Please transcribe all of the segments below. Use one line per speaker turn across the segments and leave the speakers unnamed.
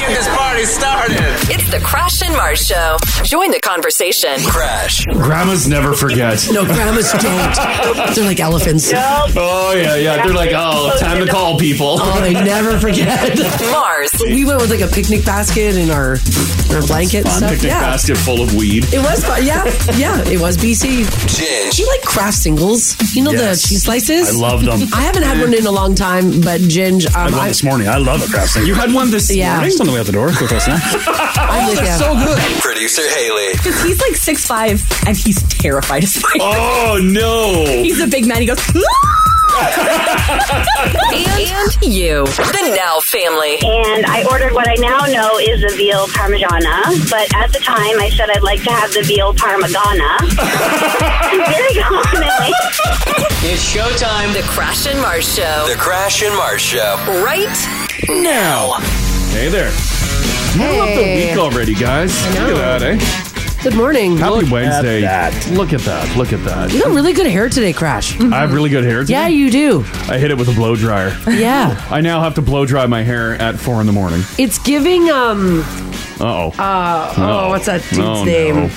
we started.
It's the Crash and Mars Show. Join the conversation.
Crash.
Grandmas never forget.
No, grandmas don't. They're like elephants.
Oh yeah, yeah. They're like, oh, time to call people.
Oh, they never forget.
Mars.
we went with like a picnic basket and our our blanket and
Fun
stuff.
picnic
yeah.
basket full of weed.
It was fun. Yeah, yeah, it was BC.
Ginge.
Do you like craft singles? You know
Yes.
the cheese slices?
I love them.
I haven't had one in a long time, but Ginge, um, I,
this morning. I love a craft single.
You had one this
Yeah.
morning.
It's on the way out the door. Go close enough.
I'm with you.
So good.
Producer Haley.
Because he's like six five and he's terrified of spiders.
Oh no.
He's a big man. He goes, "Ah!"
And you. The Now family.
and I ordered what I now know is the veal parmigiana. But at the time, I said I'd like to have the veal parmigiana. Very confidently.
The Crash and Mars Show.
The Crash and Mars Show.
Right
Now. Hey there. Middle of the week already, guys. Look at that, eh?
Good morning.
Happy Wednesday.
that.
Look at that. Look at that.
You got really good hair today, Crash.
I have really good hair. today.
Yeah, you do.
I hit it with a blow dryer.
Yeah.
I now have to blow dry my hair at four in the morning.
It's giving, um,
Uh-oh. Uh
oh, what's that dude's name?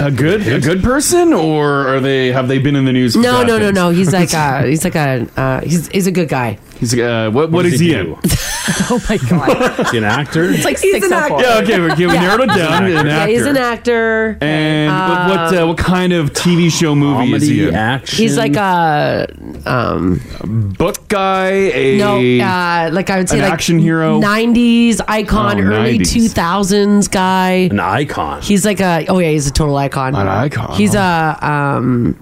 A good, a good person, or are they? Have they been in the news? for
No,
bad
no, no,
things?
no. He's like a, he's like a, uh, he's, he's a good guy.
He's uh, what? What is he in?
Oh my god!
Is he an actor?
It's like
He's
six
an
oh four.
Yeah, okay, we, okay, we narrowed it down. An
Yeah, he's
actor.
an actor.
And what uh, what, uh, what kind of TV show movie is he
Comedy
in?
action.
He's like a uh, um,
Book guy, a
no, uh, like I would say,
an
like
action hero?
'90s icon,
Oh,
early
90s.
2000s guy.
an icon.
He's like a oh yeah, he's a total icon.
An icon.
He's a um.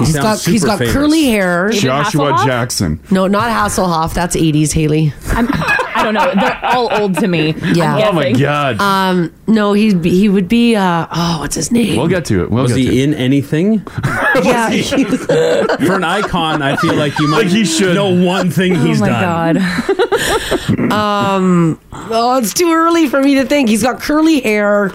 He
He's got he's got curly hair.
Joshua
Hasselhoff?
Jackson.
No, not Hasselhoff. That's '80s Haley.
I'm, I don't know. They're all old to me.
Yeah. Um,
Oh my god.
No, he would he would be uh oh what's his name?
we'll get to it. We'll
Was
get to
he
it.
in anything?
yeah,
For an icon, I feel like you might
Like he should.
know one thing he's
oh my
done.
god!
oh uh, it's too early for me to think. He's got curly hair.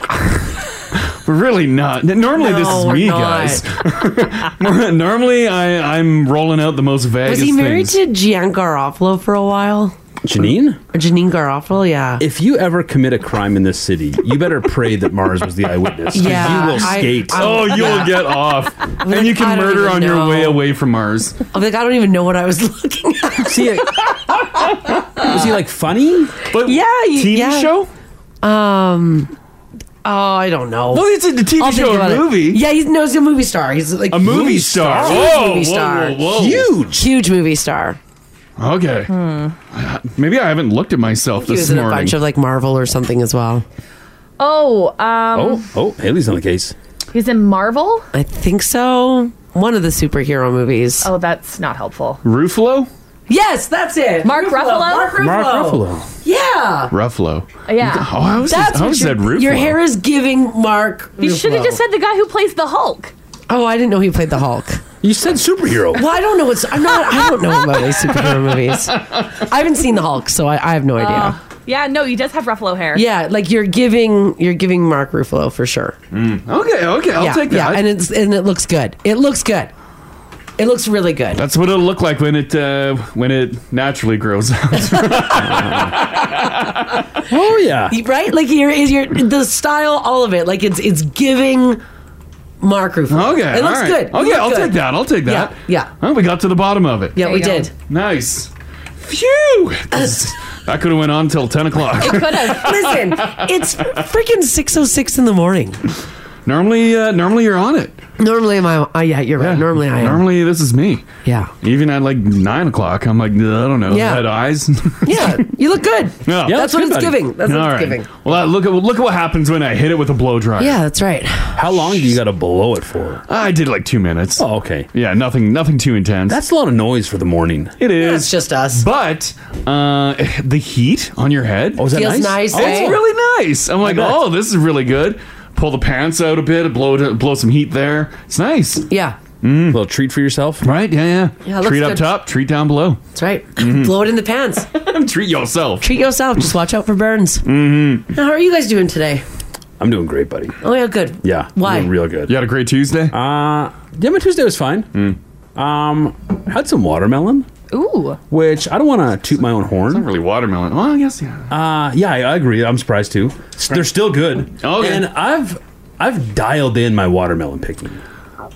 We're really not. N- Normally this
No,
is
we're
me,
not.
guys. Normally I I'm rolling out the most vague.
Was he married
things.
to Gian Garofalo for a while?
Janine,
Or Janine Garofalo? Yeah.
if you ever commit a crime in this city, you better pray that Mars was the eyewitness. 'cause
Yeah,
you will
I-
skate.
I-
Oh, you'll get off, and you
I
can
don't
murder
even
on your
know.
way away from Mars.
I'm Oh, like I don't even know what I was looking at.
See, it. was he like funny?
But
Yeah, you-
TV
yeah.
show.
Um. Oh, I don't know.
Well, it's a TV
I'll think
show,
about
a
it.
movie.
Yeah, he's no, he's a movie star. He's like
A movie star.
Huge
Whoa,
movie star.
Whoa, whoa, whoa.
Huge.
Huge movie star. Hmm.
Okay. Uh, Maybe I haven't looked at myself
He
this
was in a
morning.
bunch of like Marvel or something as well.
Oh, um,
Oh, oh, Haley's on the case.
he's in Marvel.
I think so. One of the superhero movies.
Oh, that's not helpful.
Ruffalo?
Yes, that's it.
Mark Ruffalo?
Mark Ruffalo.
Mark Ruffalo.
Yeah.
Ruffalo.
Yeah,
Oh, I was
That's
I
what
always said
your,
Ruffalo.
your hair is giving Mark.
you should have
Ruffalo.
just said the guy who plays the Hulk.
Oh, I didn't know he played the Hulk.
You said superhero.
Well, I don't know what's. I'm not. I don't know about these superhero movies. I haven't seen the Hulk, so I, I have no idea.
Uh, Yeah, no, he does have Ruffalo hair.
yeah, like you're giving you're giving Mark Ruffalo for sure.
Hmm.
Okay, okay, I'll
yeah,
take
yeah,
that.
and it's and it looks good. It looks good. It looks really good.
That's what it'll look like when it uh, when it naturally grows out.
Oh yeah.
right? Like your is your the style, all of it. Like it's it's giving Mark Ruffalo.
okay,
it looks
all right.
good. It
Okay,
looks
I'll
good.
take that. I'll take
Yeah,
that.
yeah.
Oh, we got to the bottom of it.
Yeah,
There
we
you go.
did.
Nice. Phew. This- that could have went on till ten o'clock.
Could have.
Listen, it's freaking six oh six in the morning.
normally, uh, normally you're on it.
Normally, am I? Oh, yeah, you're right. Normally, I am.
Normally, this is me.
yeah,
Even at like nine o'clock, I'm like, I don't know.
Yeah.
Red eyes.
yeah. You look good.
Yeah.
that's what it's giving. That's what
All
it's
right.
giving.
Well, uh, look at look at what happens when I hit it with a blow dryer.
Yeah, that's right.
How long do you got to blow it for?
I did like two minutes.
Oh, okay.
Yeah, nothing nothing too intense.
That's a lot of noise for the morning.
it is.
It's just us.
But uh, the heat on your head.
Oh, is that
Feels nice,
Oh,
eh?
it's really nice. I'm like,
bet.
oh, this is really good. Pull the pants out a bit, blow blow some heat there. It's nice, Mm.
Yeah,
A little treat for yourself.
right? Yeah, yeah.
Yeah, it looks
treat up
good.
top, treat down below. Mm-hmm.
that's right. Blow it in the pants.
treat yourself.
Treat yourself. Just watch out for burns. Mm-hmm. Now, how are you guys doing today?
I'm doing great, buddy.
Oh yeah, good.
Yeah. I'm
Why?
Doing real good.
You had a great Tuesday. Hmm.
Uh, yeah, my Tuesday was fine. Um, had some watermelon.
Ooh.
which I don't want to toot my own horn.
Really, watermelon. Well, I guess yeah.
Uh, yeah, I, I agree. I'm surprised too. S- They're still good.
Okay.
And I've I've dialed in my watermelon picking.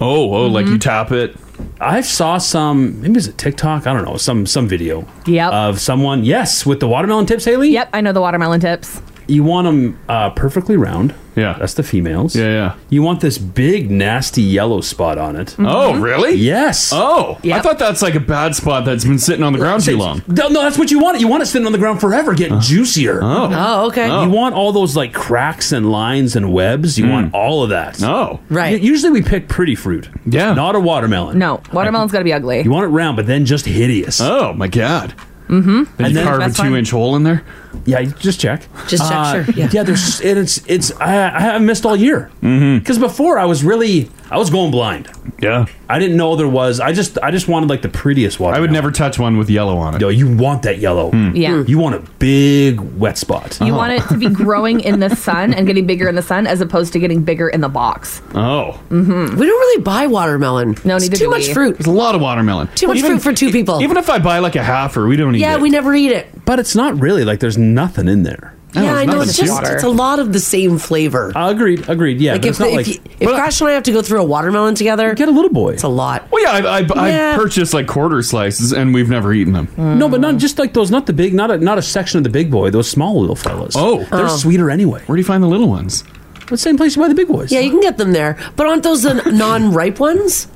Oh, oh, like you tap it.
Mm-hmm. I saw some maybe it's a TikTok, I don't know, some some video
Yep.
of someone, yes, with the watermelon tips, Haley.
Yep, I know the watermelon tips.
You want them uh, perfectly round.
Yeah.
That's the females.
Yeah, yeah.
You want this big nasty yellow spot on it.
Mm-hmm.
Oh, really?
Mm-hmm. Yes.
Oh, I
Yep.
thought that's like a bad spot that's been sitting on the ground too long.
No, no, that's what you want. You want it sitting on the ground forever,
Uh-huh.
getting juicier.
Oh, okay.
You want all those like cracks and lines and webs. You want all of that.
Mm. Oh,
Right.
U- Usually we pick pretty fruit.
Yeah.
Not a watermelon.
No, watermelon's got to be ugly.
You want it round, but then just hideous.
oh my god. Mm-hmm. Then you
then-
carve a
That's fine.
two-inch hole in there.
Yeah, you just check. Uh,
Just check, sure, yeah.
there's and it's it's I, I haven't missed all year. Because before I was really I was going blind.
Mm-hmm. Yeah,
I didn't know there was. I just I just wanted like the prettiest water.
I would never touch one with yellow on it. Hmm.
No, you want that yellow. Mm.
Yeah.
You want a big wet spot.
You want it to be growing in the sun and getting bigger in the sun as opposed to getting bigger in the box.
Oh,
Mm-hmm. We don't really buy watermelon.
No,
It's
neither
too
do
much
we.
fruit.
there's a lot of watermelon.
Too much fruit for two people.
Even if I buy like a halfer, we don't eat
yeah,
it.
we never eat it.
But it's not really like there's nothing in there.
yeah,
it's
I know.
nothing
It's
to
just
water.
it's a lot of the same flavor.
Uh, agreed. Agreed. Yeah.
like
but
if,
it's not
if,
like
you- if Crash and I have to go through a watermelon together,
get a little boy.
it's a lot.
Well, yeah, I, I, I
Yeah.
purchased like quarter slices, and we've never eaten them.
No, but not just like those. Not the big. Not a not a section of the big boy. Those small little fellas.
Oh.
they're sweeter anyway.
Where do you find the little ones?
But same place you buy the big boys.
Yeah, you can get them there, but aren't those the non-ripe ones?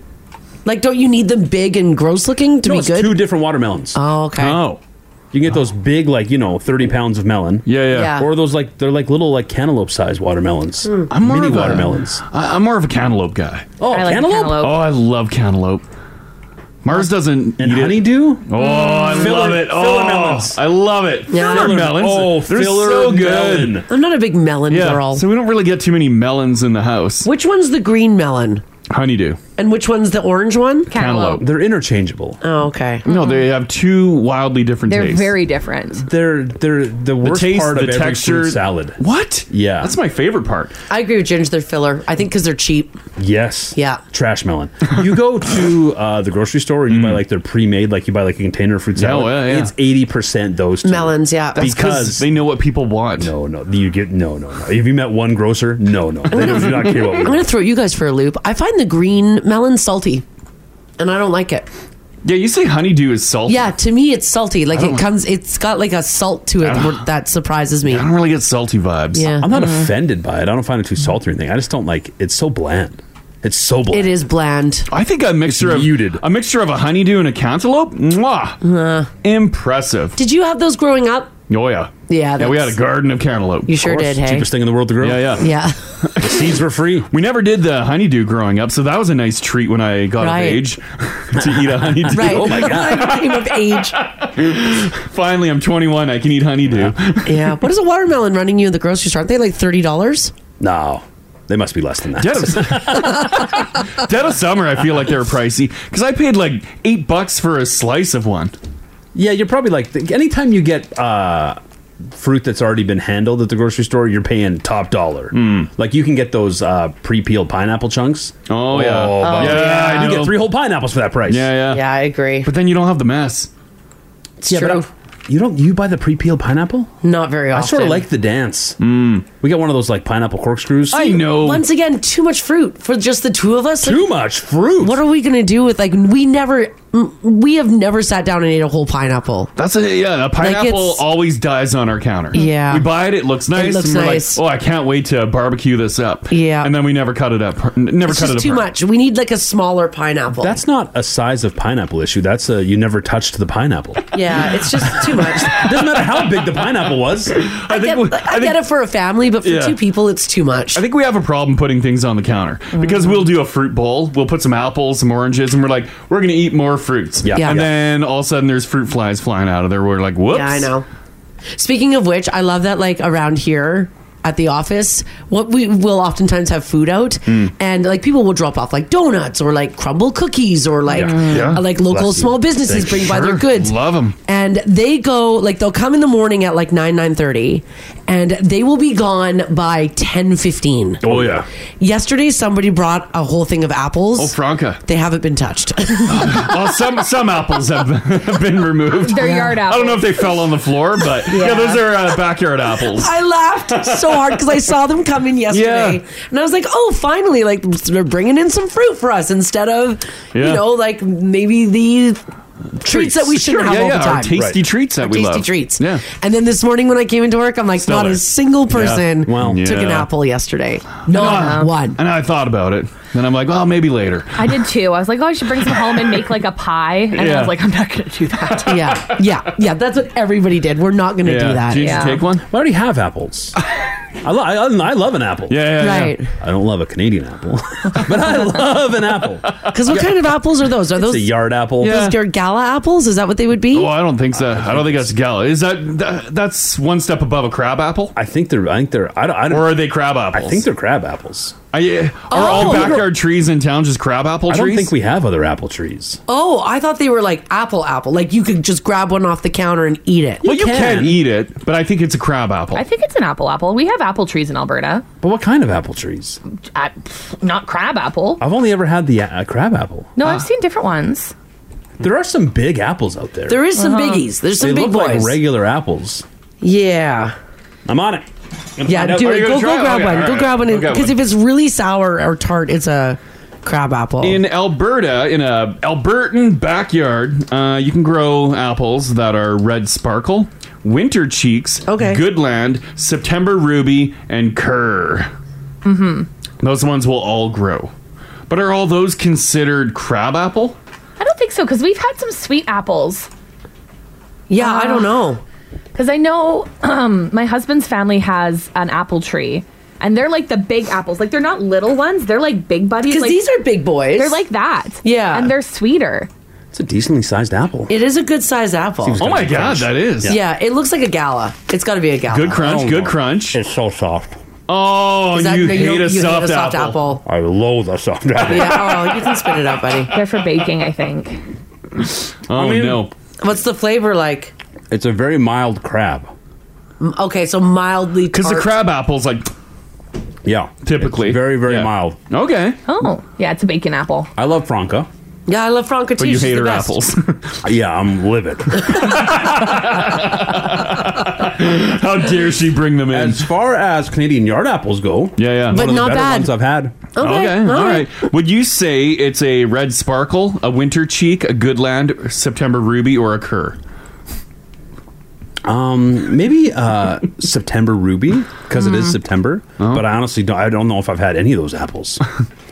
Like, don't you need them big and gross-looking to
no,
be
it's
good?
two different watermelons.
oh, okay.
Oh,
You can get those big, like you know, thirty pounds of melon.
yeah, yeah. Hmm.
Yeah.
Or those like they're like little like cantaloupe sized watermelons.
I'm more
Mini
of a-
watermelons.
I, I'm more of a cantaloupe guy.
Oh,
I like
cantaloupe.
cantaloupe.
Oh, I love cantaloupe. Mars doesn't
And
eat it.
honeydew.
Oh, I love it. Oh,
filler melons.
I love it.
Yeah.
Filler
Filler-
melons.
Oh,
They're
filler
so good.
melon.
I'm not a big melon
Yeah.
girl.
So we don't really get too many melons in the house.
which one's the green melon,
Honeydew.
and which one's the orange one?
Cantaloupe.
They're interchangeable.
Oh, okay.
No, they have two wildly different
They're
tastes.
very different.
They're they're the
the
worst
taste,
part
the
of every
texture.
fruit salad.
What?
Yeah.
That's my favorite part.
I agree with Ginger. They're filler. I think because they're cheap.
Yes.
Yeah.
Trash melon. you go to uh, the grocery store and you buy like their pre-made, like you buy like a container of fruit salad.
Hmm. yeah, yeah.
It's eighty percent those two.
Melons, yeah.
That's
Because-
they know what people want.
No, no, you get no, no, no. Have you met one grocer? No, no, they do not care what
I'm
we want.
gonna throw you guys for a loop. I find the green melon salty, and I don't like it.
Yeah, you say honeydew is salty.
Yeah, to me it's salty. Like it comes, it's got like a salt to it where- that surprises me.
I don't really get salty vibes.
Yeah, Mm-hmm.
I'm not offended by it. I don't find it too salty or anything. I just don't like. It's so bland. It's so bland.
it is bland.
I think a mixture of
muted.
a mixture of a honeydew and a cantaloupe. Mwah.
Uh-huh.
Impressive.
Did you have those growing up?
Oh yeah.
Yeah,
Yeah, we had
that's-
a garden of cantaloupe.
You sure did. Hey,
Cheapest thing in the world to grow.
Yeah, yeah.
yeah.
The seeds were free.
We never did the honeydew growing up, so that was a nice treat when I got
Right.
of age to eat a honeydew.
Right.
Oh my God.
I came of age.
Finally, I'm 21. I can eat honeydew.
Yeah. What is a watermelon running you in the grocery store? Aren't they like thirty dollars?
No, they must be less than that.
Dead of, dead of summer, I feel like they were pricey because I paid like eight bucks for a slice of one.
Yeah, you're probably like th- anytime you get uh, fruit that's already been handled at the grocery store, you're paying top dollar.
Hmm.
Like you can get those uh, pre-peeled pineapple chunks.
Oh, yeah.
buddy.
yeah, I
you
do.
get three whole pineapples for that price.
yeah, yeah,
I agree.
But then you don't have the mess.
It's
Yeah, but
true.
I- you don't you buy the pre-peeled pineapple?
Not very
I
often.
sort of like the dance. Mm.
Hmm.
We got one of those like pineapple corkscrews.
I know.
Once again, too much fruit for just the two of us. Like,
Too much fruit.
what are we gonna do with like we never mm, we have never sat down and ate a whole pineapple.
That's a yeah. A pineapple
it's-
always dies on our counter.
Yeah.
we buy it. It looks nice.
looks
and we're
nice.
Like, oh, I can't wait to barbecue this up.
Yeah.
and then we never cut it up. Never
It's
cut
just
it
too
apart.
much. We need like a smaller pineapple.
That's not a size of pineapple issue. That's a you never touched the pineapple. It
yeah, it's just too much.
doesn't matter how big the pineapple was.
I
I,
think
get,
we-
I,
I
get
think-
it for a family, but for
Yeah.
two people, it's too much.
I think we have a problem putting things on the counter
Mm-hmm.
because we'll do a fruit bowl. We'll put some apples, some oranges, and we're like, we're gonna eat more fruits.
Yeah.
Yeah.
And
Yeah.
then all of a sudden, there's fruit flies flying out of there. We're like, whoops.
Yeah, I know. Speaking of which, I love that like around here, at the office, what we will oftentimes have food out,
Mm.
and like people will drop off like donuts or like crumble cookies or like
Yeah. Yeah.
uh, like local
Bless you.
small businesses
Thanks.
bring by their
Sure.
goods.
Love 'em.
and they go like they'll come in the morning at like nine nine thirty, and they will be gone by ten fifteen.
Oh yeah.
Yesterday, somebody brought a whole thing of apples.
Oh, Franca.
They haven't been touched.
well, some some apples have have been removed.
They're yard
I
apples.
don't know if they fell on the floor, but yeah,
Yeah.
those are uh, backyard apples.
I laughed so hard because I saw them coming yesterday,
Yeah.
and I was like, "Oh, finally! Like they're bringing in some fruit for us instead of
Yeah.
you know, like maybe the treats, that we shouldn't
Sure,
have
yeah,
all
yeah,
the time."
Our tasty
Right.
treats that
Our
we
tasty
love.
treats.
Yeah.
And then this morning when I came into work, I'm like, not
Stellar.
a single person
Wow.
took an
Yeah.
apple yesterday. Not one.
And I thought about it. Then I'm like, well, maybe later.
I did too. I was like, oh, I should bring some home and make like a pie. And
Yeah.
I was like, I'm not going to do that.
yeah, yeah, yeah. That's what everybody did. We're not going to do that.
Did you
yeah.
take one?
I already have apples. I, lo- I, I love an apple.
Yeah, yeah, yeah.
Right.
I don't love a Canadian apple, but I love an apple.
Because what kind of apples are those? Are
It's
those
a yard apple.
Yeah. Oh,
those your gala apples? Is that what they would be?
Well, I don't think so. I don't think that's gala. Is that, that that's one step above a crab apple?
I think they're. I think they're. I don't. I, don't,
Or are they crab
I
apples?
think they're crab apples.
Are, you- are
Oh.
all backyard trees in town just crab apple
I
trees?
don't think we have other apple trees.
Oh, I thought they were like apple apple. Like you could just grab one off the counter and eat it.
Well, you can.
can.
eat it, but I think it's a crab apple.
I think it's an apple apple. We have apple trees in Alberta.
But what kind of apple trees?
I, pff, not crab apple.
I've only ever had the uh, crab apple.
No, I've seen different ones.
There are some big apples out there.
There is some
Uh-huh.
biggies. There's
they
some big
look
boys.
like regular apples.
yeah.
I'm on it.
Yeah,
out-
do
are
it.
you gonna
Go, go
try it?
grab
Okay,
one.
all
Go
right.
grab one.
Go grab
Because
one.
if it's really sour or tart, it's a crab apple.
In Alberta, in a Albertan backyard, uh, you can grow apples that are red sparkle, winter cheeks,
Okay.
goodland, September ruby, and cur. Mm-hmm. Those ones will all grow. But are all those considered crab apple?
I don't think so because we've had some sweet apples.
yeah, I don't know.
Because I know um, my husband's family has an apple tree, and they're like the big apples. Like they're not little ones; they're like big buddies.
Because
Like,
these are big boys.
they're like that.
Yeah.
and they're sweeter.
It's a decently sized apple.
it is a good sized apple.
Seems-
Oh my
Good
god,
crunch.
that is.
yeah. it looks like a gala. It's got to be a gala.
Good crunch,
Oh,
good
no.
crunch.
It's so soft.
Oh,
Is that-
you,
no,
hate,
don't-
a
you
soft apple.
I loathe a soft apple.
yeah. Oh, you can spit it out, buddy.
They're for baking, I think.
Oh
mean-
no.
What's the flavor like?
It's a very mild crab.
Okay, so mildly.
Because the
tart.
crab apple's like
Yeah.
typically
It's very, very
Yeah.
mild.
Okay.
Oh, yeah, it's a bacon apple.
I love Franca.
Yeah, I love Franca too.
But you
She's
hate
the
her
best.
apples.
Yeah, I'm livid.
How dare she bring them in?
as far as Canadian yard apples go,
yeah, yeah.
one
But
of the
not
better
bad.
ones I've had.
Okay,
Okay, all right. Would you say it's a red sparkle, a winter cheek, a goodland, September ruby, or a cur?
Um, maybe uh, September Ruby because it
Hmm.
is September.
Oh.
But I honestly don't. I don't know if I've had any of those apples.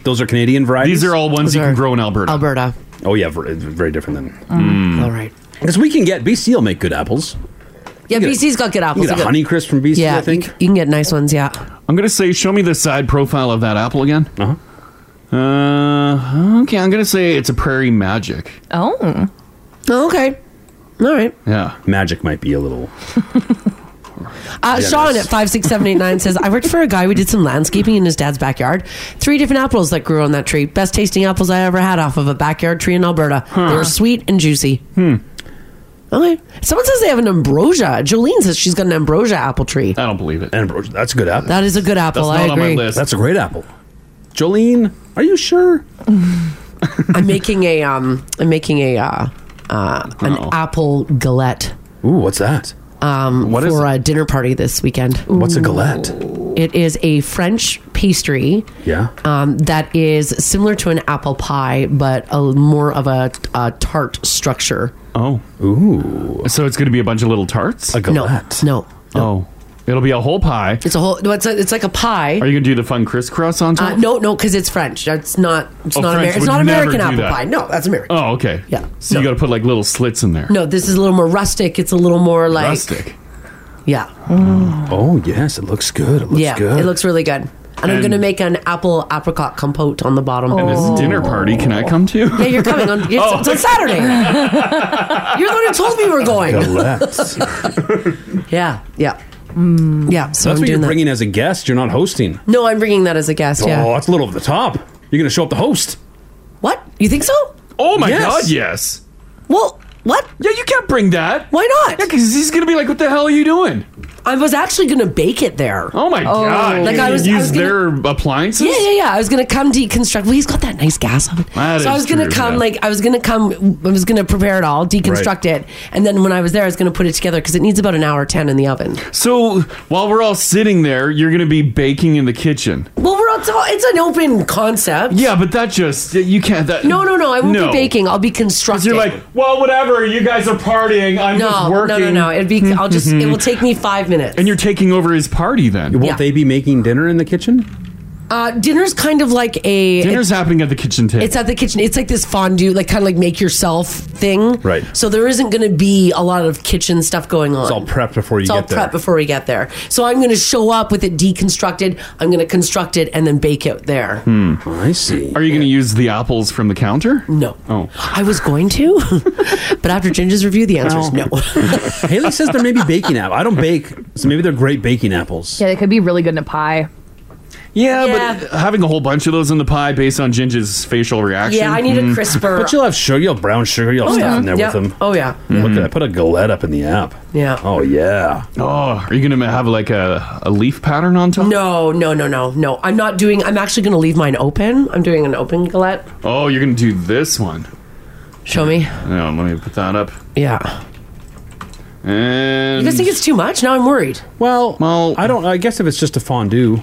those are Canadian varieties.
These are all ones you
Those
can
are-
grow in Alberta. Hmm.
Alberta. Mm-hmm.
Oh yeah, ver- very different than
All right.
because we can get BC. will make good apples.
Yeah,
get a-
BC's got good
You
apples.
get
They
a
got-
honey crisp from BC.
Yeah,
I think.
You, you can get nice ones. Yeah.
I'm gonna say, show me the side profile of that apple again.
Uh-huh.
Uh, okay. I'm gonna say it's a prairie magic.
Oh,
Oh, okay. All right.
Yeah.
Magic might be a little.
Uh,
Yeah,
Sean
there's-
at 56789 says, I worked for a guy. We did some landscaping in his dad's backyard. Three different apples that grew on that tree. Best tasting apples I ever had off of a backyard tree in Alberta. They were sweet and juicy. Hmm. Okay. Someone says they have an ambrosia. Jolene says she's got an ambrosia apple tree.
I don't believe it.
And bro, that's a good apple.
That is a good
That's
apple.
not
I
on my
agree.
list.
that's a great apple. Jolene, are you sure?
I'm making a um I'm making a uh, uh an
Uh-oh.
apple galette
Ooh, what's that?
um
What is
for
it?
a dinner party this weekend.
What's a galette?
It is a French pastry
Yeah.
um, that is similar to an apple pie, but a more of a, a tart structure.
oh.
Ooh,
So it's gonna be a bunch of little tarts.
a
No,
galette.
no,
oh. It'll be a whole pie.
it's a whole. No, it's a, it's like a pie.
Are you gonna do the fun crisscross on top?
Uh, no, no, because it's French. That's not. It's
Oh,
not.
French
Ameri- it's
would
not
never
American
do
apple
that.
pie. No, that's American.
Oh, okay.
Yeah.
So you
No.
gotta put like little slits in there.
No, this is a little more rustic. It's a little more like Mm.
Rustic.
yeah,
Oh yes, it looks good. It looks
yeah.
good.
It looks really good. And, I'm
And-
gonna make an apple apricot compote on the bottom. Oh.
And this dinner party, can I come Oh. to?
yeah, you're coming on. It's, it's on Saturday. you're the one who told me we're going.
galette.
Yeah, yeah.
Mm.
Yeah, so
that's
I'm
what you're
doing that.
bringing as a guest. You're not hosting.
No, I'm bringing that as a guest. Yeah.
Oh, that's a little over the top. You're going to show up the host.
What? You think so?
Oh my
Yes.
god, yes.
Well, what?
Yeah, you can't bring that.
Why not?
Yeah, because he's gonna be like, "What the hell are you doing?"
I was actually going to bake it there.
Oh my god!
Like,
Like
I
I
was- I
use
was
their
gonna-
appliances.
Yeah, yeah, yeah. I was gonna come deconstruct. Well, he's got that nice gas oven.
That
so I
is
was gonna
true,
come,
yeah.
like, I was gonna come, I was gonna prepare it all, deconstruct it, and then when I was there, I was gonna put it together because it needs about an hour ten in the oven.
So while we're all sitting there, you're gonna be baking in the kitchen.
Well, we're all, it's, all, it's an open concept.
Yeah, but that just you can't. That
No, no, no. I won't
No.
be baking. I'll be
'Cause
constructing.
You're like, well, whatever. You guys are partying. I'm just
no, no,
working.
no, no. It'd be. I'll just. it will take me five minutes.
And you're taking over his party then.
Won't
Yeah.
they be making dinner in the kitchen?
uh, dinner's kind of like a.
Dinner's happening at the kitchen table.
It's at the kitchen. It's like this fondue, like kind of like make yourself thing.
Right.
So there isn't going to be a lot of kitchen stuff going on.
It's all prep before you
It's all
get there.
prep before we get there. So I'm going to show up with it deconstructed. I'm going to construct it and then bake it there.
I see.
Hmm. Are you going to use the apples from the counter?
No.
Oh.
I was going to, but after Ginger's review, the answer is no.
Oh. Haley says there may be baking apple. I don't bake, so maybe they're great baking apples.
Yeah, they could be really good in a pie.
Yeah,
Yeah.
but having a whole bunch of those in the pie based on Ginger's facial reaction. hmm.
yeah, I need a crisper.
But you'll have sugar, you'll have brown sugar, you'll have
oh,
stuff
yeah.
in there
yeah.
with them.
Oh, yeah.
Mm-hmm.
Look at that. Put a galette up in the app.
Yeah.
Oh, yeah.
Oh, are you going to have like a, a leaf pattern on top?
No, no, no, no, no. I'm not doing, I'm actually going to leave mine open. I'm doing an open galette.
Oh, you're going to do this one.
Show me.
Hang on, let me put that up.
Yeah.
And
You guys think it's too much? Now I'm worried.
Well,
Well-
I don't. I guess if it's just a fondue,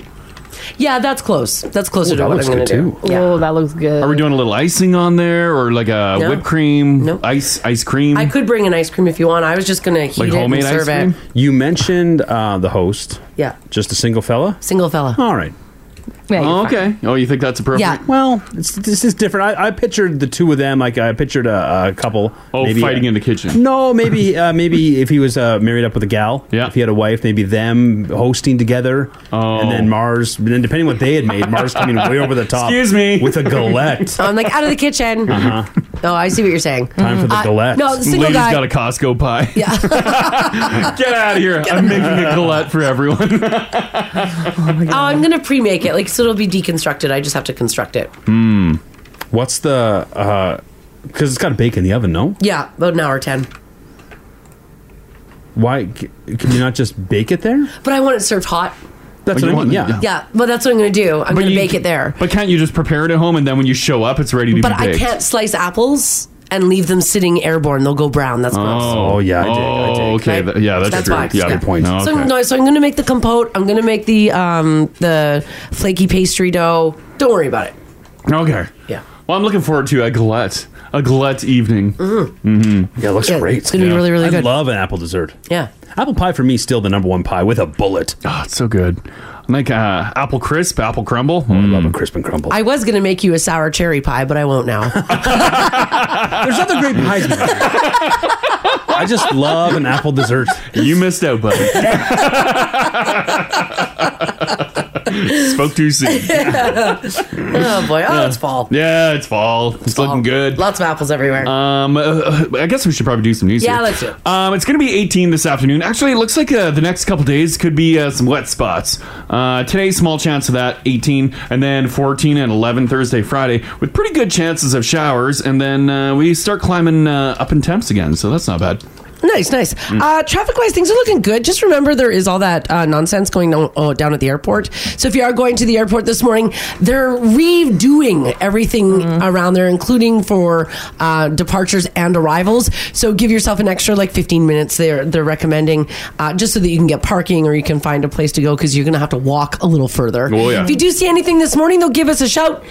Yeah, that's close. That's closer
Ooh,
to
that
what I'm
looks
going
good
to do.
too.
Yeah.
Oh, that looks good.
are we doing a little icing on there or like a
No.
whipped cream,
Nope.
ice ice cream?
I could bring an ice cream if you want. I was just going to heat
like
it and
homemade
serve
ice cream?
it.
you mentioned uh, the host.
Yeah.
Just a single fella.
Single fella.
All right.
Yeah, you're
Oh,
fine.
okay. Oh, you think that's appropriate?
Yeah.
Well, it's this is different. I, I pictured the two of them. Like I pictured a, a couple. uh,
Oh, fighting in the kitchen.
No, maybe uh, maybe if he was uh, married up with a gal,
Yeah.
if he had a wife, maybe them hosting together,
Oh.
and then Mars. And then depending what they had made, Mars coming way over the top.
Excuse me.
with a galette. Uh-huh.
I'm like, out of the kitchen.
Uh-huh.
Oh, I see what you're saying.
Time for the
Mm-hmm.
galette.
No,
Lady's
single guy.
got a Costco pie. Yeah. Get out of here. I'm making a galette for everyone.
oh, I'm going to pre make it. Like, so it'll be deconstructed. I just have to construct it.
Hmm.
What's the? Because it's got to bake in the oven. No,
Yeah, about an hour 10.
why c- can you not just bake it there?
But I want it served hot.
That's
Oh, you
what I
want
mean.
it-
Yeah.
yeah.
Yeah, well, that's what I'm going to do. I'm going to
you
bake
can-
it there.
But can't you just prepare it at home and then when you show up, it's ready to
But
be
I
baked?
can't slice apples and leave them sitting airborne. They'll go brown. That's gross.
Oh, yeah, I dig, I dig.
Oh, okay.
Right?
Th- Yeah, that's,
That's
true.
why.
Yeah,
Yeah.
good point.
So,
Okay.
I'm- no, so I'm going to make the compote. I'm going to make the um, the flaky pastry dough. Don't worry about it.
Okay.
Yeah.
Well, I'm looking forward to a galette, a galette evening.
Mm-hmm.
Mm-hmm.
Yeah, it looks
Yeah,
great.
it's gonna be really, really
I
good.
love an apple dessert.
Yeah.
Apple pie for me still the number one pie with a bullet.
Oh, it's so good. I like uh, apple crisp, apple crumble. Hmm.
I love a crisp and crumble.
I was going to make you a sour cherry pie, but I won't now.
There's other great pies. man. I just love an apple dessert.
You missed out, buddy. Spoke too soon.
oh, boy. Oh, it's fall.
Yeah, it's fall. It's,
Fall.
looking good.
Lots of apples everywhere.
Um, uh, I guess we should probably do some news.
Yeah,
here.
let's do it.
Um, it's going to be 18 this afternoon. Actually, it looks like uh, the next couple days could be uh, some wet spots. Uh, today, small chance of that, 18, and then 14 and 11 Thursday, Friday, with pretty good chances of showers. And then uh, we start climbing uh, up in temps again, so that's not bad.
Nice, nice.
Mm.
Uh, traffic wise, things are looking good. Just remember there is all that uh, nonsense going on, oh, down at the airport. So if you are going to the airport this morning, they're redoing everything
Mm-hmm.
around there, including for uh, departures and arrivals. So give yourself an extra like 15 minutes they're, they're recommending uh, just so that you can get parking or you can find a place to go because you're going to have to walk a little further.
Oh, yeah.
If you do see anything this morning, though, give us a shout.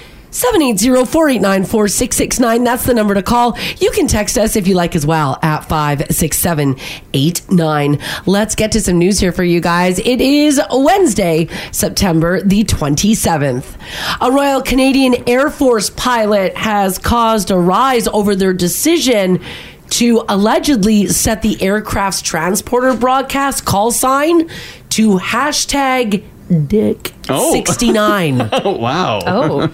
780-489-4669. That's the number to call. You can text us if you like as well at 56789. Let's get to some news here for you guys. It is Wednesday, September the 27th. A Royal Canadian Air Force pilot has caused a rise over their decision to allegedly set the aircraft's transporter broadcast call sign to hashtag dick
Oh.
69.
Oh, wow.
Oh,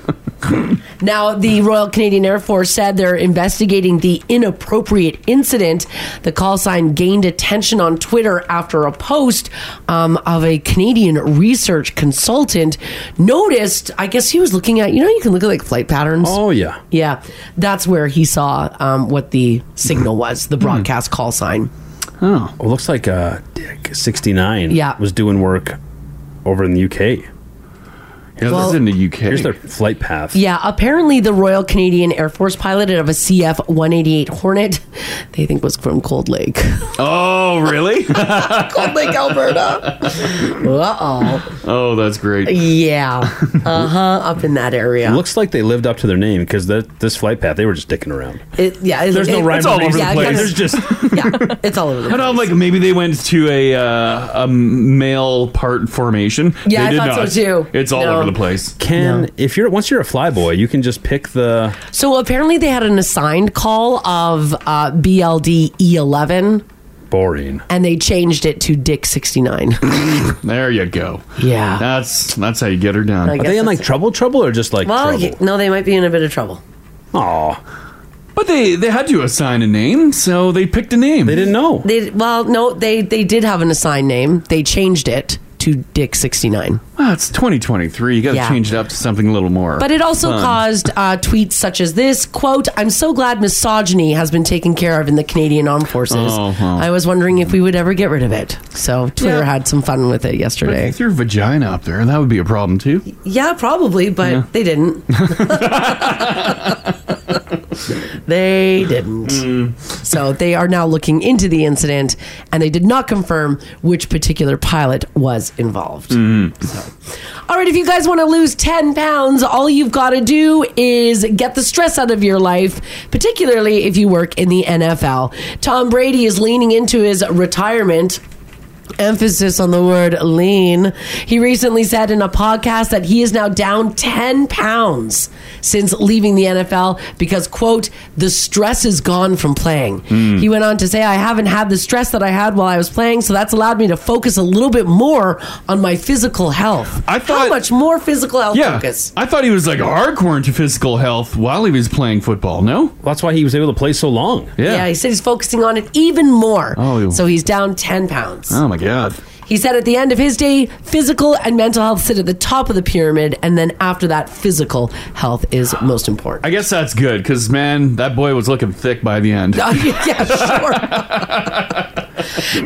Now, the Royal Canadian Air Force said they're investigating the inappropriate incident. The call sign gained attention on Twitter after a post um, of a Canadian research consultant noticed. I guess he was looking at you know you can look at like flight patterns.
Oh, yeah.
yeah. That's where he saw um, what the signal was, the broadcast call sign.
Hmm. Oh, well, looks like uh, Dick sixty nine.
Yeah.
was doing work over in the UK.
Yeah, this is in the UK.
Here's their flight path.
Yeah, apparently the Royal Canadian Air Force pilot of a CF 188 Hornet, they think was from Cold Lake.
Oh, really?
Cold Lake, Alberta. Uh oh.
oh, that's great.
Yeah. Uh huh. Up in that area.
Looks like they lived up to their name because this flight path they were just dicking around.
It- yeah. it-
There's no
it-
rhyme
It's
or
all
reason.
over the
Yeah,
place.
There's just
yeah, it's all over the
And
place.
I'm like, maybe they went to a uh, a male part formation.
Yeah,
They
I
did
thought so
not.
too.
It's all
No.
over the place.
can if you're once you're a flyboy, you can just pick the
So apparently they had an assigned call of uh, BLD E11,
boring.
and they changed it to Dick 69.
There you go.
Yeah.
That's that's how you get her down.
Are
Like-
they in
Guess
like trouble, trouble, or just like
well,
trouble?
y- no, they might be in a bit of trouble.
Aw,
But they they had to assign a name, so they picked a name.
they didn't know.
They well, no, they they did have an assigned name. They changed it to Dick 69.
Well, it's 2023. You got to
Yeah.
change it up to something a little more.
But it also
fun.
caused uh, tweets such as this quote, I'm so glad misogyny has been taken care of in the Canadian Armed Forces.
Oh, wow.
I was wondering if we would ever get rid of it. So Twitter
Yeah.
had some fun with it yesterday.
If your vagina up there, that would be a problem too.
Yeah, probably, but they didn't. they didn't.
Hmm.
So they are now looking into the incident and they did not confirm which particular pilot was involved.
Mm-hmm.
So. All right, if you guys want to lose 10 pounds, all you've got to do is get the stress out of your life, particularly if you work in the NFL. Tom Brady is leaning into his retirement emphasis on the word lean. He recently said in a podcast that he is now down 10 pounds since leaving the NFL because, quote, the stress is gone from playing.
Hmm.
He went on to say, I haven't had the stress that I had while I was playing, so that's allowed me to focus a little bit more on my physical health. How
I thought-
much more physical health
Yeah,
focus?
I thought he was like hardcore into physical health while he was playing football. No,
That's why he was able to play so long.
yeah.
Yeah, he said he's focusing on it even more.
Oh.
so he's down 10 pounds.
oh my god.
He said at the end of his day, physical and mental health sit at the top of the pyramid, and then after that, physical health is most important.
I guess that's good because man, that boy was looking thick by the end.
yeah, sure.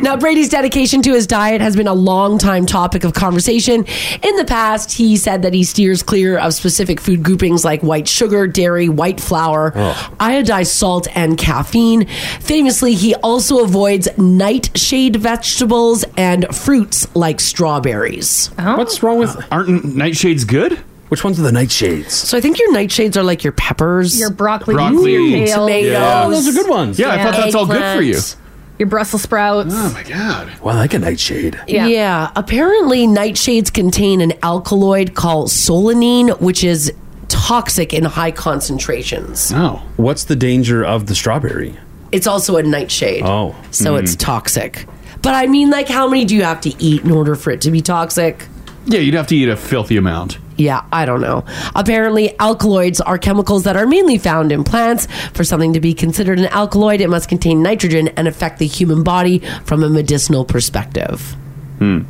now, Brady's dedication to his diet has been a long time topic of conversation. In the past, he said that he steers clear of specific food groupings like white sugar, dairy, white flour,
Oh.
iodized salt, and caffeine. Famously, he also avoids nightshade vegetables and fruits like strawberries.
Oh.
What's wrong with
Aren't nightshades good?
which ones are the nightshades?
So I think your nightshades are like your peppers,
Your broccoli,
Broccoli.
your
Ooh,
kale,
tomatoes.
Oh, those are good ones.
Yeah, I
Yeah.
thought that's all good for you.
Eggplant.
your Brussels sprouts.
Oh my god.
Well, I like a nightshade.
Yeah.
Yeah.
Apparently, nightshades contain an alkaloid called solanine, which is toxic in high concentrations.
Oh,
What's the danger of the strawberry?
It's also a nightshade.
Oh.
So it's toxic. But I mean, like, how many do you have to eat in order for it to be toxic?
yeah. You'd have to eat a filthy amount.
Yeah, I don't know. Apparently, alkaloids are chemicals that are mainly found in plants. For something to be considered an alkaloid, it must contain nitrogen and affect the human body from a medicinal perspective.
Hmm.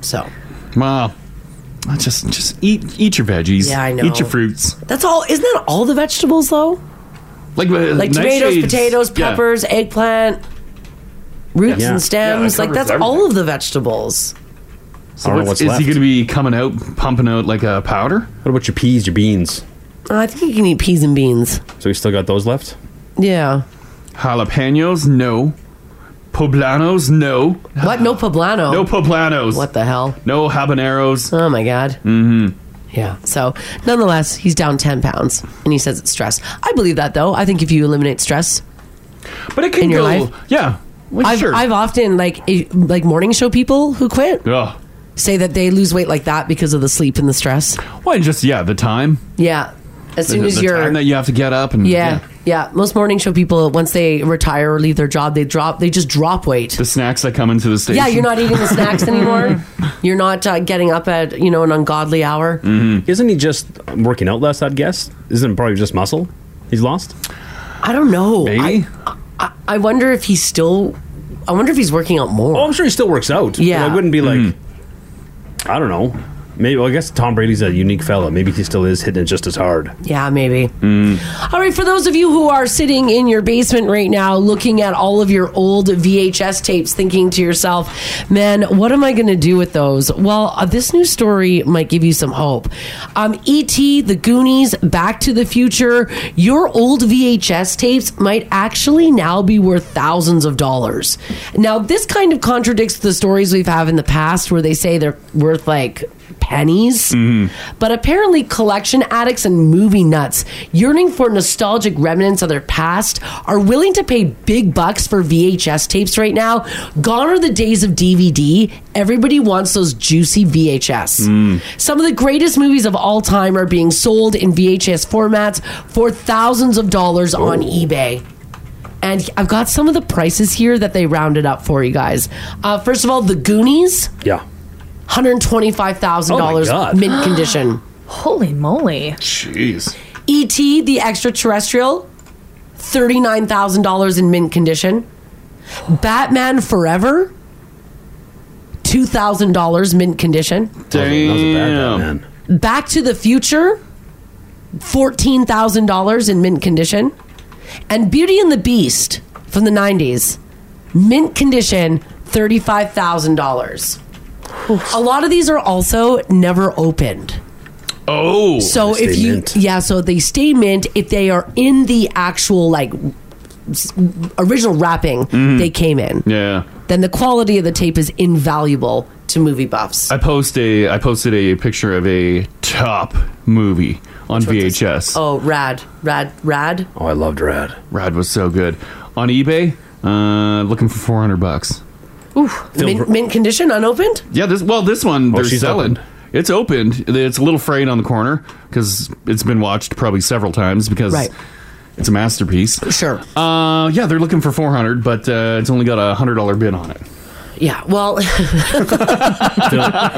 So
Wow. Well, Just, just eat, eat your veggies.
Yeah, I know.
Eat your fruits.
that's all. Isn't that all the vegetables though?
Like, uh,
Like tomatoes,
nightshades-
potatoes,
yeah.
peppers, eggplant, roots
Yeah.
and stems.
Yeah, it
like that's
covers
all
everything.
of the vegetables.
I
So
don't know
what's,
what's
is
left.
he going to be coming out, pumping out like a powder?
What about your peas, your beans?
Uh, I think you can eat peas and beans.
So we still got those left?
Yeah.
Jalapenos, no. Poblanos, no.
What? No poblano.
No poblanos.
What the hell?
No habaneros.
Oh my god. Mm-hmm. Yeah. So, nonetheless, he's down ten pounds, and he says it's stress. I believe that though. I think if you eliminate stress,
But it can
in your
go.
life?
Yeah. Well,
I've,
sure.
I've often like i- like morning show people who quit
Ugh.
say that they lose weight like that because of the sleep and the stress.
Well, and just yeah, the time.
Yeah. As soon
The-
as
the
you're-
time that you have to get up and
Yeah, yeah. Most morning show people, once they retire or leave their job, they drop. They just drop weight.
the snacks that come into the station.
Yeah, you're not e- eating the snacks anymore. You're not uh, getting up at you know an ungodly hour.
Mm-hmm. Isn't he just working out less? I'd guess. Isn't it probably just muscle? He's lost.
I don't know.
Maybe.
I, I wonder if he's still. I wonder if he's working out more.
oh, I'm sure he still works out.
Yeah.
Like, I wouldn't be like. I don't know. Maybe well, I guess Tom Brady's a unique fella. Maybe he still is hitting it just as hard. Hmm.
Yeah, maybe. All right, for those of you who are sitting in your basement right now looking at all of your old VHS tapes, thinking to yourself, man, what am I going to do with those? Well, uh, this new story might give you some hope. Um, E.T., The Goonies, Back to the Future, your old VHS tapes might actually now be worth thousands of dollars. Now, this kind of contradicts the stories we've had in the past where they say they're worth like pennies. But apparently, collection addicts and movie nuts, yearning for nostalgic remnants of their past, are willing to pay big bucks for VHS tapes right now. Gone are the days of DVD. Everybody wants those juicy VHS. Some of the greatest movies of all time are being sold in VHS formats for thousands of dollars on eBay. And I've got some of the prices here that they rounded up for you guys. Uh, first of all, The Goonies.
Yeah.
Hundred twenty-five thousand
Oh my
dollars
God.
mint condition.
Holy moly.
Jeez.
ET the extraterrestrial, thirty-nine thousand dollars in mint condition. Batman Forever, two thousand dollars mint condition.
That was a bad
Damn.
man.
Back to the Future, fourteen thousand dollars in mint condition, and Beauty and the Beast from the nineties, mint condition, thirty-five thousand dollars. A lot of these are also never opened.
Oh.
So
They
if
stay
you
mint.
yeah, so they stay mint if they are in the actual like s- original wrapping they came in.
yeah.
Then the quality of the tape is invaluable to movie buffs.
I post a I posted a picture of a top movie on VHS.
oh, rad, rad, rad.
Oh, I loved Rad.
Rad was so good. On eBay, uh, looking for 400 bucks.
Mint, mint condition, unopened.
Yeah, this well, this one they're
Oh, she's
selling.
opened.
It's opened. It's a little frayed on the corner because it's been watched probably several times because
Right.
it's a masterpiece.
Sure.
Uh, yeah, they're looking for 400, but uh, it's only got a hundred dollar bid on it.
Yeah. Well,
Film,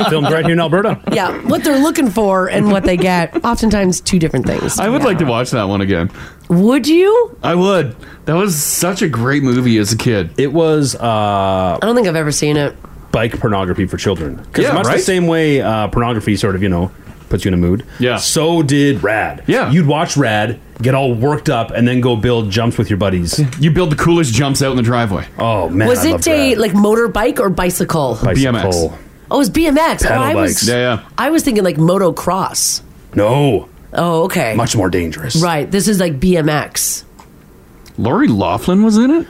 filmed right here in Alberta.
yeah. What they're looking for and what they get, oftentimes two different things.
I would like to watch that one again.
Would you?
I would. That was such a great movie as a kid.
It was uh,
I don't think I've ever seen it.
bike pornography for children. Because
Yeah,
much
right?
the same way uh, pornography sort of, you know, puts you in a mood.
Yeah.
So did Rad.
Yeah.
You'd watch Rad, get all worked up, and then go build jumps with your buddies.
You build the coolest jumps out in the driveway.
Oh, man.
Was
I
it
loved
a
Rad.
like motorbike or bicycle?
Bicycle.
BMX?
Oh, it was BMX. Oh,
Pedal
I was
bikes.
Yeah, yeah.
I was thinking like motocross.
No.
Oh, okay.
Much more dangerous.
Right. This is like BMX.
Lori Laughlin was in it.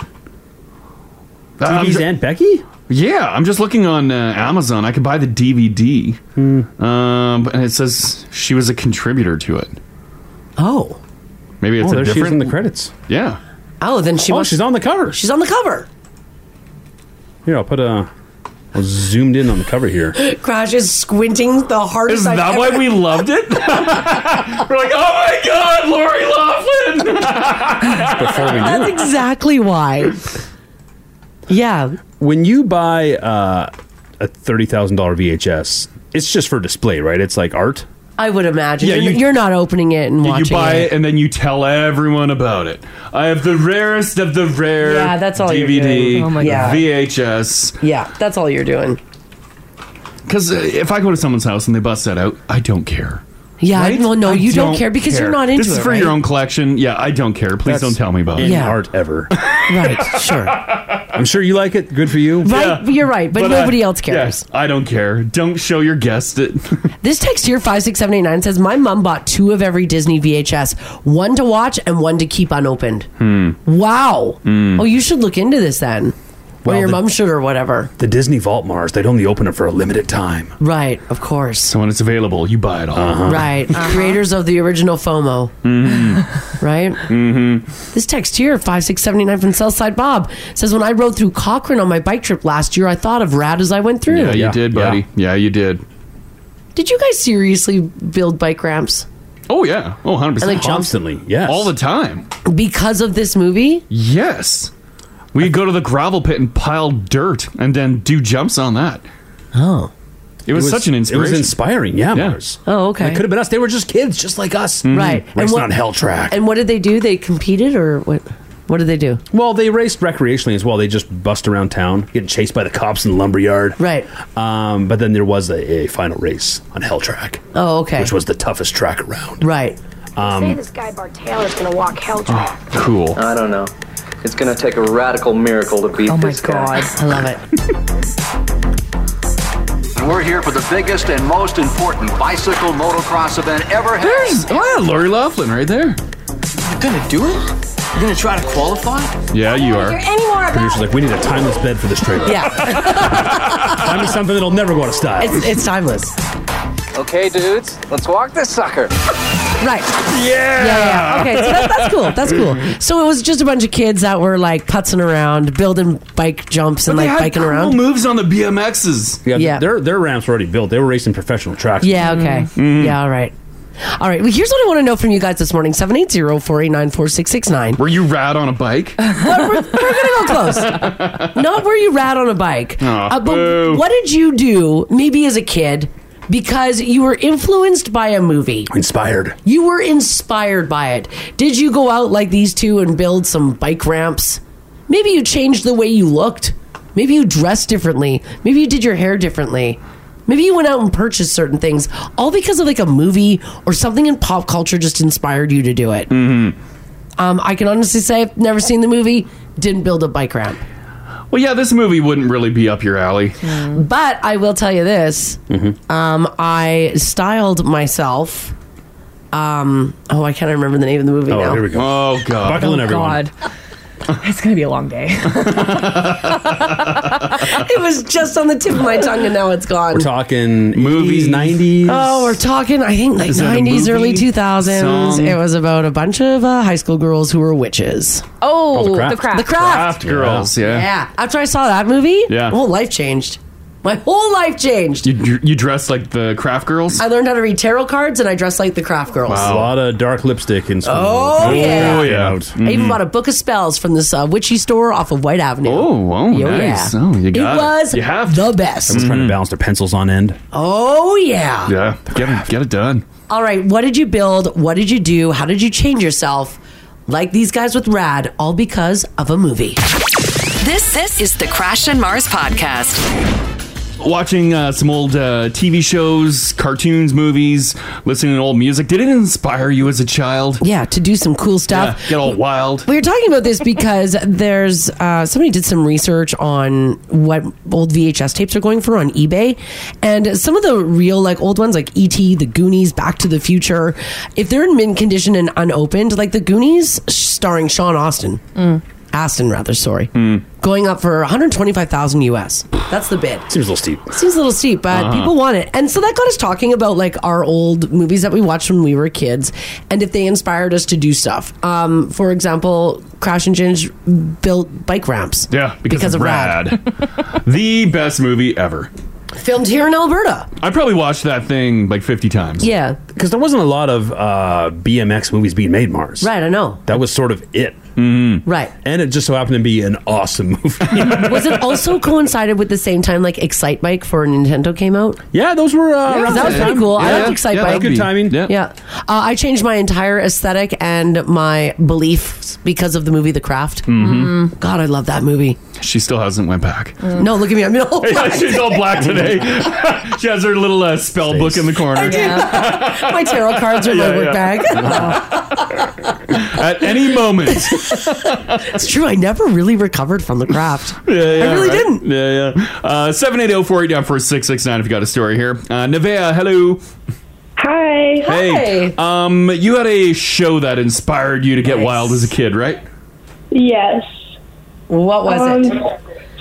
Uh, I'm
TV's
ju-
Aunt Becky?
yeah, I'm just looking on uh, Amazon. I could buy the DVD,
Hmm.
um, and it says she was a contributor to it.
Oh.
Maybe it's
Oh,
a
there she is
different.
in the credits.
yeah,
Oh, then she
Oh,
must.
she's on the cover.
She's on the cover.
Here, I'll put a. I zoomed in on the cover here.
Crash is squinting the hardest.
is
I've
that
ever-
why we loved it? We're like, oh my god, Lori Laughlin.
Before we
That's exactly why. Yeah.
when you buy uh, a thirty thousand dollar VHS, it's just for display, right? It's like art.
I would imagine.
Yeah,
you're,
you-
you're not opening it and
You
watching
buy
it.
it and then you tell everyone about it. I have the rarest of the rare.
Yeah, that's all you're
DVD,
doing. Oh my God.
VHS.
Yeah, that's all you're doing.
Because if I go to someone's house and they bust that out, I don't care.
Yeah.
Right?
Well, no,
I
you don't, care because you're not into
This is
it,
for
right?
your own collection. Yeah, I don't care. Please
That's
don't tell me about
Any
it.
Yeah.
art ever.
Right. Sure. right.
I'm sure you like it. Good for you.
You're right, but,
uh,
nobody else cares.
yes, I don't care. Don't show your guest it.
This text here, 56789, says My mom bought two of every Disney VHS, one to watch and one to keep unopened.
Hmm.
Wow.
Mm.
Oh, you should look into this then.
Well,
or your
the-
mom should, or whatever.
The Disney Vault Mars. They'd only open it for a limited time.
Right, of course.
so when it's available, you buy it all.
Uh-huh.
Right.
Uh-huh.
Creators of the original FOMO. Right? Mm-hmm. This text here, 56789 from Southside Bob, says When I rode through Cochrane on my bike trip last year, I thought of Rad as I went through.
Yeah, you
Yeah,
did, buddy. Yeah. you did.
Did you guys seriously build bike ramps?
Oh yeah. Oh, 100
And,
percent.
like, jumps-
Constantly, yes.
All the time.
because of this movie.
Yes. We go to the gravel pit and pile dirt and then do jumps on that.
Oh.
It was, such an
It
inspiration.
was inspiring, yeah. Mars.
Oh, okay.
It could have been us. They were just kids, just like us.
Mm-hmm.
Mm-hmm. Right. And
Racing
what-
on Hell Track.
And what did they do? They competed, or what? What did they do?
Well, they raced recreationally as well. They just bust around town, getting chased by the cops in the lumberyard.
Right.
Um, but then there was a, a final race on Hell Track,
Oh, okay.
which was the toughest track around.
right.
Um,
Say this guy Bartel is gonna walk hell
Oh.
track.
cool.
I don't know. It's gonna take a radical miracle to beat
Oh my
this guy.
god, I love it.
And we're here for the biggest and most important bicycle motocross event ever had.
There's oh yeah, Lori Laughlin right there.
You're gonna do it? You're gonna try to qualify?
Yeah, you are.
Hear any more about
Producer's like, we need a timeless bed for this trailer.
Yeah,
Find me something that'll never go out of style.
it's, it's timeless.
Okay, dudes, let's walk this sucker.
Right. Yeah. Yeah. yeah. Okay. So that, that's cool. That's cool. So it was just a bunch of kids that were like putzing around, building bike jumps, and
They
like
had
biking
cool
around.
moves on the BMXs.
yeah,
yeah.
Their, their ramps were already built. They were racing professional tracks. Mm-hmm.
Yeah, okay.
Mm-hmm.
Mm-hmm. Yeah, all right. All right. Well, here's what I want to know from you guys this morning 780 489 4669.
Were you rad on a bike?
We're going to go close. Not where you rat on a bike. Uh,
boo.
but what did you do, maybe as a kid, because you were influenced by a movie?
Inspired.
You were inspired by it. Did you go out like these two and build some bike ramps? Maybe you changed the way you looked. Maybe you dressed differently. Maybe you did your hair differently. Maybe you went out and purchased certain things, all because of like a movie or something in pop culture just inspired you to do it. Um, I can honestly say I've never seen the movie, didn't build a bike ramp.
well, yeah, this movie wouldn't really be up your alley.
Hmm. But I will tell you this:
Mm-hmm.
um, I styled myself. Um, oh, I can't remember the name of the movie
Oh,
now.
here we go.
Oh god.
Buckle in, everyone.
God. It's gonna be a long day.
It was just on the tip of my tongue, and now it's gone.
We're talking
Movies.
movies, 90s.
Oh, we're talking. I think like
Is that a
nineties,
movie?
early two thousands.
Song?
It was about a bunch of uh, high school girls who were witches.
Oh,
the
the
craft.
craft.
The craft.
Craft girls, yeah.
Yeah. After I saw that movie,
Yeah.
my whole life changed. My whole life changed.
You, you dressed like the craft girls?
I learned how to read tarot cards, and I dressed like the craft girls.
A lot of dark lipstick in school.
Oh, yeah.
Oh, yeah.
Out. Mm-hmm.
I even bought a book of spells from this uh, witchy store off of White Avenue.
Oh, wow,
Yo,
nice. Oh, you
it.
got it.
was
You have to.
the best.
Trying to balance their pencils on end.
Oh, yeah.
Mm-hmm. Yeah. Get it, get it done.
All right, what did you build? What did you do? How did you change yourself? Like these guys with Rad, all because of a movie.
This this is the Crash and Mars podcast.
watching uh, some old uh, TV shows, cartoons, movies, listening to old music. Did it inspire you as a child?
Yeah, to do some cool stuff.
get all wild.
We were talking about this because there's uh, somebody did some research on what old VHS tapes are going for on eBay, and some of the real like old ones like ET, The Goonies, Back to the Future, if they're in mint condition and unopened, like The Goonies starring Sean Austin, Aston rather, sorry,
Hmm.
going up for 125,000 US. That's the bid.
Seems a little steep.
Seems a little steep, but
Uh-huh.
people want it. And so that got us talking about like our old movies that we watched when we were kids and if they inspired us to do stuff. Um, for example, Crash and Ginge built bike ramps.
Yeah, because, of Rad. the best movie ever.
Filmed here in Alberta.
I probably watched that thing like 50 times.
Yeah.
Because there wasn't a lot of uh, BMX movies being made, Mars.
Right, I know.
That was sort of it.
Mm-hmm.
Right.
And it just so happened to be an awesome movie.
Was it also coincided with the same time like Excite Bike for Nintendo came out?
yeah, those were. Uh,
that
around
was
the
pretty
time.
cool. I
Yeah.
liked Excite
yeah,
Bike.
that'd be-
Good timing.
Yeah.
Yeah. Uh, I changed my entire aesthetic and my beliefs because of the movie The Craft. Mm-hmm. God, I love that movie.
She still hasn't went back.
No, look at me. I'm in all black.
She's all black today. she has her little uh, spell book in the corner.
my tarot cards are in my
Yeah,
work
yeah.
bag.
At any moment.
It's true. I never really recovered from the craft.
Yeah, yeah,
I really
right.
didn't.
Yeah, yeah. Uh, 780-489-4669 if you got a story here. Uh, Nevaeh, hello.
Hi.
Hey, um, you had a show that inspired you to get wild as a kid, right?
Yes.
What was it?
Um,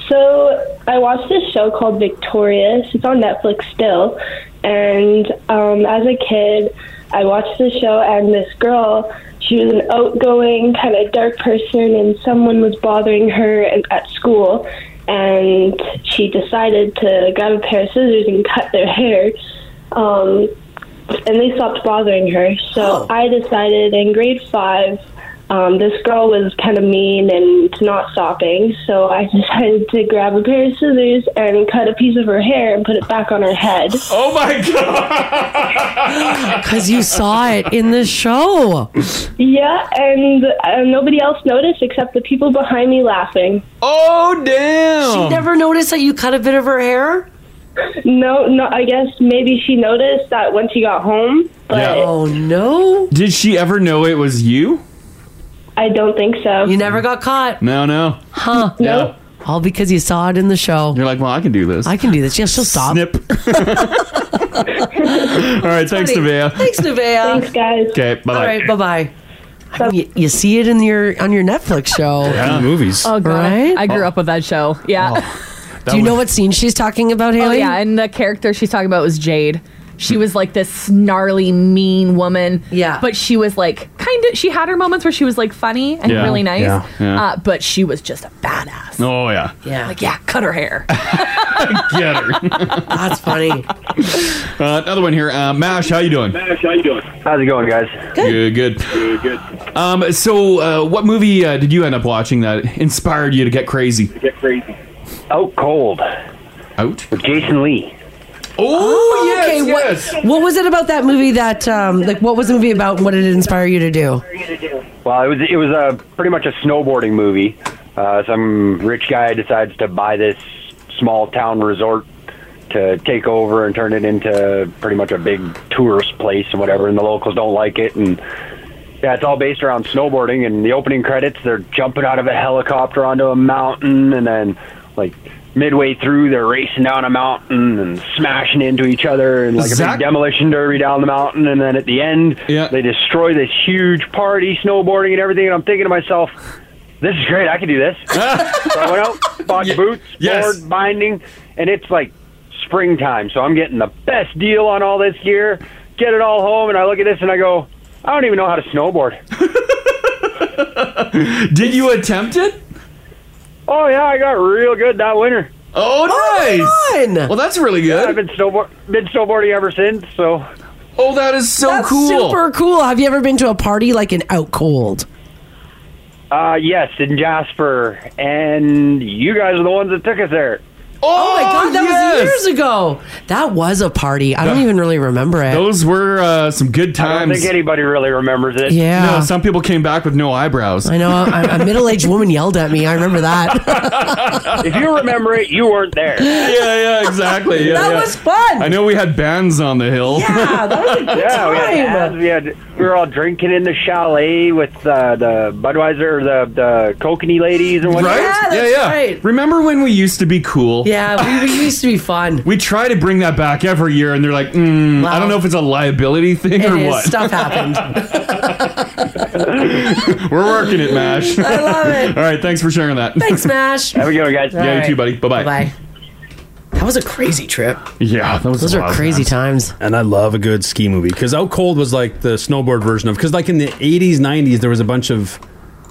so I watched this show called Victorious. It's on Netflix still. And um, as a kid, I watched the show, and this girl, she was an outgoing, kind of dark person, and someone was bothering her at at school. And she decided to grab a pair of scissors and cut their hair. Um, and they stopped bothering her.
Oh.
So I decided in grade five, um, this girl was kind of mean and not stopping. So I decided to grab a pair of scissors and cut a piece of her hair and put it back on her head.
Oh my god!
Because you saw it in the show.
Yeah, and uh, nobody else noticed except the people behind me laughing.
Oh damn!
She never noticed that you cut a bit of her hair.
No, no. I guess maybe she noticed that when she got home.
Oh
no!
Did she ever know it was you?
I don't think so.
You never got caught,
No, no.
huh?
No.
All because you saw it in the show.
You're like, well, I can do this.
I can do this. Yeah, she'll stop.
Snip. All right, thanks,
funny.
Nevaeh.
Thanks, Nevaeh. Thanks,
guys.
Okay, bye.
All right, bye bye. you, you see it in your on your Netflix show.
Yeah, movies.
Oh god,
Right?
I grew up with that show. Yeah.
Oh.
Do you know what scene she's talking about,
Oh
Haley?
yeah, and the character she's talking about was Jade. She was like this snarly, mean woman.
Yeah.
But she was like kind of. She had her moments where she was like funny and
Yeah,
really nice.
yeah, yeah.
Uh, but she was just a badass.
Oh yeah,
Yeah.
Like yeah, cut her hair.
get her.
That's funny.
Uh, another one here, uh, Mash. How you doing?
how you doing? How's it going, guys?
Good, good.
Good, good.
Um, so, uh, what movie uh, did you end up watching that inspired you to get crazy?
Get crazy. Out cold
Out.
with Jason Lee.
Oh, yes,
okay, what-
yes.
What, was it about that movie that um like what was the movie about and what did it inspire you to do?
Well, it was it was a pretty much a snowboarding movie. Uh, some rich guy decides to buy this small town resort to take over and turn it into pretty much a big tourist place and whatever. And the locals don't like it. And yeah, it's all based around snowboarding. And the opening credits, they're jumping out of a helicopter onto a mountain, and then like midway through, they're racing down a mountain and smashing into each other, and like a big
Zach-
demolition derby down the mountain. And then at the end,
Yeah.
they destroy this huge party, snowboarding and everything. And I'm thinking to myself, this is great. I can do this. so I went out, bought boots,
yes.
board, binding, and it's like springtime. So I'm getting the best deal on all this gear. Get it all home, and I look at this and I go, I don't even know how to snowboard.
Did you attempt it?
oh, yeah, I got real good that winter.
Oh, nice.
Fun.
Well, that's really
I've
good.
been, snowboard- been snowboarding ever since. So
Oh, that is so
That's
cool.
super cool. Have you ever been to a party like an out cold?
Uh, yes, in Jasper, and you guys are the ones that took us there.
Oh, my god, that
yes.
was years ago. That was a party. I don't
That-
even really remember it.
Those were uh, some good
I don't
times.
think anybody really remembers it.
yeah.
No, some people came back with no eyebrows.
I know a, a middle-aged woman yelled at me. I remember that. that
If you remember it, you weren't there.
yeah, yeah, exactly. Yeah, yeah.
was fun.
I know we had bands on the hill.
yeah, that was a good
Yeah, we had,
time.
abs, we had we were all drinking in the chalet with uh, the Budweiser, the the Kokanee ladies, and whatnot.
Right?
Yeah, that's right.
Remember when we used to be cool?
Yeah, we, we used to be fun.
We try to bring that back every year, and they're like, mm, I
Wow.
don't know if it's a liability thing
It
or
is.
what.
Stuff happened.
We're working it, Mash. All
I love it.
right, thanks for sharing that.
Thanks, Mash.
Have a good one, guys.
Yeah,
All
you too, buddy. Bye bye.
Bye. That was a crazy trip.
Yeah, that was
Those
a
are
wild
crazy
time.
times.
And I love a good ski movie because Out Cold was like the snowboard version of because like in the eighties, nineties, there was a bunch of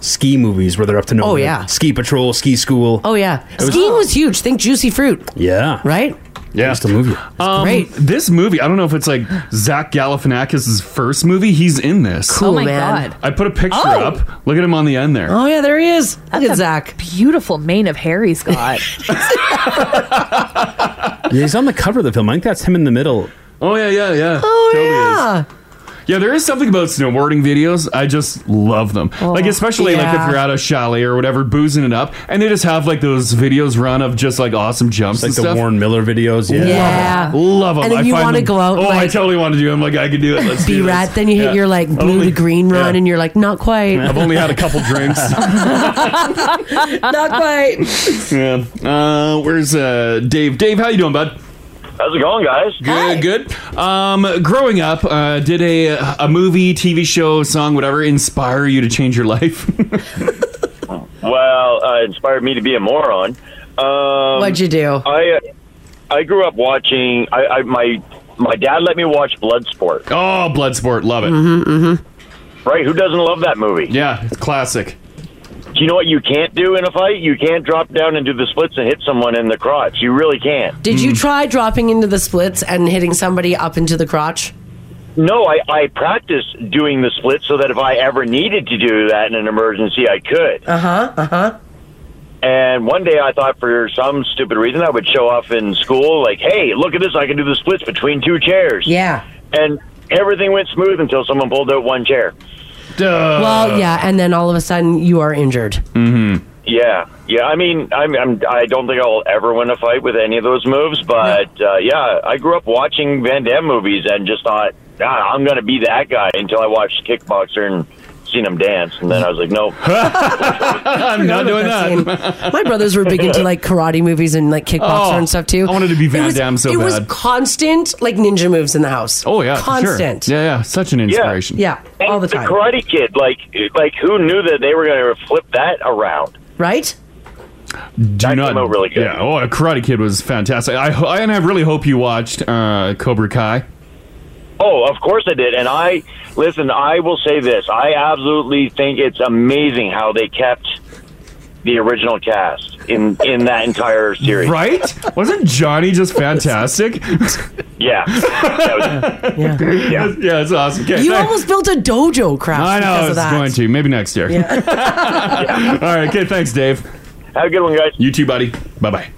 ski movies where they're up to no.
Oh,
good.
yeah.
ski patrol, ski school.
Oh yeah,
was-
skiing was huge. Think juicy fruit,
yeah,
right?
Yeah, it's the movie.
Um,
Great.
This movie, I don't know if it's like Zach Galifianakis' first movie. He's in this.
Cool,
oh my
man.
god,
I put a picture
Oh.
up. Look at him on the end there.
Oh yeah, there he is. Look at Zach.
beautiful mane of hair he's got.
Yeah, he's on the cover of the film. I think that's him in the middle.
Oh, yeah, yeah, yeah.
Oh
Totally is.
yeah.
Yeah, there is something about snowboarding videos. I just love them. like especially like if
Oh, yeah.
you're at a chalet or whatever, boozing it up, and they just have like those videos run of just like awesome jumps
Like
and
the
stuff.
Warren Miller videos. Yeah.
Yeah.
Love them.
And then
I
you
find
wanna
them-
go out
Oh,
and,
I
like,
totally want to do. it. I'm like, I can do it. Let's
Be
do
rat.
this.
Then you hit
Yeah.
your like
I've
blue
only-
to green run,
yeah.
and you're like, not quite,
I've only had a couple drinks.
not quite.
yeah. Uh, where's uh, Dave? Dave, how you doing, bud?
How's it going, guys?
Good, good. Um, growing up, uh, did a a movie, TV show, song, whatever, inspire you to change your life?
Well, uh, inspired me to be a moron. Um,
What'd you do?
I uh, I grew up watching. I, I my my dad let me watch Bloodsport.
oh, Bloodsport, love it.
Mm-hmm,
Right? Who doesn't love that movie?
Yeah, it's classic.
Do you know what you can't do in a fight? You can't drop down and do the splits and hit someone in the crotch. You really can't.
Hmm.
Did you try dropping into the splits and hitting somebody up into the crotch?
No, I, I practiced doing the split so that if I ever needed to do that in an emergency, I could.
Uh
Uh-huh,
huh. Uh huh.
And one day I thought for some stupid reason I would show off in school, like, hey, look at this, I can do the splits between two chairs.
Yeah.
And everything went smooth until someone pulled out one chair.
well, yeah, and then all of a sudden you are injured.
Mm-hmm. Yeah, yeah. I mean, I'm, I'm. I don't think I'll ever win a fight with any of those moves, but uh, yeah, I grew up watching Van Damme movies and just thought, ah, I'm going to be that guy until I watched Kickboxer and seen him dance, and then I was like, no.
I'm not doing that.
My brothers were big into like karate movies and like kickboxer
Oh,
and stuff too.
I wanted to be Van
it was,
Damme so
it was
bad.
constant like ninja moves in the house.
Oh yeah, for sure.
constant.
Yeah, yeah, such an inspiration.
Yeah, all the time.
Karate Kid, like, like who knew that they were going to flip that around?
Right?
Do not
really good.
Yeah. Oh, Karate Kid was fantastic. I ho- and I really hope you watched uh, Cobra Kai.
Oh, of course I did. And I listen. I will say this: I absolutely think it's amazing how they kept the original cast in in that entire series.
Right? Wasn't Johnny just fantastic?
Yeah.
yeah.
yeah. Yeah, it's awesome. Okay,
you
thanks.
almost built a dojo craft
I know
because
it's
of that.
going to. Maybe next year. All right. Okay. Thanks, Dave.
Have a good one, guys.
You too, buddy. Bye bye.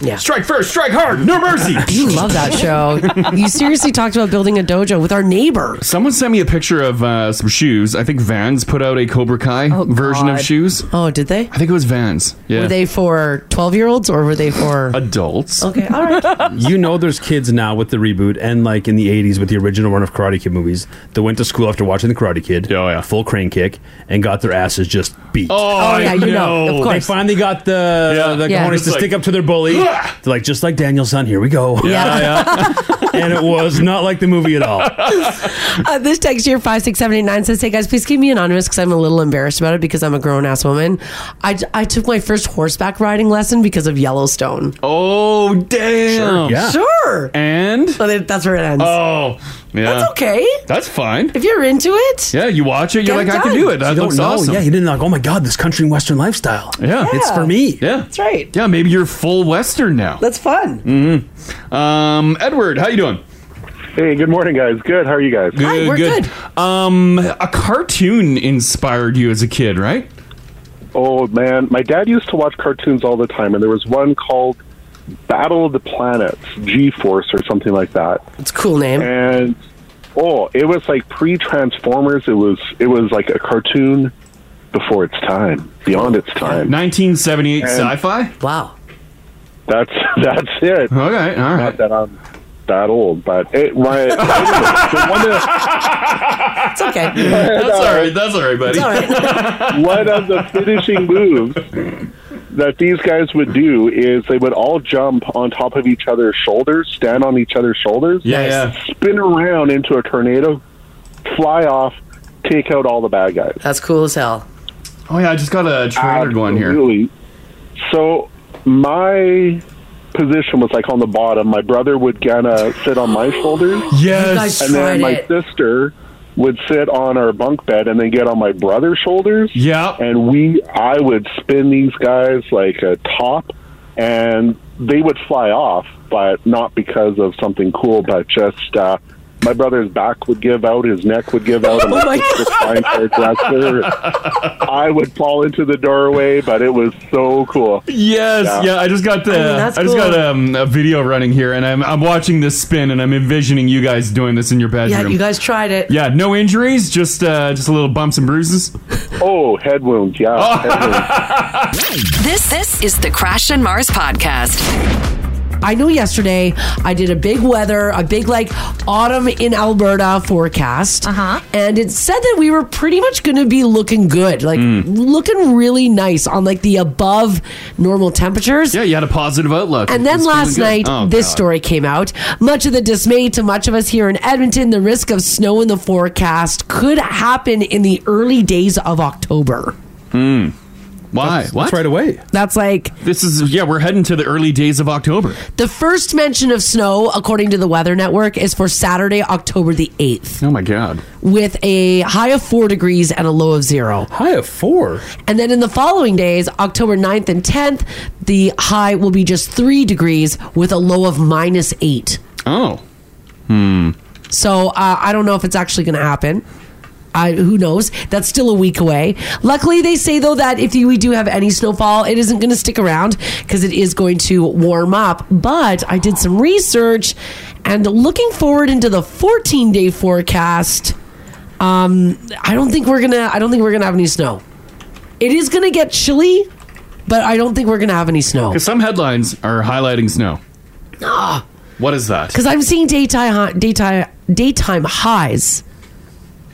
Yeah.
Strike first, strike hard, no mercy.
you love that show. you seriously talked about building a dojo with our neighbor.
Someone sent me a picture of uh, some shoes. I think Vans put out a Cobra Kai version of
Oh, God.
shoes.
Oh, did they?
I think it was Vans. Yeah.
Were they for 12 year olds or were they for
adults?
Okay, all right.
you know there's kids now with the reboot and like in the 80s with the original run of Karate Kid movies that went to school after watching the Karate Kid, oh, yeah. full crane kick, and got their asses just beat.
Oh,
Oh, yeah, I you know, know. of course.
They finally got the, the
Yeah.
cojones
Just
to
like-
stick up to their bully. They're
Yeah.
like, just like Daniel's son, here we go.
Yeah.
yeah. and it was not like the movie at all.
uh, this text here, 56789, says, Hey guys, please keep me anonymous because I'm a little embarrassed about it because I'm a grown ass woman. I, I took my first horseback riding lesson because of Yellowstone.
Oh, damn.
Sure.
Yeah.
Sure.
And?
that's where it ends.
Oh, yeah.
That's okay.
That's fine.
If you're into it,
Yeah, you watch it.
Get
You're like,
it
I can
done.
do it. That
You don't
looks
know.
awesome.
Yeah, you didn't like, oh my God, this country and western lifestyle.
Yeah.
It's for me.
Yeah.
That's right.
Yeah, maybe you're full Western now.
That's fun.
Mm-hmm. Um, Edward, how you doing?
Hey, good morning, guys. Good. How are you guys?
Good,
we're
Um, a cartoon inspired you as a kid, right?
Oh man, my dad used to watch cartoons all the time, and there was one called Battle of the Planets, G Force, or something like that.
It's a cool name.
And oh, it was like pre Transformers. It was it was like a cartoon before its time, beyond its time.
1978
And-
sci-fi.
Wow.
That's that's it. Okay, all
right.
Not that I'm that old, but it my the one that
It's okay.
That's all right. That's all right, buddy.
One of the finishing moves that these guys would do is they would all jump on top of each other's shoulders, stand on each other's shoulders,
Yeah, yeah.
spin around into a tornado, fly off, take out all the bad guys.
That's cool as hell.
Oh yeah, I just got a trailer going here.
Really? So my position was like on the bottom. My brother would kind of sit on my shoulders.
Yes. You guys
and then
tried
my
it.
sister would sit on our bunk bed and then get on my brother's shoulders.
Yeah.
And we, I would spin these guys like a top, and they would fly off, but not because of something cool, but just. Uh, my brother's back would give out, his neck would give out, and
Oh my
my sister's flying for a dresser. I would fall into the doorway, but it was so cool.
Yes, yeah. I just
Oh,
got the,
I mean,
I,
that's
just
cool.
got um, a video running here, and I'm I'm watching this spin, and I'm envisioning you guys doing this in your bedroom.
Yeah, you guys tried it.
Yeah, no injuries, just uh, just a little bumps and bruises.
Oh, head wounds, yeah.
This this is the Crash and Mars podcast.
I know yesterday I did a big weather, a big like autumn in Alberta forecast. Uh-huh. And it said that we were pretty much going to be looking good, like looking really nice on like the above normal temperatures.
Yeah, you had a positive outlook.
And then
It's feeling
last
good.
night,
Oh,
this
God.
story came out. Much of the dismay to much of us here in Edmonton, the risk of snow in the forecast could happen in the early days of October.
Hmm. Why? That's, right
away.
That's like
this is yeah. We're heading to the early days of October.
The first mention of snow, according to the Weather Network, is for Saturday, October the 8th,
Oh my God.
with a high of four degrees and a low of zero.
High of four?
And then in the following days, October 9th and 10th, the high will be just three degrees with a low of minus eight.
Oh. Hmm.
So uh, I don't know if it's actually going to happen. I, who knows? That's still a week away. Luckily, they say though that if we do have any snowfall, it isn't going to stick around because it is going to warm up. But I did some research, and looking forward into the 14 day forecast, um, I don't think we're gonna. I don't think we're gonna have any snow. It is going to get chilly, but I don't think we're going to have any snow.
Because Oh. some headlines are highlighting snow.
Ah.
What is that?
Because I'm seeing daytime hi- daytime daytime highs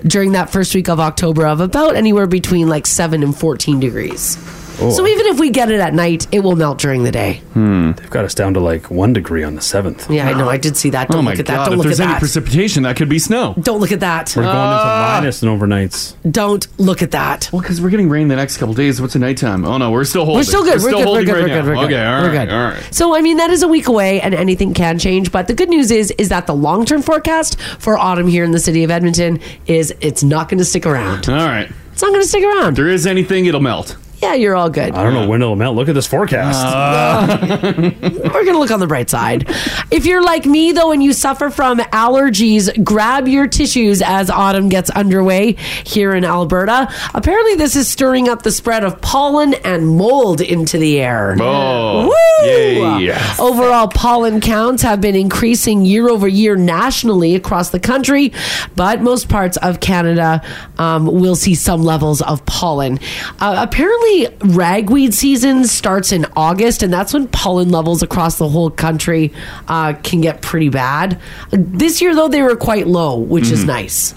during that first week of October of about anywhere between like seven and fourteen degrees.
Oh.
So even if we get it at night, it will melt during the day.
Hmm. They've got us down to like one degree on the seventh.
Yeah, I know. I did see that. Don't
oh my
look at
god!
that. Don't
if
look at
there's any
that.
precipitation, that could be snow.
Don't look at that.
We're going
Ah.
into minus and overnights.
Don't look at that.
Well, because we're getting rain the next couple days. What's the nighttime? Oh no, we're still holding.
We're still good. We're,
still
good. We're
holding
good.
right
We're
now.
good. We're good.
Okay, all
we're
right,
good.
all right.
So I mean, that is a week away, and anything can change. But the good news is, is that the long term forecast for autumn here in the city of Edmonton is it's not going to stick around.
All right.
It's not going to stick around. If
there is anything, it'll melt.
Yeah, you're all good.
I don't know when it'll melt. Look at this forecast.
Uh,
We're going to look on the bright side. If you're like me, though, and you suffer from allergies, grab your tissues as autumn gets underway here in Alberta. Apparently, this is stirring up the spread of pollen and mold into the air.
Oh,
Woo!
yay.
Overall, pollen counts have been increasing year over year nationally across the country, but most parts of Canada um, will see some levels of pollen. Uh, apparently, ragweed season starts in August, and that's when pollen levels across the whole country uh, can get pretty bad. This year, though, they were quite low, which is
Mhm.
nice.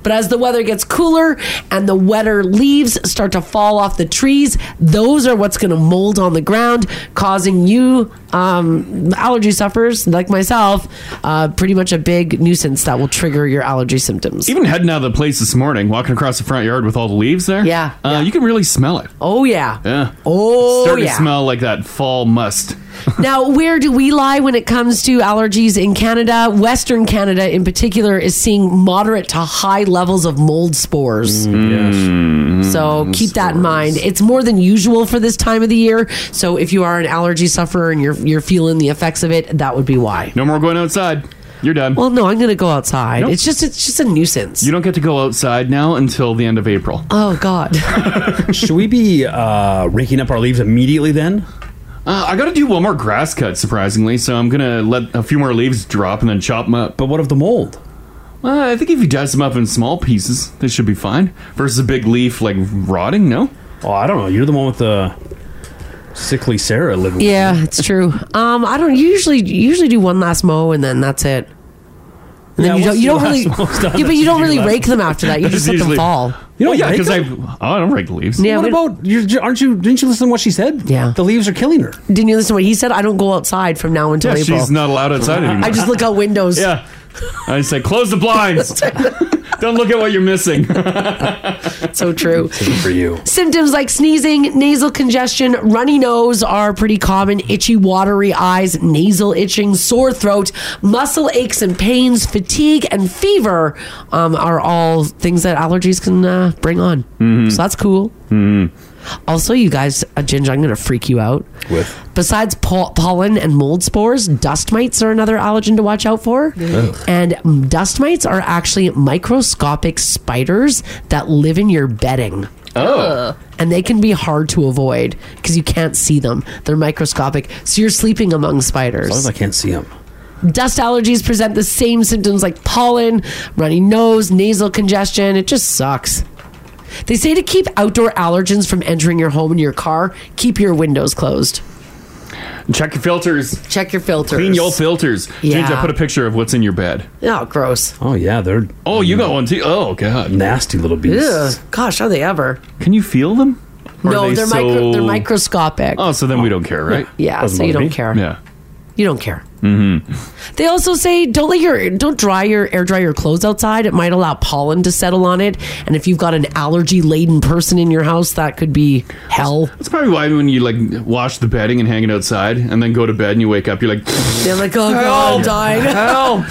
But as the weather gets cooler and the wetter leaves start to fall off the trees, those are what's going to mold on the ground, causing you um, allergy sufferers like myself uh, pretty much a big nuisance that will trigger your allergy symptoms.
Even heading out of the place this morning, walking across the front yard with all the leaves there. Yeah, uh, you can really smell it.
Oh yeah.
Yeah.
Oh,
it's starting
yeah.
to smell like that fall must.
now, where do we lie when it comes to allergies in Canada? Western Canada, in particular, is seeing moderate to high levels of mold spores.
Mm, yes.
So keep that in mind. It's more than usual for this time of the year. So if you are an allergy sufferer and you're you're feeling the effects of it, that would be why.
No more going outside. You're done.
Well, no, I'm going to go outside.
Nope.
It's just it's just a nuisance.
You don't get to go outside now until the end of April.
Oh God.
Should we be uh, raking up our leaves immediately then?
Uh, I got to do one more grass cut, surprisingly. So I'm gonna let a few more leaves drop and then chop them up. But
what of the mold?
Well, I think if you dice them up in small pieces, they should be fine. Versus a big leaf like rotting. No.
Oh, I don't know. You're the one with the sickly Sarah living.
yeah, it's true. Um, I don't usually usually do one last mow and then that's it. And then
Yeah,
you
what's
don't you
the
don't really
last mow's done?
yeah, but you don't really
That's
rake them after that. You
That's
just let them
usually-
fall.
You don't
yeah,
rake
because I
them?
oh, I don't rake leaves.
Yeah,
what
we-
about you? Aren't you? Didn't you listen to what she said? Yeah, the leaves are killing her.
Didn't you listen to what he said? I don't go outside from now until
Yeah,
April.
she's not allowed outside anymore.
I just look out windows.
Yeah. I say close the blinds. don't look at what you're missing.
so true.
for you.
Symptoms like sneezing, nasal congestion, runny nose are pretty common, itchy, watery eyes, nasal itching, sore throat, muscle aches and pains, fatigue, and fever um, are all things that allergies can uh, bring on. So that's cool.
Hmm.
Also, you guys, uh, Ginger, I'm going to freak you out.
With
Besides pol- pollen and mold spores, dust mites are another allergen to watch out for.
Ugh.
And mm, dust mites are actually microscopic spiders that live in your bedding.
Oh. Ugh.
Uh, And they can be hard to avoid because you can't see them. They're microscopic. So you're sleeping among spiders.
As long as I can't see them.
Dust allergies present the same symptoms like pollen, runny nose, nasal congestion. It just sucks. They say to keep outdoor allergens from entering your home and your car, keep your windows closed.
Check your filters.
Check your filters.
Clean your filters.
Yeah.
Ginger, put a picture of what's in your bed.
Oh, gross.
Oh yeah, they're.
Oh, you got one too. Oh god,
nasty little
Ugh, gosh, are they ever?
Can you feel them? Or
no,
are they
they are micro,
so-
they're microscopic.
Oh, so then we don't care, right?
Yeah, so you don't care.
Yeah.
You don't care.
Mm-hmm.
They also say don't let your don't dry your air dry your clothes outside. It might allow pollen to settle on it, and if you've got an allergy laden person in your house, that could be hell.
That's probably why when you like wash the bedding and hang it outside, and then go to bed and you wake up, you're like,
They're like, oh god,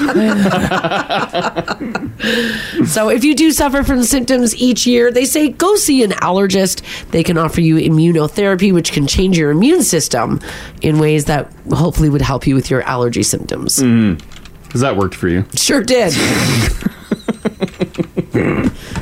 I'm dying. Help! so if you do suffer from symptoms each year, they say go see an allergist. They can offer you immunotherapy, which can change your immune system in ways that hopefully would help you with your allergy symptoms.
because mm-hmm. that worked for you.
Sure did.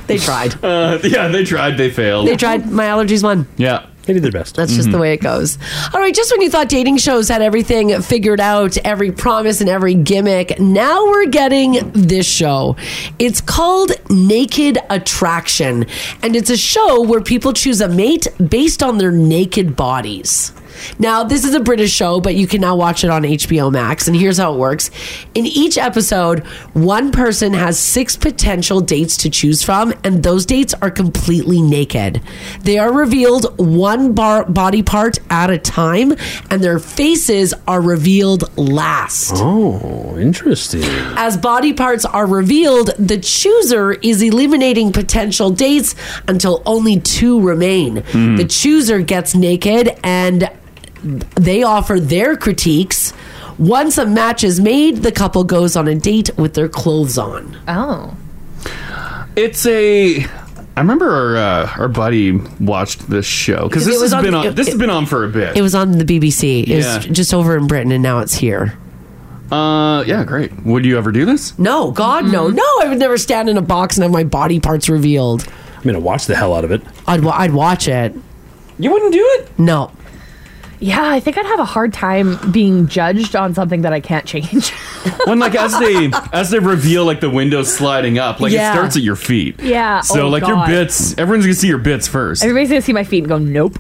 they tried.
Uh, yeah, they tried. They failed.
They tried. My allergies won.
Yeah, Mm-hmm.
they did their best.
That's just the way it goes. All right, just when you thought dating shows had everything figured out, every promise and every gimmick, now we're getting this show. It's called Naked Attraction, and it's a show where people choose a mate based on their naked bodies. Now, this is a British show, but you can now watch it on HBO Max. And here's how it works in each episode, one person has six potential dates to choose from, and those dates are completely naked. They are revealed one bar- body part at a time, and their faces are revealed last.
Oh, interesting.
As body parts are revealed, the chooser is eliminating potential dates until only two remain.
Hmm.
The chooser gets naked and they offer their critiques. Once a match is made, the couple goes on a date with their clothes on.
Oh.
It's a. I remember our uh, our buddy watched this show because
It
this
was
has
on-
been on.
it-
this has
it-
been on for a bit.
It was on the BBC. It
Yeah.
was just over in Britain and now it's here.
Uh, yeah, great. Would you ever do this?
No, God, no.
Mm-hmm.
No, I would never stand in a box and have my body parts revealed.
I'm gonna watch the hell out of it.
I'd, wa- I'd watch it.
You wouldn't do it?
No.
Yeah, I think I'd have a hard time being judged on something that I can't change.
When like as they as they reveal like the windows sliding up, like
Yeah.
it starts at your feet.
Yeah,
So
oh,
like your
God.
bits, everyone's gonna see your bits first.
Everybody's gonna see my feet and go, nope.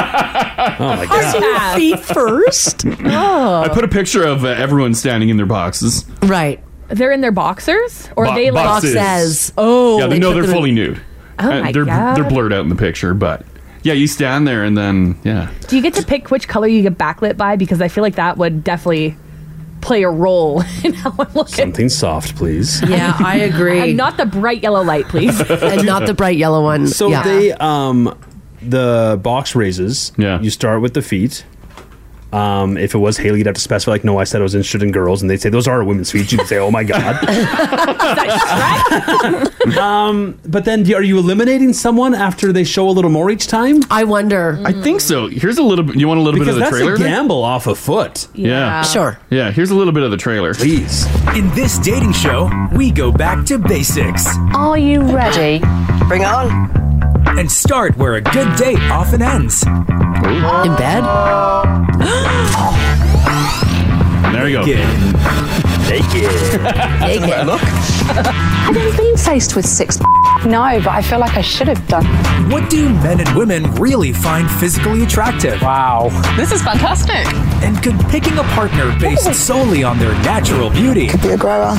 Oh my
I'll see your feet
first.
oh.
I put a picture of uh, everyone standing in their boxes.
Right.
They're in their boxers? Or
Bo-
they like
boxes.
Oh
yeah, they, no, they're fully nude. Uh,
Oh my
they're
God.
they're blurred out in the picture, but yeah, you stand there and then yeah.
Do you get to pick which color you get backlit by? Because I feel like that would definitely play a role in how I'm looking.
Something soft, please.
Yeah, I agree.
And not the bright yellow light, please.
and not the bright yellow one.
So
Yeah.
they um the box raises. Yeah. You start with the feet. Um, if it was Haley, you'd have to specify like, no, I said I was interested in girls, and they'd say those are women's feet. You'd say, oh my god. um, but then do- are you eliminating someone after they show a little more each time?
I wonder.
I think so. Here's a little bit. You want a little
Because
bit of
that's
the
a
trailer?
gamble off a foot.
Yeah.
Yeah. Sure.
Yeah. Here's a little bit of the trailer.
Please.
In this dating show, we go back to basics.
Are you ready? Bring it on.
And start where a good date often ends.
In bed?
there you go.
Naked. Naked. Look.
I've never been faced with six. No, but I feel like I should have done.
What do men and women really find physically attractive? Wow.
This is fantastic.
And could picking a partner based solely on their natural beauty could be a grower.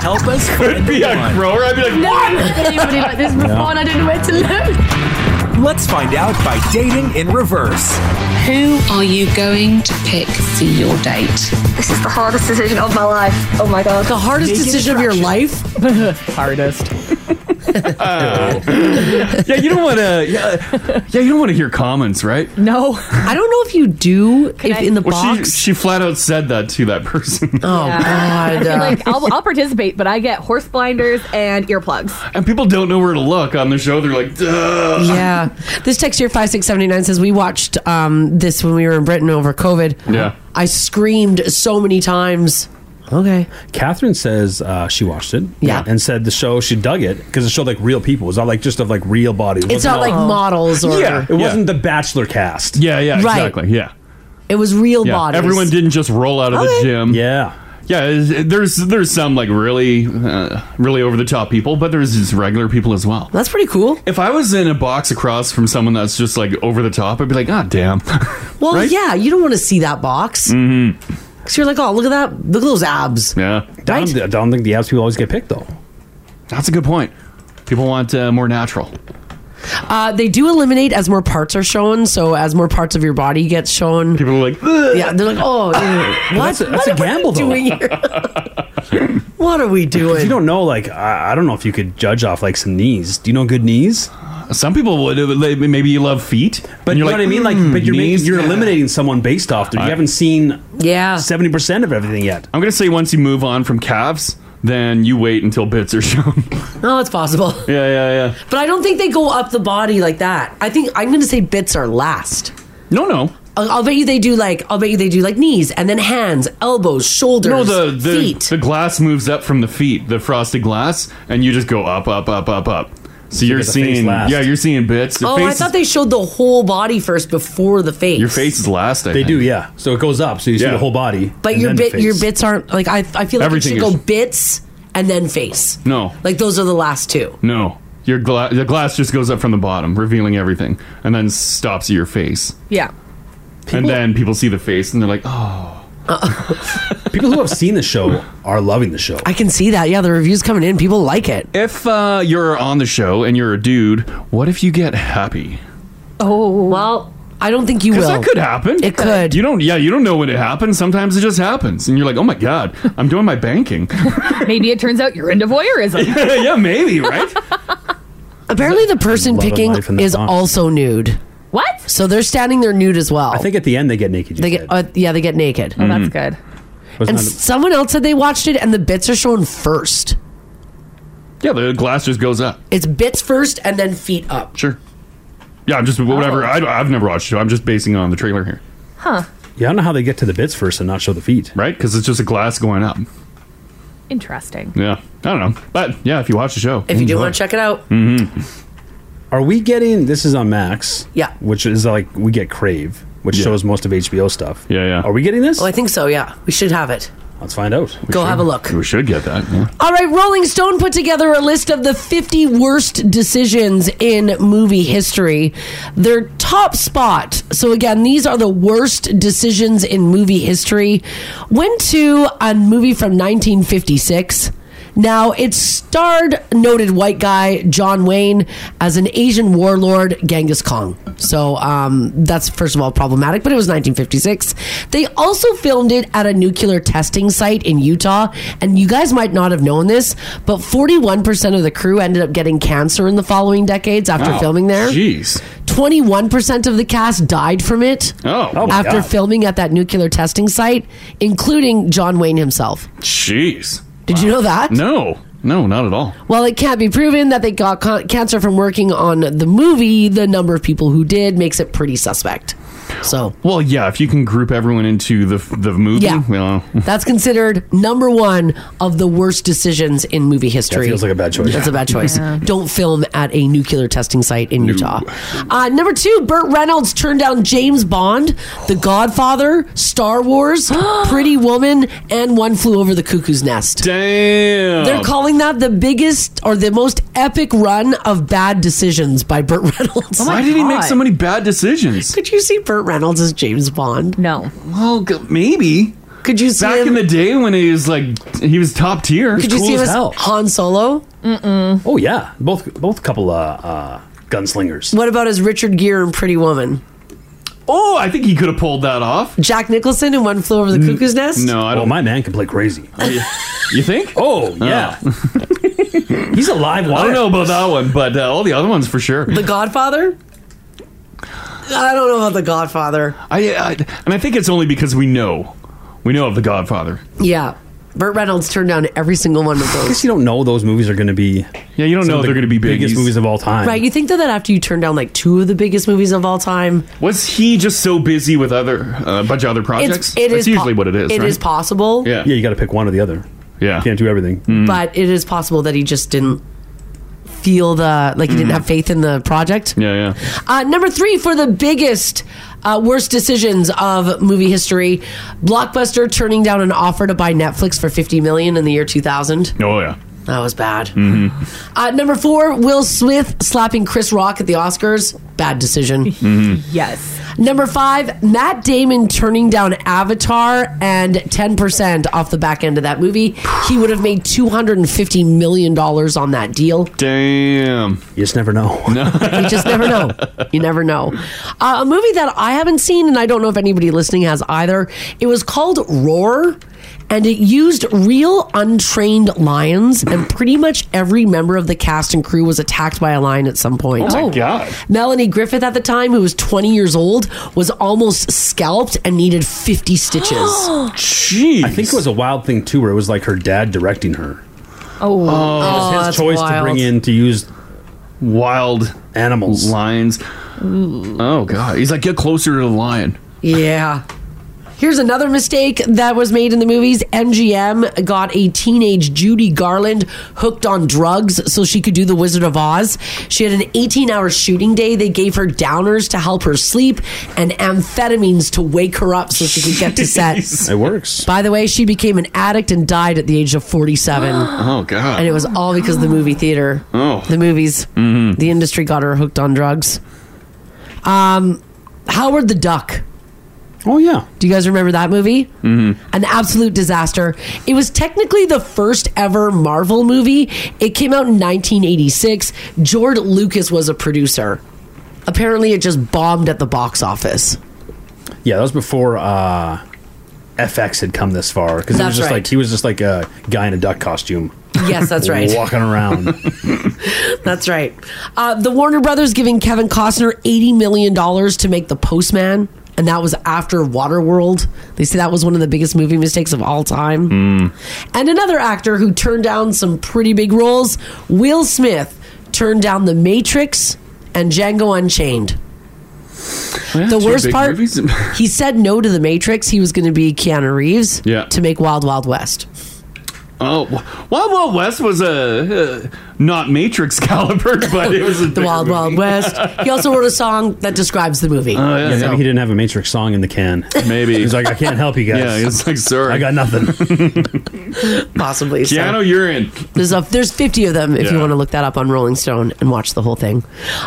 Help us could be a
grower. I'd be like,
anybody like this before, and I don't know where to look.
Let's find out by dating in reverse.
Who are you going to pick for your date? This is the hardest decision of my life. Oh my god.
The hardest decision of your life?
hardest.
yeah, you don't want to. Uh. Yeah, yeah, you don't want to hear comments, right?
No.
I don't know if you do if in the
Well, she
box.
she flat out said that to that person.
Oh
I feel like I'll, I'll participate, but I get horse blinders and earplugs.
And people don't know where to look on the show. They're like, duh.
yeah. This text here, 5679, says, We watched um, this when we were in Britain over COVID.
Yeah.
I screamed so many times. Okay.
Catherine says uh, she watched it.
Yeah.
And said the show, she dug it because it showed like real people. It was not like just of like real bodies.
It's
wasn't
not like models or-
Yeah. It
Yeah.
wasn't the Bachelor cast.
Yeah, yeah,
Right.
exactly. Yeah.
It was real
yeah.
bodies.
Everyone didn't just roll out of
Okay.
the gym.
Yeah.
Yeah, it's- there's there's some like really uh, really over the top people, but there's just regular people as well.
That's pretty cool.
If I was in a box across from someone that's just like over the top, I'd be like, God damn.
Well,
Right?
yeah, you don't want to see that box.
mm-hmm.
Because you're like, oh, look at that. Look at those abs.
Yeah.
I don't, I don't think the abs people always get picked though.
That's a good point. People want uh, more natural.
Uh, they do eliminate as more parts are shown. So as more parts of your body gets shown.
People are like,
yeah, they're like, oh, ew, what?
That's a-
what
that's a
are we
gamble, though.
doing here? what are we doing?
You don't know. Like I, I don't know if you could judge off like some knees. Do you know good knees?
Some people would. They, maybe you love feet,
but
and
you
you're like,
know what I mean. Like,
"Mm,
but you're
knees,
making, you're
yeah."
eliminating someone based off. There. You
I-
haven't seen
yeah
seventy percent of everything yet.
I'm gonna say once you move on from calves, then you wait until bits are shown.
No, it's possible.
yeah, yeah, yeah.
But I don't think they go up the body like that. I think I'm going to say bits are last.
No, no.
I'll, I'll bet you they do like I'll bet you they do like knees and then hands, elbows, shoulders,
No, the the,
feet.
the glass moves up from the feet, the frosted glass, and you just go up, up, up, up, up. So
You
you're
get the face
seeing,
last.
yeah, you're seeing bits. Your
oh,
face
I
is-
thought they showed the whole body first before the face.
your face is last. I
They
think.
do, yeah. So it goes up, so you see
Yeah.
the whole body.
But your bit your bits aren't like I I feel like
Everything
it should
is-
go bits and then face.
No,
Like those are the last two.
no. Your gla- the glass just goes up from the bottom, revealing everything, and then stops at your face.
Yeah.
and then people see the face, and they're like, "Oh,
People who have seen the show are loving the show.
I can see that. Yeah, the reviews coming in, people like it.
If uh, you're on the show and you're a dude, what if you get happy?
Oh. Well, I don't think you will.
'Cause that could happen. It could. You don't. Yeah, you don't know when it happens. Sometimes it just happens, and you're like, "Oh my god, I'm doing my banking."
Maybe it turns out you're into voyeurism.
yeah, maybe right.
Apparently the person
Love and
picking
life in the
is
box.
also nude.
What?
So they're standing there nude as well.
I think at the end they get naked.
they get uh, yeah, they get naked.
Oh, that's Mhm.
good.
Was
And
not-
someone else said they watched it and the bits are shown first.
Yeah, the glass just goes up.
It's bits first and then feet up.
Sure. Yeah, I'm just
Oh.
whatever. I, I've never watched it. I'm just basing it on the trailer here.
Huh.
Yeah, I don't know how they get to the bits first and not show the feet.
Right? Because it's just a glass going up.
Interesting.
Yeah, I don't know, but yeah, if you watch the show, Mm-hmm.
If you do want to check it out.
Are we getting this is on Max?
Yeah.
Which is like we get Crave, which
Yeah.
shows most of HBO stuff.
Yeah, yeah.
Are we getting this?
Oh, I think so, yeah. We should have it.
Let's find out.
Go have a look.
We should get that. Yeah.
All right, Rolling Stone put together a list of the 50 worst decisions in movie history. Their top spot, so again, these are the worst decisions in movie history, went to a movie from 1956. Now, it starred noted white guy John Wayne as an Asian warlord, Genghis Kong. So um, that's, first of all, problematic, but it was 1956. They also filmed it at a nuclear testing site in Utah. And you guys might not have known this, but 41% of the crew ended up getting cancer in the following decades after
Wow.
filming there.
Jeez.
21% of the cast died from it
Oh. Oh my
after
God.
filming at that nuclear testing site, including John Wayne himself.
Jeez.
Did you know that?
No, no, not at all.
While it can't be proven that they got con- cancer from working on the movie, the number of people who did makes it pretty suspect. So,
well, yeah, if you can group everyone into the the movie,
Yeah.
well,
That's considered number one of the worst decisions in movie history.
feels like a bad choice.
That's a bad
Yeah.
choice.
Yeah.
Don't film at a nuclear testing site in Utah. Uh, number two, Burt Reynolds turned down James Bond, The Godfather, Star Wars, Pretty Woman, and One Flew Over the Cuckoo's Nest.
Damn.
They're calling that the biggest or the most epic run of bad decisions by Burt Reynolds.
why did he make so many bad decisions?
Oh Could you see Burt Reynolds as James Bond?
No.
Well, g- maybe.
Could you see
back
him-
in the day when he was like he was top tier?
Could you see him as Han Solo? Mm-mm.
Oh yeah, both both couple uh, uh gunslingers.
What about as Richard Gere in Pretty Woman?
Oh, I think he could have pulled that off.
Jack Nicholson in One Flew Over the Cuckoo's Nest?
No, I don't.
Well, Oh, my man can play crazy.
you think?
Oh yeah. He's a live
I don't know about that one, but uh, all the other ones for sure.
The Godfather? I don't know about The Godfather.
I, I and I think it's only because we know we know of The Godfather.
Yeah. Burt Reynolds turned down every single one of
I
those.
guess you don't know those movies are going to be.
Yeah, you don't know they're gonna be
biggest
biggies.
movies of all time.
Right, you think that, that after you turn down like two of the biggest movies of all time,
Was he just so busy with other a bunch of other projects?
it
That's
is po-
usually what it is.
it
right?
is possible.
Yeah, Mm.
yeah, you got to pick one or the other.
Yeah,
can't do everything.
but it is possible that he just didn't feel the like he
Mm.
didn't have faith in the project.
Yeah, yeah.
Uh, number three for the biggest uh, worst decisions of movie history: Blockbuster turning down an offer to buy Netflix for fifty million in the year two thousand.
Oh yeah, Mm-hmm.
that was bad. Uh, number four: Will Smith slapping Chris Rock at the Oscars. Bad decision.
Mm-hmm.
Yes.
Number five, Matt Damon turning down Avatar and 10% off the back end of that movie. He would have made $250 million on that deal.
Damn.
You just never know.
You just never know. You never know. Uh, a movie that I haven't seen, and I don't know if anybody listening has either, it was called Roar. And it used real untrained lions, and pretty much every member of the cast and crew was attacked by a lion at some point.
Oh my god.
Melanie Griffith at the time, who was 20 years old, was almost scalped and needed 50 stitches.
Jeez.
I think it was a wild thing too, where it was like her dad directing her.
Oh,
it was his choice to bring in to use
wild
animals,
lions. Oh god, he's like get closer to the lion.
Yeah. Here's another mistake that was made in the movies. MGM got a teenage Judy Garland hooked on drugs so she could do The Wizard of Oz. She had an 18 hour shooting day. They gave her downers to help her sleep and amphetamines to wake her up so she could get to set.
It works.
By the way, she became an addict and died at the age of 47.
Oh God.
and it was all because of the movie theater.
Oh.
The movies.
Hmm.
Mhm.
The industry got her hooked on drugs. Um, Howard the Duck.
Oh, yeah.
Do you guys remember that movie?
Mm-hmm.
An absolute disaster. It was technically the first ever Marvel movie. It came out in 1986. George Lucas was a producer. Apparently, it just bombed at the box office.
Yeah, that was before uh, FX had come this far because it
That's
was just
right.
like he was just like a guy in a duck costume.
Yes, that's right.
Walking around.
That's right. Uh, the Warner Brothers giving Kevin Costner eighty million dollars to make The Postman, and that was after Waterworld. They say that was one of the biggest movie mistakes of all time.
Hmm.
And another actor who turned down some pretty big roles, Will Smith, turned down The Matrix and Django Unchained. the
two
worst
big
part,
movies.
he said no to The Matrix. He was going to be Keanu Reeves
Yeah.
to make Wild Wild West.
Oh, Wild Wild West was a uh, not Matrix caliber, but it was a
the Wild Wild West. He also wrote a song that describes the movie.
yeah, maybe he didn't have a Matrix song in the can.
Oh, Maybe
he's like, I can't help you guys.
Yeah,
it's
like sorry,
I got nothing.
Possibly. so.
Keanu, you're in.
There's a, there's 50 of them if you
Yeah.
want to look that up on Rolling Stone and watch the whole thing.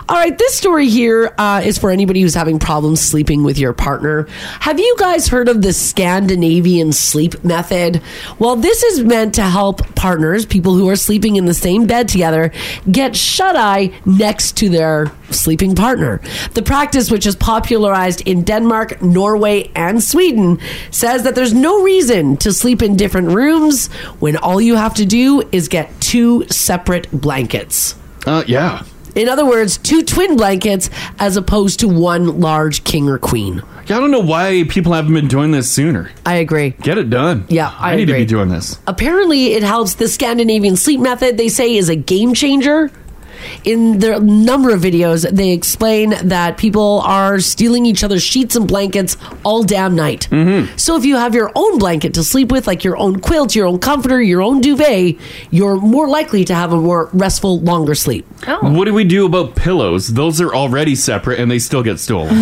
All right, this story here uh, is for anybody who's having problems sleeping with your partner. Have you guys heard of the Scandinavian sleep method? Well, this is meant to help partners, people who are sleeping in the same bed together, get shut eye next to their sleeping partner. The practice, which is popularized in Denmark, Norway, and Sweden, says that there's no reason to sleep in different rooms when all you have to do is get two separate blankets.
Uh, yeah.
In other words, two twin blankets as opposed to one large king or queen.
Yeah, I don't know why people haven't been doing this sooner.
I agree.
Get it done.
Yeah, I
need to
agree.
be doing this.
Apparently, it helps the Scandinavian sleep method, they say, is a game changer. In their number of videos, they explain that people are stealing each other's sheets and blankets all damn night.
Mm-hmm.
So, if you have your own blanket to sleep with, like your own quilt, your own comforter, your own duvet, you're more likely to have a more restful, longer sleep.
What do we do about pillows? Those are already separate and they still get stolen.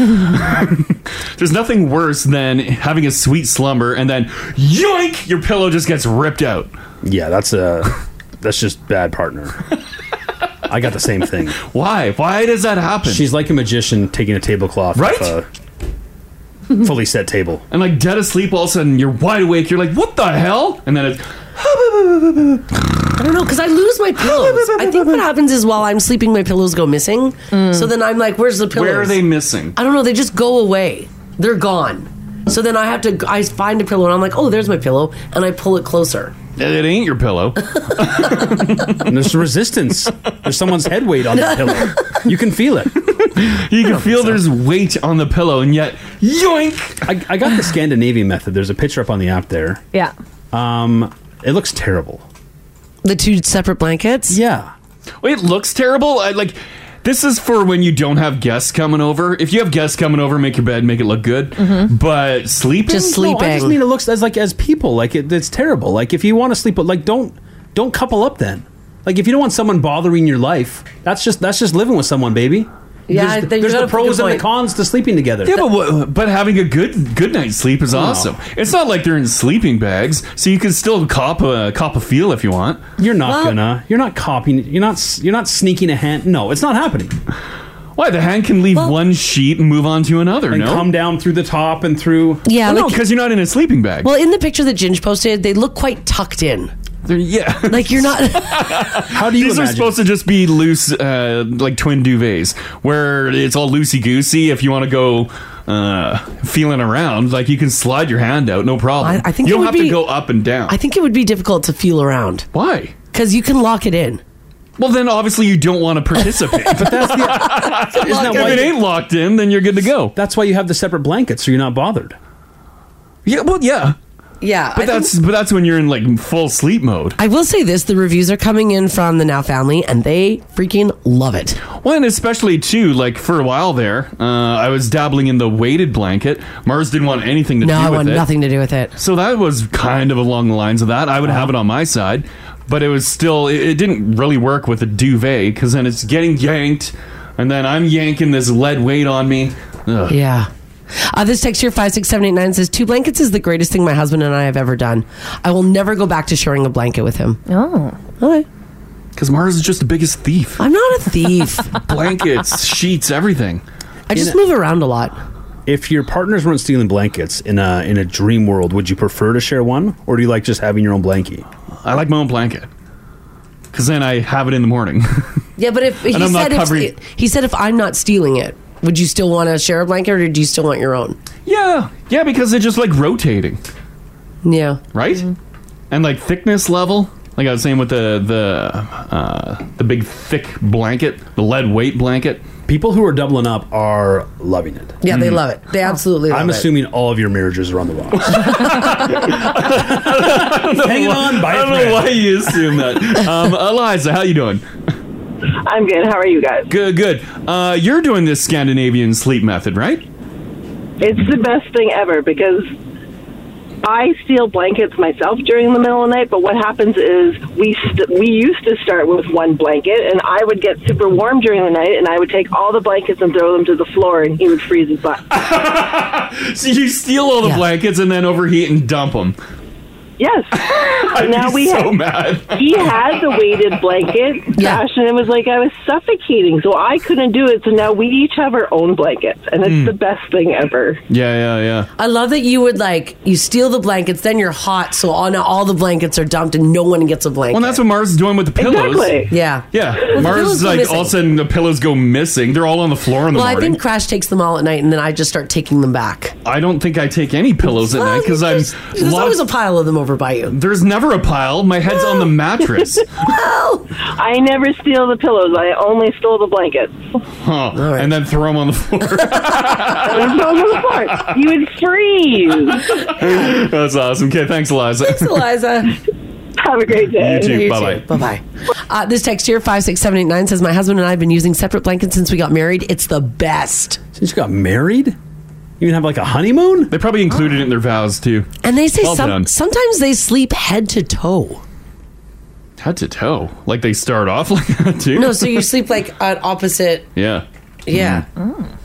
There's nothing worse than having a sweet slumber and then yoink, your pillow just gets ripped out.
Yeah, that's a that's just bad partner. I got the same thing.
Why? Why does that happen?
She's like a magician taking a tablecloth,
Right?
off a fully set table.
And like dead asleep, all of a sudden you're wide awake. You're like, what the hell? And then it's
I don't know because I lose my pillows. I think what happens is while I'm sleeping, my pillows go missing. So then I'm like, "Where's the pillows?
Mm. where are they missing?
I don't know. They just go away. They're gone. So then I have to. I find a pillow and I'm like, "Oh, there's my pillow," and I pull it closer.
It ain't your pillow.
And there's resistance. There's someone's head weight on the pillow. You can feel it.
You can feel there's weight on the pillow, and yet
yoink. I, I got the Scandinavian method. There's a picture up on the app there.
Yeah.
Um, it looks terrible.
The two separate blankets.
Yeah.
It looks terrible. I, like this is for when you don't have guests coming over. If you have guests coming over, make your bed, make it look good.
Mhm.
But Mm-hmm. sleeping,
No, I just mean it looks as like as people. Like it, it's terrible. Like if you want to sleep, but like don't don't couple up then. Like if you don't want someone bothering your life, that's just that's just living with someone, baby.
Yeah, I
there's,
think you
there's
got
the
a pretty
pros
good
and the
point.
cons to sleeping together.
Yeah, but wha- but having a good good night's sleep is
No.
awesome. It's not like they're in sleeping bags, so you can still cop a cop a feel if you want.
You're not gonna. You're not copying. You're not. s- You're not sneaking a hand. No, it's not happening.
Why the hand can leave one sheet and move on to another?
And
no,
come down through the top and through.
Yeah,
Well, no,
like-
because you're not in a sleeping bag.
Well, in the picture that Ginge posted, they look quite tucked in.
yeah,
like you're not.
How do you
These are
imagine-
supposed to just be loose, uh, like twin duvets, where it's all loosey goosey. If you want to go uh, feeling around, like you can slide your hand out, no problem.
I- I think
you
it would
don't have
be-
to go up and down.
I think it would be difficult to feel around.
Why?
Because you can lock it in.
Well, then obviously you don't want to participate. but
that's
the, if it ain't locked in, then you're good to go.
That's why you have the separate blankets, so you're not bothered.
Yeah, well, yeah.
Yeah,
but
I
that's but that's when you're in like full sleep mode.
I will say this: the reviews are coming in from the Now family, and they freaking love it.
Well, and especially too, like for a while there, uh, I was dabbling in the weighted blanket. Mars didn't want anything to
No,
do with
I want
it.
nothing to do with it.
So that was kind of along the lines of that. I would have it on my side, but it was still it, it didn't really work with a duvet because then it's getting yanked, and then I'm yanking this lead weight on me. Ugh.
Yeah. Uh, this text here five six seven eight nine says two blankets is the greatest thing my husband and I have ever done. I will never go back to sharing a blanket with him.
Oh,
okay.
Because Mars is just the biggest thief.
I'm not a thief.
Blankets, sheets, everything.
I just move around a lot.
If your partners weren't stealing blankets in a in a dream world, would you prefer to share one, or do you like just having your own blankie?
I like my own blanket because then I have it in the morning.
Yeah, but if he
And I'm not
said if,
covering-
he said if I'm not stealing it, would you still want to share a blanket, or do you still want your own?
Yeah, yeah, because they're just like rotating,
Yeah.
right? And like thickness level, like I was saying with the the uh, the big thick blanket, the lead weight blanket.
People who are doubling up are loving it.
Yeah,
Hmm.
they love it. They absolutely love
Mm. I'm
it.
assuming all of your marriages are on the rocks.
Hanging on by I don't know why you assume that. Um, Eliza, how you doing?
I'm good. How are you guys?
Good, good. Uh, you're doing this Scandinavian sleep method, right?
It's the best thing ever because I steal blankets myself during the middle of the night. But what happens is we st- we used to start with one blanket, and I would get super warm during the night, and I would take all the blankets and throw them to the floor, and he would freeze his butt.
So you steal all the blankets and then overheat and dump them.
Yes.
I'd
now
be
we
so
have,
mad.
he had the weighted blanket, Gosh, and it was like I was suffocating, so I couldn't do it. So now we each have our own blankets, and it's
Hmm.
the best thing ever.
Yeah, yeah, yeah.
I love that you would like you steal the blankets, then you're hot, so all now all the blankets are dumped and no one gets a blanket.
Well, that's what Mars is doing with the pillows.
Exactly. Yeah.
Yeah.
Well, the
Mars
pillows
is
go
like,
missing.
all of a sudden, the pillows go missing. They're all on the floor in the
Well, I
morning.
think Crash takes them all at night, and then I just start taking them back.
I don't think I take any pillows at night because I'm.
There's always a pile of them over by you. Ah.
There's never a pile. My head's on the mattress.
Oh!
I never steal the pillows. I only stole the blankets.
Huh. And then throw them on the floor.
And throw them apart. You would freeze.
That's awesome. Okay, thanks, Eliza. Thanks,
Eliza.
Have a great day.
You too. Bye
Bye
bye.
bye. Uh, this text here five six seven eight nine says my husband and I have been using separate blankets since we got married. It's the best.
Since you got married, you even have like a honeymoon.
They probably included it in their vows too.
And they say
Well
some,
done.
sometimes they sleep head to toe.
Head to toe. Like they start off like that too.
No, so you sleep like on opposite.
Yeah.
Yeah.
Mm.
Oh.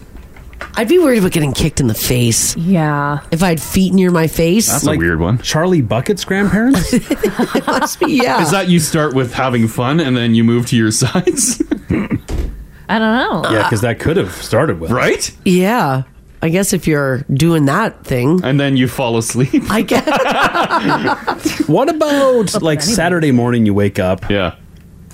I'd be worried about getting kicked in the face.
Yeah.
If I had feet near my face.
weird one.
Charlie Bucket's grandparents?
must be, yeah.
Is that you start with having fun and then you move to your sides?
I don't know.
yeah, because that could have started with.
Right?
Yeah. I guess if you're doing that thing.
And then you fall asleep.
I guess.
What about like Saturday morning? You wake up.
Yeah.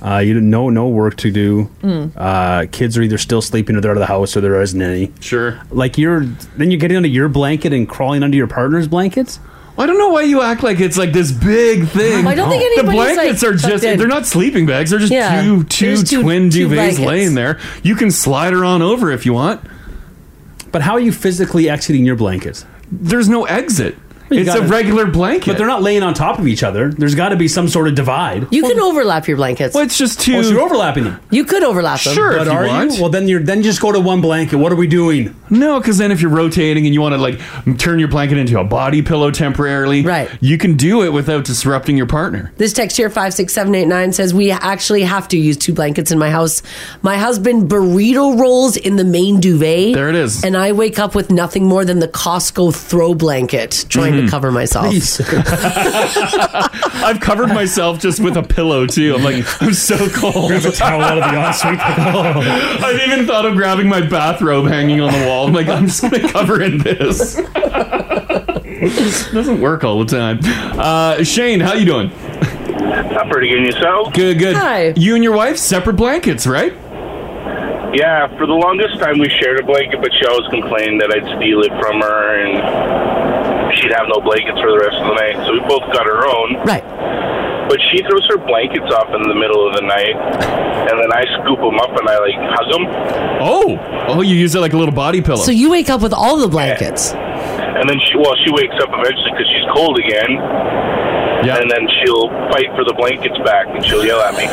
Uh, you didn't no no work to do.
Mm.
Uh, kids are either still sleeping or they're out of the house or there isn't any.
Sure.
Like you're then you're getting under your blanket and crawling under your partner's blankets.
I don't know why you act like it's like this big thing.
I don't think
the
anybody's, like,
blankets are
tucked in.
just—they're not sleeping bags. They're just
Yeah.
two,
They're
two
just two-
twin
two
duvets
blankets.
laying there. You can slide her on over if you want.
But how are you physically exiting your blankets?
There's no exit. It's a regular blanket.
But they're not laying on top of each other. There's got to be some sort of divide.
You can overlap your blankets.
Well, it's just
Oh, so you're overlapping them.
You could overlap them.
but are you? Well, then you're then just go to one blanket. What are we doing?
No, because then if you're rotating and you want to like turn your blanket into a body pillow temporarily, right? You can do it without disrupting your partner.
This text here, 56789, says, We actually have to use two blankets in my house. My husband burrito rolls in the main duvet. There
it is.
And I wake up with nothing more than the Costco throw blanket trying to cover myself.
I've covered myself just with a pillow too. I'm like, I'm so cold.
Grab a towel out of the ensuite.
I've even thought of grabbing my bathrobe hanging on the wall. I'm like, I'm just gonna cover in this. It doesn't work all the time. Uh, Shane, how you doing?
I'm pretty good yourself.
Good, good. You and your wife separate blankets, right?
Yeah, for the longest time we shared a blanket, but she always complained that I'd steal it from her and she'd have no blankets for the rest of the night. So we both got our own.
Right.
But she throws her blankets off in the middle of the night, and then I scoop them up and I like hug them.
Oh, oh, you use it like a little body pillow.
So you wake up with all the blankets.
and then she well she wakes up eventually because she's cold again. And then she'll fight for the blankets back, and she'll yell at me.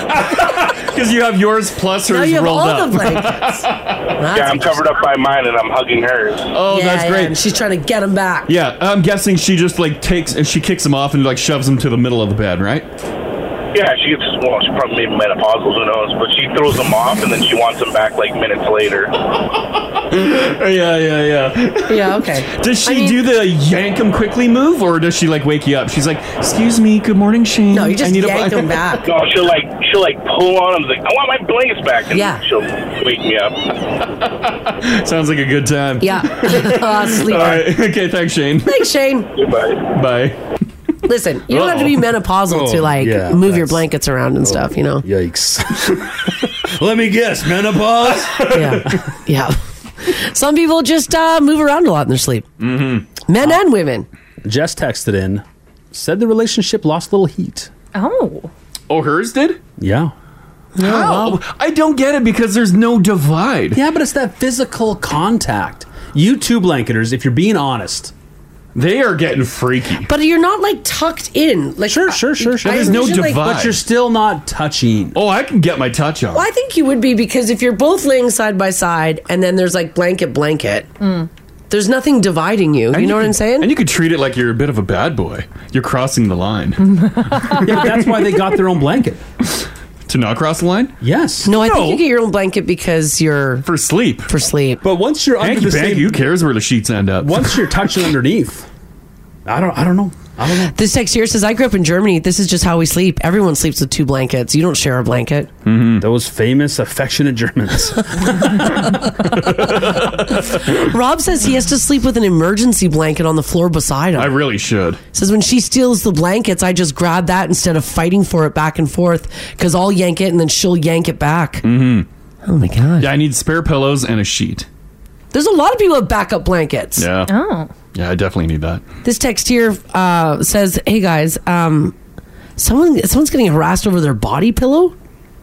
Because you have yours plus hers rolled up.
blankets.
yeah, I'm covered up by mine, and I'm hugging hers.
Oh, that's great.
and she's trying to get him back.
yeah, I'm guessing she just like takes and she kicks him off and like shoves him to the middle of the bed, right?
Yeah, she gets well. She probably maybe menopausal, who knows? But she throws them off, and then she wants them back like minutes later.
yeah, yeah, yeah.
Yeah, okay.
Does she do the yank him quickly move, or does she like wake you up? She's like, "Excuse me, good morning, Shane. No,
No, she'll like she'll like pull on him. Like I want my blankets back, and
Yeah.
she'll wake me up.
Sounds like a good time.
Yeah.
Oh,
Aw, sleeper.
All right. Okay. Thanks, Shane.
Thanks, Shane.
Goodbye.
Bye.
Listen, you don't have to be
Uh-oh.
menopausal
Oh,
to like
yeah,
move your blankets around and stuff, you know?
Yikes. Let me guess, menopause.
yeah, yeah. Some people just uh, move around a lot in their sleep. Mm-hmm. Men and women.
Jess texted in, said the relationship lost a little heat.
Oh.
Oh, hers did.
Yeah.
How? I don't get it because there's no divide.
Yeah, but it's that physical contact. You two blanketers, if you're being honest,
they are getting freaky.
But you're not like tucked in. Like sure, sure,
sure, sure. There's no divide. But you're still not touching.
Oh, I can get my touch on.
well, I think you would be because if you're both laying side by side and then there's like blanket, blanket, there's nothing dividing you. you know what I'm saying?
And you could treat it like you're a bit of a bad boy. You're crossing the line.
yeah, but that's why they got their own blanket.
To not cross the line?
Yes.
No, I think you get your own blanket because you're
for sleep.
For sleep.
But once you're
Hanky
under the
panky,
same,
who cares where the sheets end up?
once you're touching underneath, I don't, I don't know. I don't know.
This text here says, "I grew up in Germany. This is just how we sleep. Everyone sleeps with two blankets. You don't share a blanket."
Mm-hmm.
Those famous affectionate Germans.
Rob says he has to sleep with an emergency blanket on the floor beside him.
I really should.
Says when she steals the blankets, I just grab that instead of fighting for it back and forth because I'll yank it and then she'll yank it back.
Mm-hmm.
Oh my god.
Yeah, I need spare pillows and a sheet.
There's a lot of people with backup blankets.
Yeah. Yeah, I definitely need that.
This text here uh, says, "Hey guys, um, someone someone's getting harassed over their body pillow."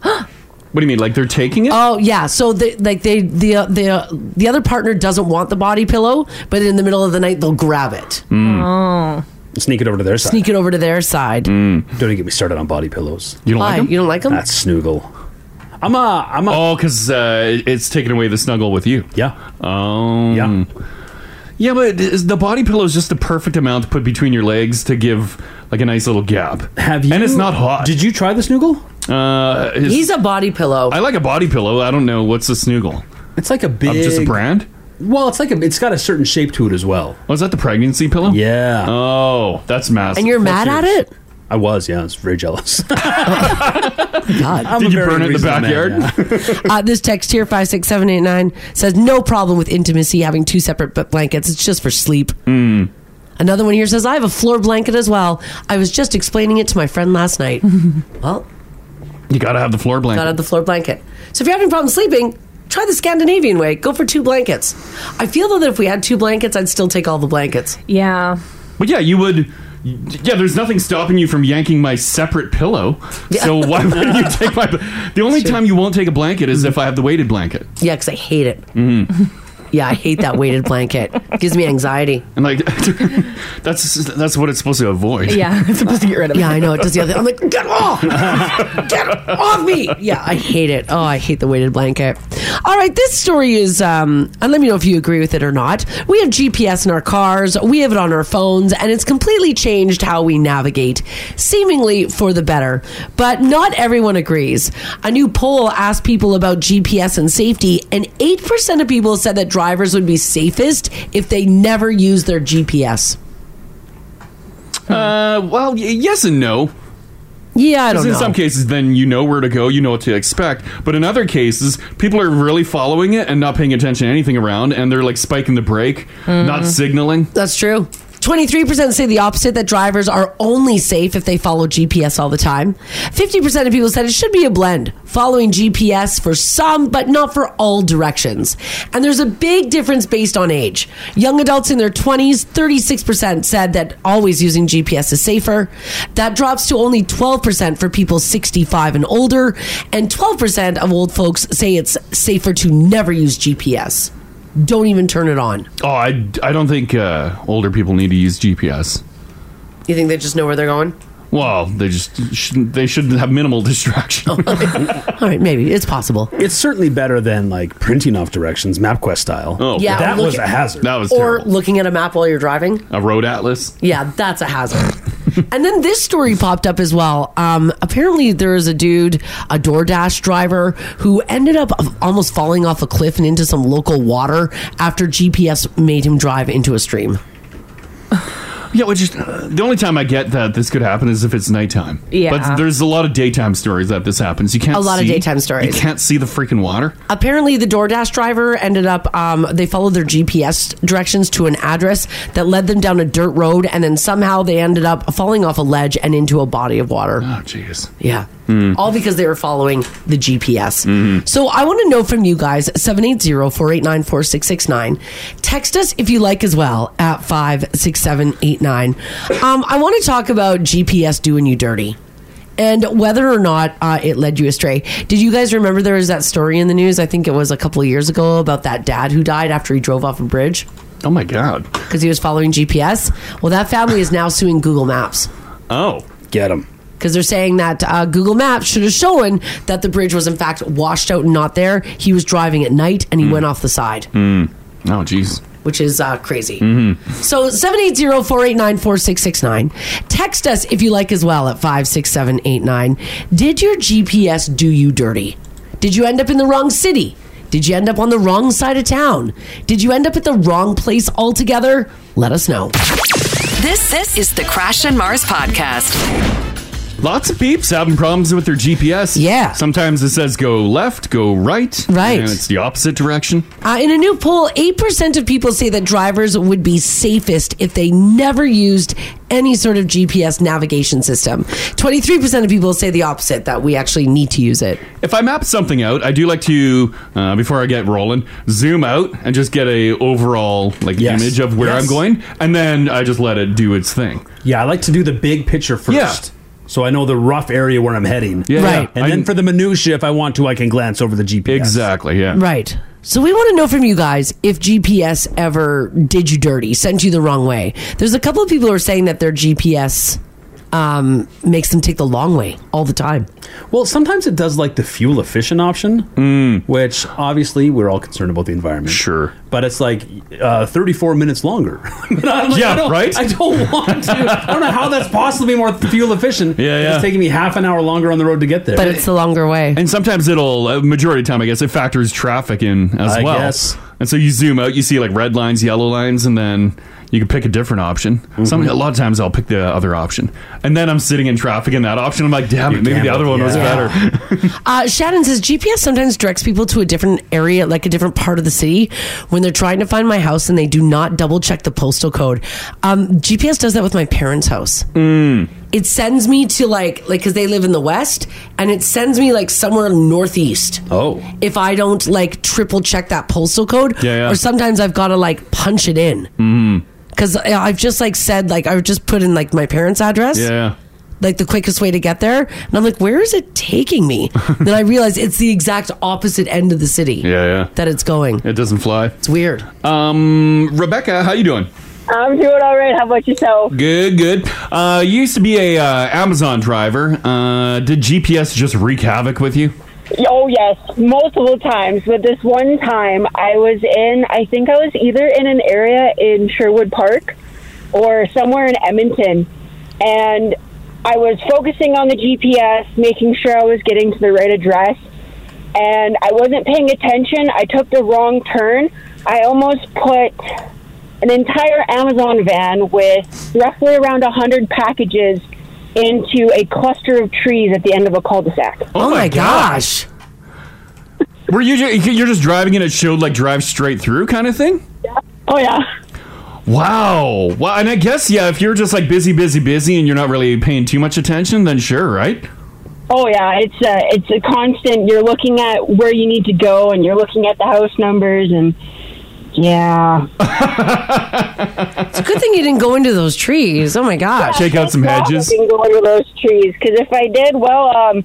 What do you mean? Like they're taking it?
Oh yeah, so they, like they the uh, the uh, the other partner doesn't want the body pillow, but in the middle of the night they'll grab it.
Mm. Sneak it over to their side.
Sneak it over to their side.
Don't even get me started on body pillows.
Mm. You
Why? You don't like them?
That's snoogle. I'm a. I'm a.
Oh, because uh, it's taking away the snuggle with you.
Yeah.
Oh. Yeah. Yeah, but is- the body pillow is just the perfect amount to put between your legs to give like a nice little gap. Have you? And it's not hot. Did
you try the snuggle?
Uh, it's-
He's a body pillow.
I like a body pillow. I don't know what's a snuggle.
It's like a big.
just a brand.
Well, it's like a, it's got a certain shape to it as well.
Was that the pregnancy pillow?
Yeah.
Oh, that's massive.
And you're mad at it?
I was. Yeah, I was very jealous.
God.
I'm a
Did you
very
burn it in the
reasonable man,
backyard?
yeah.
uh, this text here five six seven eight nine says no problem with intimacy having two separate b- blankets. It's just for sleep. Another one here says I have a floor blanket as well. I was just explaining it to my friend last night. well,
You gotta have the floor blanket.
Got out the floor blanket. So if you're having problems sleeping, try the Scandinavian way. Go for two blankets. I feel though that if we had two blankets, I'd still take all the blankets.
Yeah.
But yeah, you would. Yeah, there's nothing stopping you from yanking my separate pillow. So why would you take my? The only time you won't take a blanket is if I have the weighted blanket.
Yeah, because I hate it.
Mm.
Yeah, I hate that weighted blanket. Gives me anxiety.
And like, that's that's what it's supposed to avoid.
I'm supposed to get rid of it. Yeah, I know. It does the other. I'm like, get off, get off me. Yeah, I hate it. Oh, I hate the weighted blanket. All right, this story is. Um, and let me know if you agree with it or not. We have GPS in our cars. We have it on our phones, and it's completely changed how we navigate, seemingly for the better. But not everyone agrees. A new poll asked people about GPS and safety, and eight percent of people said that drivers would be safest if they never use their GPS.
Uh, well, y- yes and no.
Yeah, I
'Cause
don't
in
know.
some cases, then you know where to go, you know what to expect. But in other cases, people are really following it and not paying attention to anything around, and they're like spiking the brake, not
Mhm.
signaling.
That's true. 23% say the opposite that drivers are only safe if they follow GPS all the time. 50% of people said it should be a blend, following GPS for some, but not for all directions. And there's a big difference based on age. Young adults in their 20s, 36% said that always using GPS is safer. That drops to only 12% for people 65 and older. And 12% of old folks say it's safer to never use GPS. don't even turn it on.
Oh, I, I don't think uh, older people need to use GPS.
You think they just know where they're going?
Well, they just shouldn't, they should have minimal distraction.
All right, maybe it's possible.
It's certainly better than like printing off directions, MapQuest style. Oh,
Yeah,
that
look
was
at-
a hazard.
That was
or looking at a map while you're driving.
a road atlas.
Yeah, that's a hazard. and then this story popped up as well. Um, apparently, there is a dude, a DoorDash driver, who ended up almost falling off a cliff and into some local water after GPS made him drive into a stream.
Yeah, which is the only time I get that this could happen is if it's nighttime.
Yeah.
but there's a lot of daytime stories that this happens. You can't
A lot of
see-
daytime stories.
You can't see the freaking water.
Apparently, the DoorDash driver ended up, um, they followed their GPS directions to an address that led them down a dirt road, and then somehow they ended up falling off a ledge and into a body of water. Oh,
jeez.
Yeah.
Mm.
All because they were following the GPS. So I want to know from you guys 780-489-4669. Text us if you like as well at 56789. Um I want to talk about GPS doing you dirty. And whether or not uh, it led you astray. Did you guys remember there was that story in the news? I think it was a couple of years ago about that dad who died after he drove off a bridge.
Oh my God.
Because he was following GPS. Well, that family is now suing Google Maps
Oh,
get him.
because they're saying that uh, Google Maps should have shown that the bridge was in fact washed out and not there. He was driving at night and he went off the side,
Hmm. Oh, jeez.
which is uh, crazy.
Mm-hmm.
So 780-489-4669. Text us if you like as well at 56789. Did your GPS do you dirty? Did you end up in the wrong city? Did you end up on the wrong side of town? Did you end up at the wrong place altogether? Let us know.
This this is the Crash and Mars podcast.
Lots of peeps having problems with their GPS. Yeah. Sometimes it says go left, go right. Right. And it's the opposite direction.
Uh, in a new poll, 8% of people say that drivers would be safest if they never used any sort of GPS navigation system. 23% of people say the opposite, that we actually need to use it.
If I map something out, I do like to, uh, before I get rolling, zoom out and just get a overall like
Yes.
image of where
Yes.
I'm going, and then I just let it do its thing.
Yeah, I like to do the big picture first.
Yeah.
So I know the rough area where I'm heading.
Yeah. Right.
And then for the minutia, if I want to, I can glance over the GPS.
Exactly. Yeah.
Right. So we want to know from you guys if GPS ever did you dirty, sent you the wrong way. There's a couple of people who are saying that their GPS um, makes them take the long way all the time.
Well, sometimes it does like the fuel efficient option, which obviously we're all concerned about the environment.
Sure.
But it's like uh, 34 minutes longer. But I'm like,
Yeah,
I don't-
right?
I don't want to. I don't know how that's possibly more fuel efficient. Yeah,
yeah.
It's taking me half an hour longer on the road to get there.
the longer way.
And sometimes it'll, uh, majority of the time, I guess, it factors traffic in as
I
well.
guess.
And so you zoom out, you see like red lines, yellow lines, and then you can pick a different option. Some
Mm-hmm.
a lot of times I'll pick the other option, and then I'm sitting in traffic in that option. I'm like, damn it, maybe the other one was
gambled,
better.
Uh, Shannon says GPS sometimes directs people to a different area, like a different part of the city, when they're trying to find my house and they do not double check the postal code. Um, GPS does that with my parents' house.
Hmm.
It sends me to like like because they live in the west, and it sends me like somewhere northeast.
Oh,
if I don't like triple check that postal code,
Yeah, yeah.
or sometimes I've got to like punch it in
Mm.
because I've just like said like I've just put in like my parents' address
Yeah.
like the quickest way to get there. And I'm like, where is it taking me? then I realize it's the exact opposite end of the city.
Yeah, yeah.
That it's going.
It doesn't fly. It's
weird.
Um, Rebecca, how you doing?
I'm doing all right. How about yourself?
Good, good. Uh, you used to be a uh, Amazon driver. Uh, did GPS just wreak havoc with you?
Oh, yes, multiple times. But this one time, I was in, I think I was either in an area in Sherwood Park or somewhere in Edmonton. And I was focusing on the GPS, making sure I was getting to the right address. And I wasn't paying attention. I took the wrong turn. I almost put an entire Amazon van with roughly around 100 packages into a cluster of trees at the end of a cul de sac.
Oh my gosh.
Were you ju- you're just driving and it showed like drive straight through kind of thing?
Oh yeah.
Wow. Wow. And I guess yeah, if you're just like busy, busy, busy, and you're not really paying too much attention, then sure, right?
Oh yeah, it's a it's a constant. You're looking at where you need to go, and you're looking at the house numbers, and yeah,
It's a good thing you didn't go into those trees. Oh my gosh.
Shake out some
I didn't go under those trees because if I did, well, um,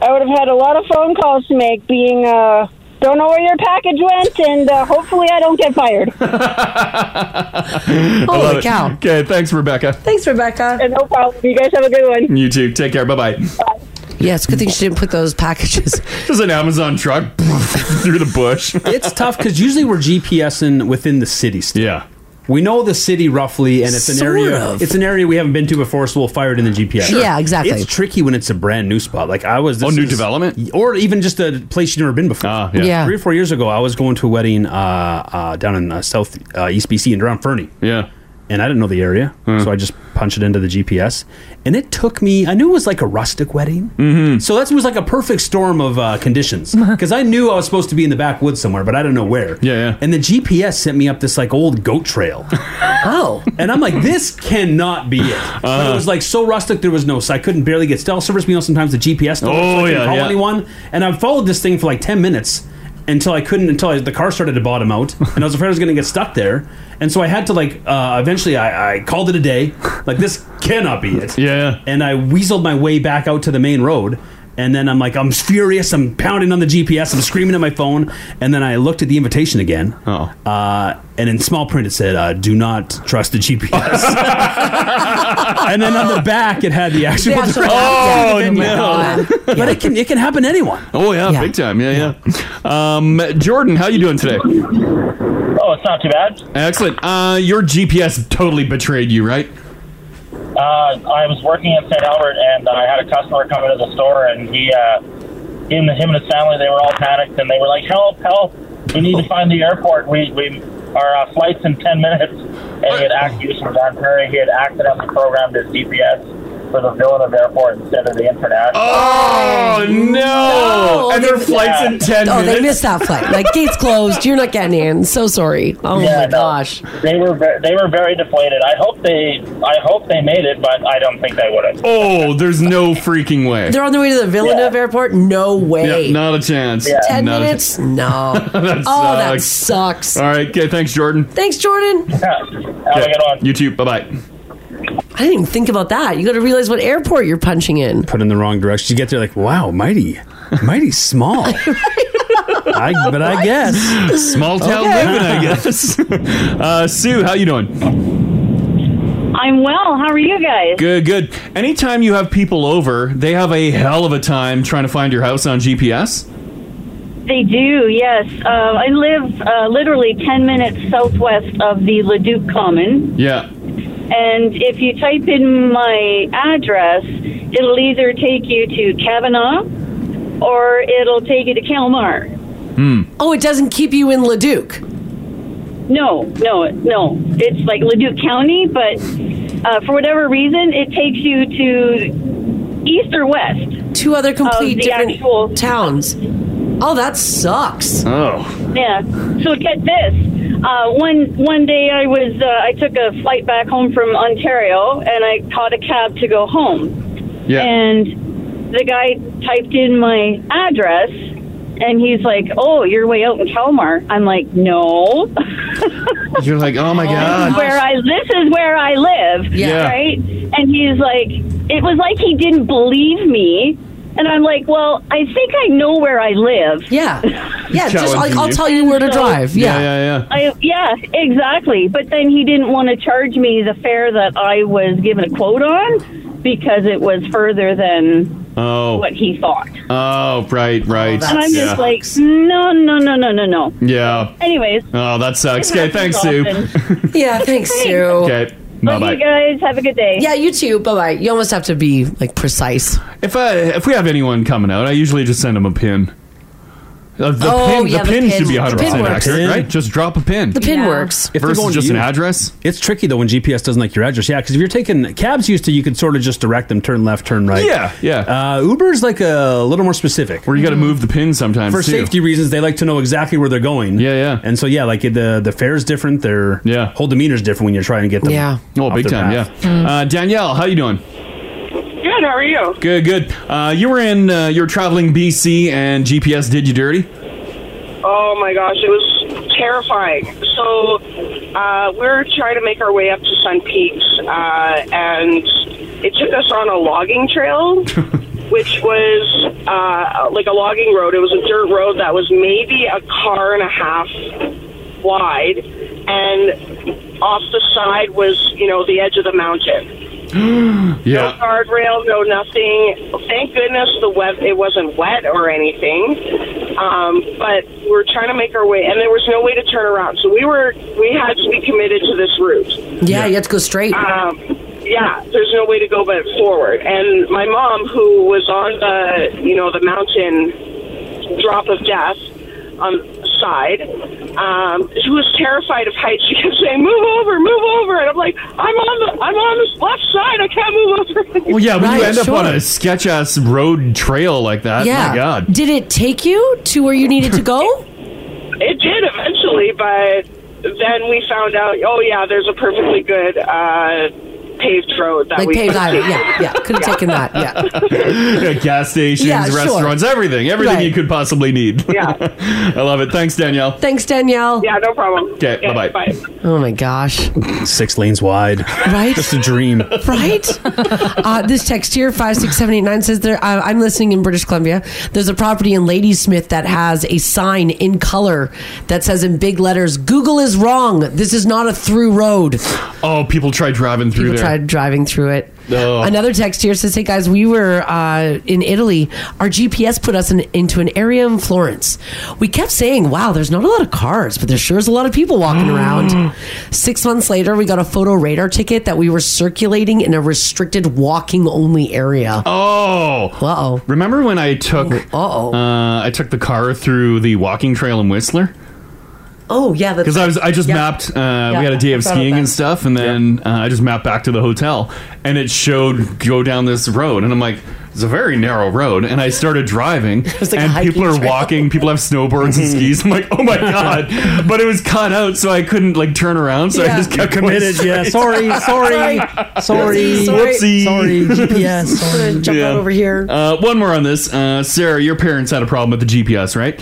I would have had a lot of phone calls to make. Being uh, Don't know where your package went, and uh, hopefully I don't get fired.
I
Holy
love it.
cow.
Okay, thanks, Rebecca.
Thanks, Rebecca. And no problem. You guys have a good one.
You too. Take care. Bye bye.
Yeah, it's a good thing she didn't put those packages.
Just an Amazon truck through the bush.
it's tough because usually we're GPSing within the city. Still.
Yeah.
We know the city roughly, and it's an
Sort
area.
of.
It's an area we haven't been to before, so we'll fire it in the GPS.
Sure. Yeah, exactly.
It's tricky when it's a brand new spot. Like I was. This new development, or even just a place you've never been before.
yeah. Yeah.
Three or four years ago, I was going to a wedding uh, uh, down in uh, South uh, East BC and around Fernie.
Yeah.
And I didn't know the area, so I just punched it into the GPS, and it took me. I knew it was like a rustic wedding, mm-hmm. so that was like a perfect storm of uh, conditions because I knew I was supposed to be in the backwoods somewhere, but I didn't know where. Yeah, yeah. And the GPS sent me up this like old goat trail.
oh,
and I'm like, this cannot be it. But it was like so rustic, there was no. So I couldn't barely get cell service. You know, sometimes the GPS. Don't work, so
Oh,
I couldn't
yeah,
call
yeah.
anyone. And I followed this thing for like ten minutes until I couldn't. Until I, the car started to bottom out, and I was afraid I was going to get stuck there. And so I had to like. Uh, eventually, I, I called it a day. Like this cannot be it.
Yeah.
And I weaseled my way back out to the main road. And then I'm like, I'm furious. I'm pounding on the GPS. I'm screaming at my phone. And then I looked at the invitation again. Oh. Uh, and in small print, it said, uh, "Do not trust the GPS." and then on the back, it had the actual.
The actual-
Oh,
Oh, no.
But it can it can happen to anyone.
Oh yeah, big time. Yeah, yeah. Um, Jordan, how you doing today?
Oh, it's not too bad.
Excellent. Uh, your GPS totally betrayed you, right?
Uh, I was working in St. Albert, and I had a customer come into the store, and he, uh, him, him and his family, they were all panicked, and they were like, "Help! Help! We need to find the airport. We, we, our uh, flight's in ten minutes." And he had act he was from Don Prairie. He had accidentally programmed his GPS for the Villeneuve Airport instead of the international.
Oh no! And their flight's in ten
Oh,
minutes.
they missed that flight. Like gates closed. You're not getting in. So sorry. Oh
Yeah,
my
no.
gosh.
They were ver- they were very deflated. I hope they I hope they made it, but I don't think they would have.
Oh, there's no freaking way.
They're on their way to the Villeneuve Airport. No way.
Yeah, not a chance.
Yeah. 10
Not a-
minutes? No.
that
Oh, that
sucks. All right. Okay. Thanks, Jordan.
Thanks, Jordan.
Okay, You too. Bye bye.
I didn't even think about that. You got to realize what airport you're punching in.
Put in the wrong direction. You get there like, wow, mighty, mighty small. I, but I guess
Small town living, I guess. uh, Sue, how you doing?
I'm well. How are you guys?
Good, good. Anytime you have people over, they have a hell of a time trying to find your house on GPS.
They do, yes. Uh, I live uh, literally 10 minutes southwest of the Leduc Common.
Yeah.
And if you type in my address, it'll either take you to Kavanaugh or it'll take you to Kalmar.
Hmm.
Oh, it doesn't keep you in Leduc? No, no, no. It's like Leduc County, but uh, for whatever reason, it takes you to east or west.
Two other complete
the
different towns. Oh, that sucks.
Oh.
Yeah. So get this. Uh, one one day I was uh, I took a flight back home from Ontario and I caught a cab to go home.
Yeah.
And the guy typed in my address and he's like, "Oh, you're way out in Kalmar." I'm like, "No."
You're like, oh my
Uh,
This is
god.
where I this is where I live.
Yeah.
Right? And he's like it was like he didn't believe me. And I'm like, Well, I think I know where I live.
Yeah. Yeah, just like
Challenging
I'll
you.
tell you where to
So-
drive. Yeah.
I, yeah, exactly. But then he didn't want to charge me the fare that I was given a quote on because it was further than
Oh.
what he thought.
Oh, right, right.
and I'm
yeah.
just like, no, no, no, no, no, no.
yeah.
Anyways.
Oh, that sucks. Okay, thanks, Sue.
Yeah, thanks, Sue.
Okay. Bye bye.
guys. Have a good day.
Yeah, you too. Bye bye. You almost have to be like precise.
If I if we have anyone coming out, I usually just send them a pin. Uh, the
Oh,
pin,
yeah, the
the pin, should
pin.
be
The
100
pin
percent
works.
accurate,
Pin.
right? Just drop a pin.
The pin Yeah. works.
they're
versus
going to
just an
you.
address.
It's tricky though when GPS doesn't like your address. Yeah, because if you're taking cabs, used to you could sort of just direct them, turn left, turn right.
Yeah,
yeah. Uh, Uber's like a little more specific.
Where you got to move the pin sometimes
for
too.
safety reasons. They like to know exactly where they're going. Yeah,
yeah.
And so yeah, like the the fare's different. Their yeah whole demeanor's different when you're trying to get them.
Yeah. Oh,
off
big
their
time. Yeah.
path.
Uh, Danielle, how you doing?
Good. How are you?
Good, good. Uh, you were in, uh, you were traveling BC, and GPS did you dirty.
Oh my gosh, it was terrifying. So uh, we we're trying to make our way up to Sun Peaks, uh, and it took us on a logging trail. which was uh, like a logging road. It was a dirt road that was maybe a car and a half wide, and off the side was, you know, the edge of the mountain. No
yeah.
guardrail, no nothing. Thank goodness the web it wasn't wet or anything. Um, but we were trying to make our way, and there was no way to turn around. So we were we had to be committed to this route.
Yeah, you have to go straight.
Oh
Um, yeah, there's no way to go but forward. And my mom, who was on the you know the mountain drop of death on the side, um, she was terrified of heights. She kept saying, "Move over, move over," and I'm like, "I'm on the I'm on this left side. I can't move over."
Well, yeah, when you end up on a sketch ass road trail like that,
yeah.
my God.
Did it take you to where you needed to go?
It did eventually, but then we found out. Oh yeah, there's a perfectly good uh, paved road that
like
we
paved
could
island.
take.
Yeah, yeah. Could have taken that. Yeah.
yeah, gas stations,
Yeah, sure.
restaurants, everything, everything
Right.
you could possibly need. Yeah. I love it. Thanks, Danielle.
Thanks, Danielle.
Yeah, no problem.
Okay, bye bye.
Oh my gosh.
Six lanes wide.
Right?
Just a dream.
Right? uh, this text here, 56789, says there, uh, I'm listening in British Columbia. There's a property in Ladysmith that has a sign in color that says in big letters, Google is wrong. This is not a through road.
Oh, people tried driving through
People
there.
tried driving through it.
Oh.
Another text here says, "Hey guys, we were uh, in Italy. Our GPS put us in, into an area in Florence. We kept saying, "Wow, there's not a lot of cars, but there sure is a lot of people
Mm.
walking around." Six months later, we got a photo radar ticket that we were circulating in a restricted walking only area.
Oh.
Uh-oh.
Remember when I took
Uh-oh.
Uh, I took the car through the walking trail in Whistler?
Oh yeah, that's-
Because I was I just
yeah.
mapped. Uh,
Yeah,
we had a day
I
of
forgot about
skiing
that.
and stuff, and then uh, I just mapped back to the hotel, and it showed go down this road, and I'm like. It's a very narrow road, and I started driving,
It's like a
and
hiking
people are
trail.
walking. People have snowboards and skis. I'm like, oh my god! But it was cut out, so I couldn't like turn around. So I
Yeah.
just kept
You're
going
committed,
straight.
yeah. Sorry, sorry, sorry,
Whoopsie.
sorry, GPS, sorry.
Gonna jump out over here.
Uh, one more on this, uh, Sarah. Your parents had a problem with the GPS, right?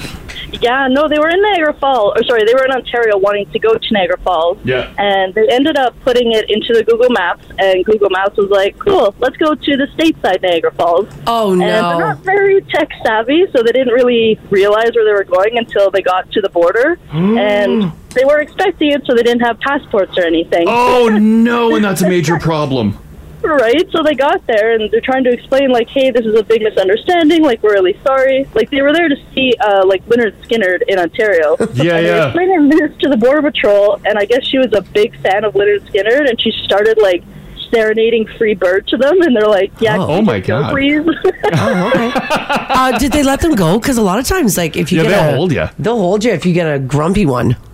Yeah, no, they were in Niagara Falls. Or sorry, they were in Ontario wanting to go to Niagara Falls.
Yeah.
And they ended up putting it into the Google Maps, and Google Maps was like, cool, let's go to the stateside Niagara Falls.
Oh,
and
no.
They're not very tech savvy, so they didn't really realize where they were going until they got to the border. and they were expecting it, so they didn't have passports or anything.
Oh no, and that's a major problem.
Right, so they got there and they're trying to explain, like, hey, this is a big misunderstanding. Like, we're really sorry. Like, they were there to see, uh, like, Leonard Skinner in Ontario.
Yeah,
and They were
yeah.
explaining this to the border patrol, and I guess she was a big fan of Leonard Skinner, and she started like serenading Free Bird to them, and they're like, yeah,
Oh.
can
Oh,
you
my
just go,
God.
please.
uh, did they let them go? Because a lot of times, like if you
Yeah,
get
they'll
a-
hold ya.
they'll hold you if you get a grumpy one.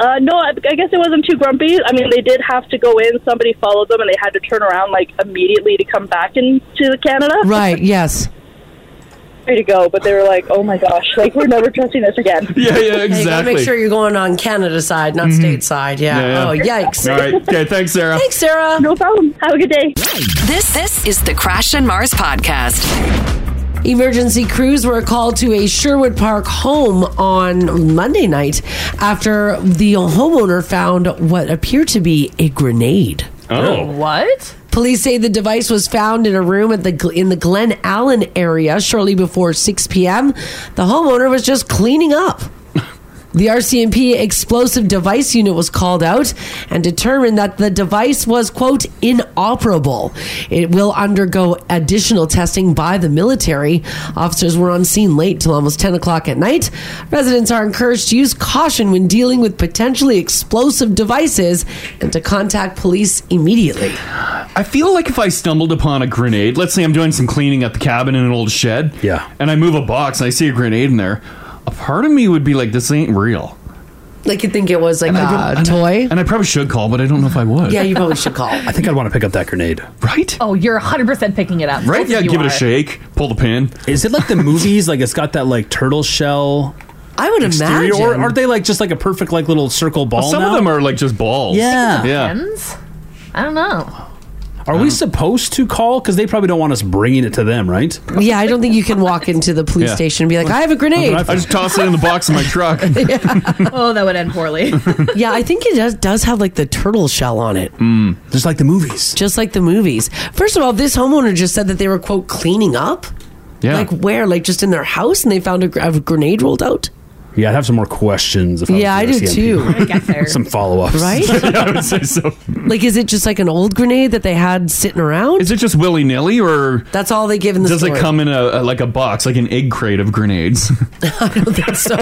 Uh, no, I, I guess it wasn't too grumpy. I mean, they did have to go in. Somebody followed them, and they had to turn around like immediately to come back into Canada.
Right? Yes.
Free to go, but they were like, oh my gosh, like we're never trusting this again.
Yeah, yeah,
You gotta
exactly. Mm-hmm.
make sure you're going on Canada side, not state side. Yeah. Oh, yikes.
All right. Okay. Thanks, Sarah.
Thanks, Sarah. No
problem. Have a good day.
This this is the Crash and Mars podcast.
Emergency crews were called to a Sherwood Park home on Monday night after the homeowner found what appeared to be a grenade.
Oh.
What? Police say the device was found in a room at the Gl- in the Glen Allen area shortly before 6 p.m. The homeowner was just cleaning up. The RCMP explosive device unit was called out and determined that the device was, quote, inoperable. It will undergo additional testing by the military. Officers were on scene late till almost 10 o'clock at night. Residents are encouraged to use caution when dealing with potentially explosive devices and to contact police immediately.
I feel like if I stumbled upon a grenade, let's say I'm doing some cleaning at the cabin in an old shed, yeah, and I move a box and I see a grenade in there, a part of me would be like, "This ain't real."
Like you think it was like
And I don't-
a toy?
And I probably should call, but I don't know if I would.
Yeah, you probably should call.
I think I'd want to pick up that grenade.
Right?
Oh, you're 100% picking it up.
Right?
Both of
Yeah,
you
give it a
are.
shake.
Shake, pull the pin.
Is it like the movies? Like it's got that like turtle shell.
I would
exterior, Or
imagine.
aren't they like just like a perfect like little circle ball?
some of
now?
them are like just balls.
Yeah.
Depends. I don't know.
Are we supposed to call? Because they probably don't want us bringing it to them, right?
Yeah, I don't think you can walk into the police
Yeah.
station and be like, I have a grenade.
I just toss it in the box in my truck.
oh, that would end poorly.
yeah, I think it does, does have like the turtle shell on it.
Mm.
Just like the movies.
Just like the movies. First of all, this homeowner just said that they were, quote, cleaning up.
Yeah.
Like where? Like just in their house and they found a, gr- a grenade rolled out?
Yeah, I'd have some more questions. If
Yeah,
I,
I
was
do
the SCMP.
too. I get there.
some follow ups,
Right? Yeah, I would
say so.
Like, is it just like an old grenade that they had sitting around?
Is it just willy nilly, or
that's all they give in the
Does
store?
it come in a, a- like a box, like an egg crate of grenades?
I don't think so.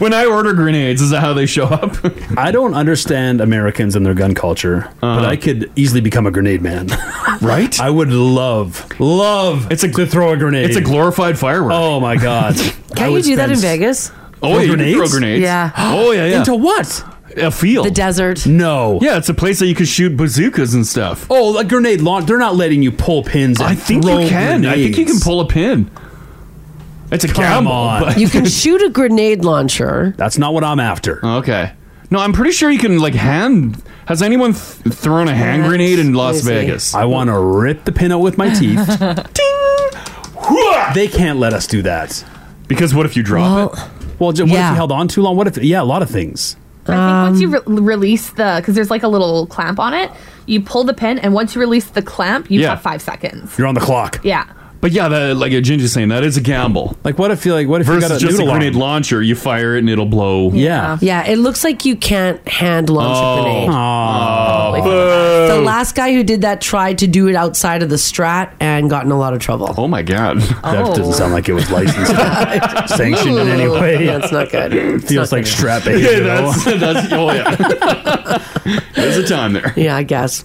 when I order grenades, is that how they show up?
I don't understand Americans and their gun culture, but I could easily become a grenade man.
Uh-huh. right?
I would love, love it's a, to throw a grenade.
it's a glorified firework.
Oh my god!
Can you do that in Vegas?
Oh, yeah, you can throw grenades.
Yeah.
Oh yeah, yeah.
what?
a field, the
desert.
No.
Yeah, it's a place that you can shoot bazookas and stuff.
Oh, a grenade launch. They're not letting you pull pins. And
I think you
throw
can. I think you can
grenades.
pull a pin. It's a
Come
camel.
on.
You can shoot a grenade launcher.
That's not what I'm after.
Okay. No, I'm pretty sure you can like hand. Has anyone th- thrown a hand
That's
grenade in Las
crazy.
Vegas?
I want to rip the pin out with my teeth. they can't let us do that
because what if you drop
it? Well, ju- what if you held on too long? What if? Yeah, a lot of things.
I think
Um,
once you re- release the, because there's like a little clamp on it, you pull the pin, and once you release the clamp, you
Yeah.
have five seconds.
You're on the clock.
Yeah.
But yeah, that, like a ginger's saying, that is a gamble.
Like what if you like what if you
versus
got a
just
noodle
a
arm?
grenade launcher? You fire it and it'll blow.
Yeah.
Yeah, it looks like you can't hand launch a grenade.
Oh,
The last guy who did that tried to do it outside of the strat and got in a lot of trouble.
Oh my god.
That doesn't sound like it was licensed, or sanctioned in any
Ooh,
way.
that's not good.
Feels like strap A.
Yeah, that's, that's oh yeah. There's a time there.
Yeah, I guess.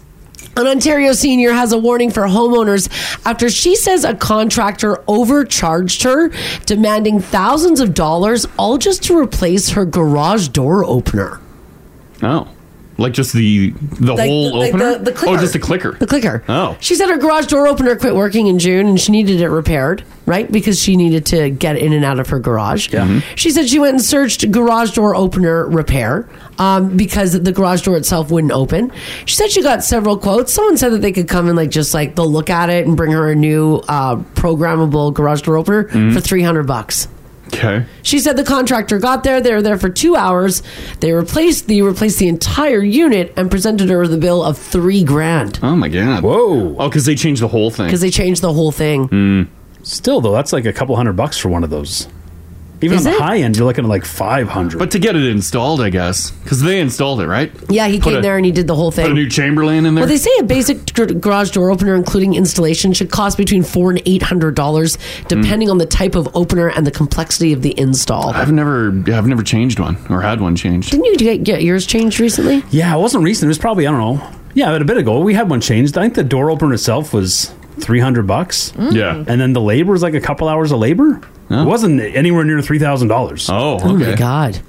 An Ontario senior has a warning for homeowners after she says a contractor overcharged her, demanding thousands of dollars all just to replace her garage door opener.
Oh, like just the the
Like-
whole
like
opener.
the- the
Oh,
clicker.
just the clicker.
The clicker.
Oh,
She said her garage door opener quit working in June and she needed it repaired, right? Because she needed to get in and out of her garage. Yeah. She said she went and searched garage door opener repair um, because the garage door itself wouldn't open. She said she got several quotes. Someone said that they could come and like just like they'll look at it and bring her a new uh, programmable garage door opener
Mhm.
for three hundred bucks.
okay.
She said the contractor got there. They were there for two hours. They replaced they replaced the entire unit and presented her with a bill of three grand
Oh my god.
Whoa.
Oh, because they changed the whole thing. Hmm.
because they changed the whole thing.
Still though, that's like a couple hundred bucks for one of those. Even
Is
on the
it?
high end, you're looking at like five hundred.
But to get it installed, I guess, because they installed it, right?
Yeah, he
Put
came
a-
there and he did the whole
Put a
thing.
new Chamberlain in there.
Well, they say a basic gar- garage door opener, including installation, should cost between four and eight hundred dollars, depending
Mm.
on the type of opener and the complexity of the install.
I've never, yeah, I've never changed one or had one changed.
Didn't you get, get yours changed recently?
Yeah, it wasn't recent. It was probably I don't know. Yeah, a bit ago we had one changed. I think the door opener itself was three hundred bucks.
Mm. Yeah.
and then the labor was like a couple hours of labor. It wasn't anywhere near three thousand dollars.
Oh, Oh my okay.
god!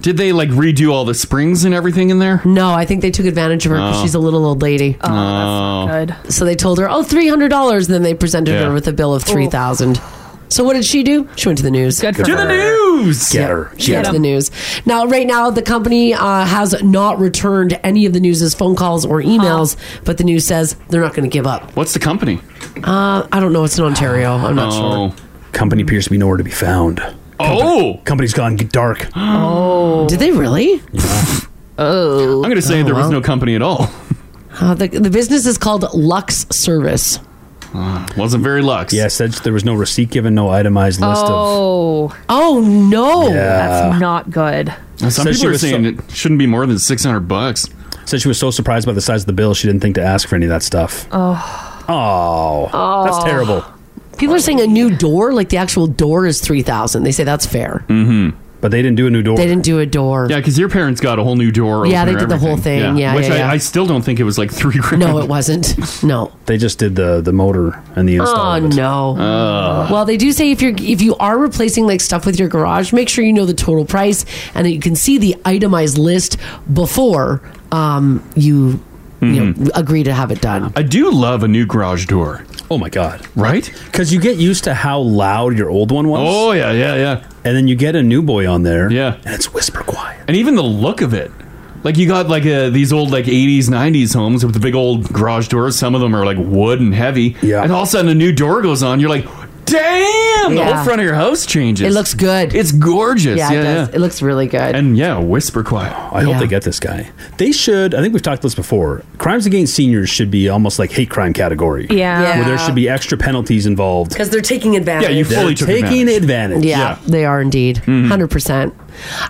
Did they like redo all the springs and everything in there?
No, I think they took advantage of her because
Oh.
she's a little old lady.
Oh,
good. So they told her, "Oh, three hundred dollars," and then they presented
Yeah.
her with a bill of three thousand. So what did she do? She went to the news.
Oh. for To the her. news! Get her.
She went
Get
to the
him.
news. Now, right now, the company uh, has not returned any of the news's phone calls or emails, but the news says they're not going to give up.
What's the company?
Uh, I don't know. It's in Ontario. I'm not sure.
Company appears to be nowhere to be found.
oh,
company's gone dark.
Oh, did they really? oh,
I'm gonna say there was no company at all.
Uh, the the business is called Lux Service.
Uh, wasn't very lux.
Yeah, it said there was no receipt given, no itemized list of.
oh.
Oh no.
Yeah.
That's not good.
Some
Said she
people are
was so-
saying it shouldn't be more than six hundred bucks.
Said she was so surprised by the size of the bill, she didn't think to ask for any of that stuff.
Oh,
Oh, that's
Oh.
terrible.
people are saying a new door, like the actual door, is three thousand. They say that's fair.
Mm-hmm.
But they didn't do a new door.
They didn't do a door.
Yeah, because your parents got a whole new door.
Yeah,
opener,
they did the whole
everything.
thing. Yeah,
which
yeah,
I,
yeah.
I still don't think it was like three grand.
No, it wasn't. No.
They just did the the motor and the install.
Oh no. Well, they do say if you're if you are replacing like stuff with your garage, make sure you know the total price and that you can see the itemized list before um, you, you know, agree to have it done.
I do love a new garage door.
Oh my god!
Right?
Because you get used to how loud your old one was.
Oh yeah, yeah, yeah.
And then you get a new boy on there.
Yeah,
and it's whisper quiet.
And even the look of it. Like you got like uh these old like '80s, '90s homes with the big old garage doors. Some of them are like wood and heavy. Yeah. And all of a sudden, a new door goes on. You're like, damn! The
Yeah.
whole front of your house changes.
It looks good.
It's gorgeous.
Yeah, it does. It looks really good.
And yeah, whisper quiet.
I hope
Yeah.
they get this guy. They should. I think we've talked this before. Crimes against seniors should be almost like hate crime category.
Yeah. Yeah.
where there should be extra penalties involved.
Because they're taking advantage.
They're taking advantage.
Yeah, they are indeed.
Mm-hmm.
100%.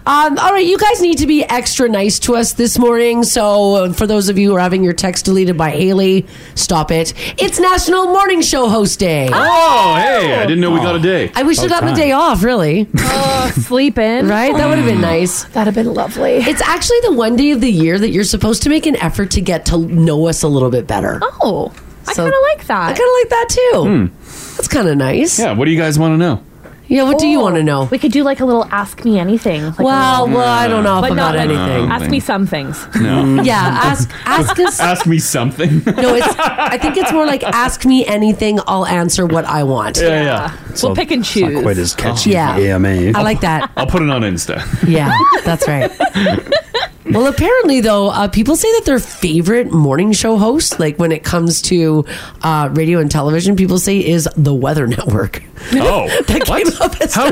Um, all right, you guys need to be extra nice to us this morning. So, uh, for those of you who are having your text deleted by Haley, stop it. It's National Morning Show Host Day.
Oh, hey! I didn't know we got a day.
I wish you got the day off, really. Oh, sleeping. Right? That would have
Mm.
been nice. That'd have been lovely. It's actually the one day of the year that you're supposed to make an effort to get to know us a little bit better.
Oh, I
So-
kind of like that.
I kind of like that too. That's kind of nice.
Hmm. Yeah. What do you guys want to know?
Yeah, what do you want to know?
We could do like a little ask me anything. Like a
Well,
little-
well, I don't know if
But
about
not like,
anything.
Ask me some things.
No.
Yeah, ask ask us.
Ask me something.
No, it's. I think it's more like ask me anything. I'll answer what I want.
Yeah, yeah. Yeah.
We'll
So
pick and choose.
not quite as catchy
Oh. Yeah.
as the AMA.
I like that.
I'll put it on Insta.
Yeah, that's right. well, apparently, though, uh, people say that their favorite morning show host, like when it comes to uh, radio and television, people say is the Weather Network.
Oh, How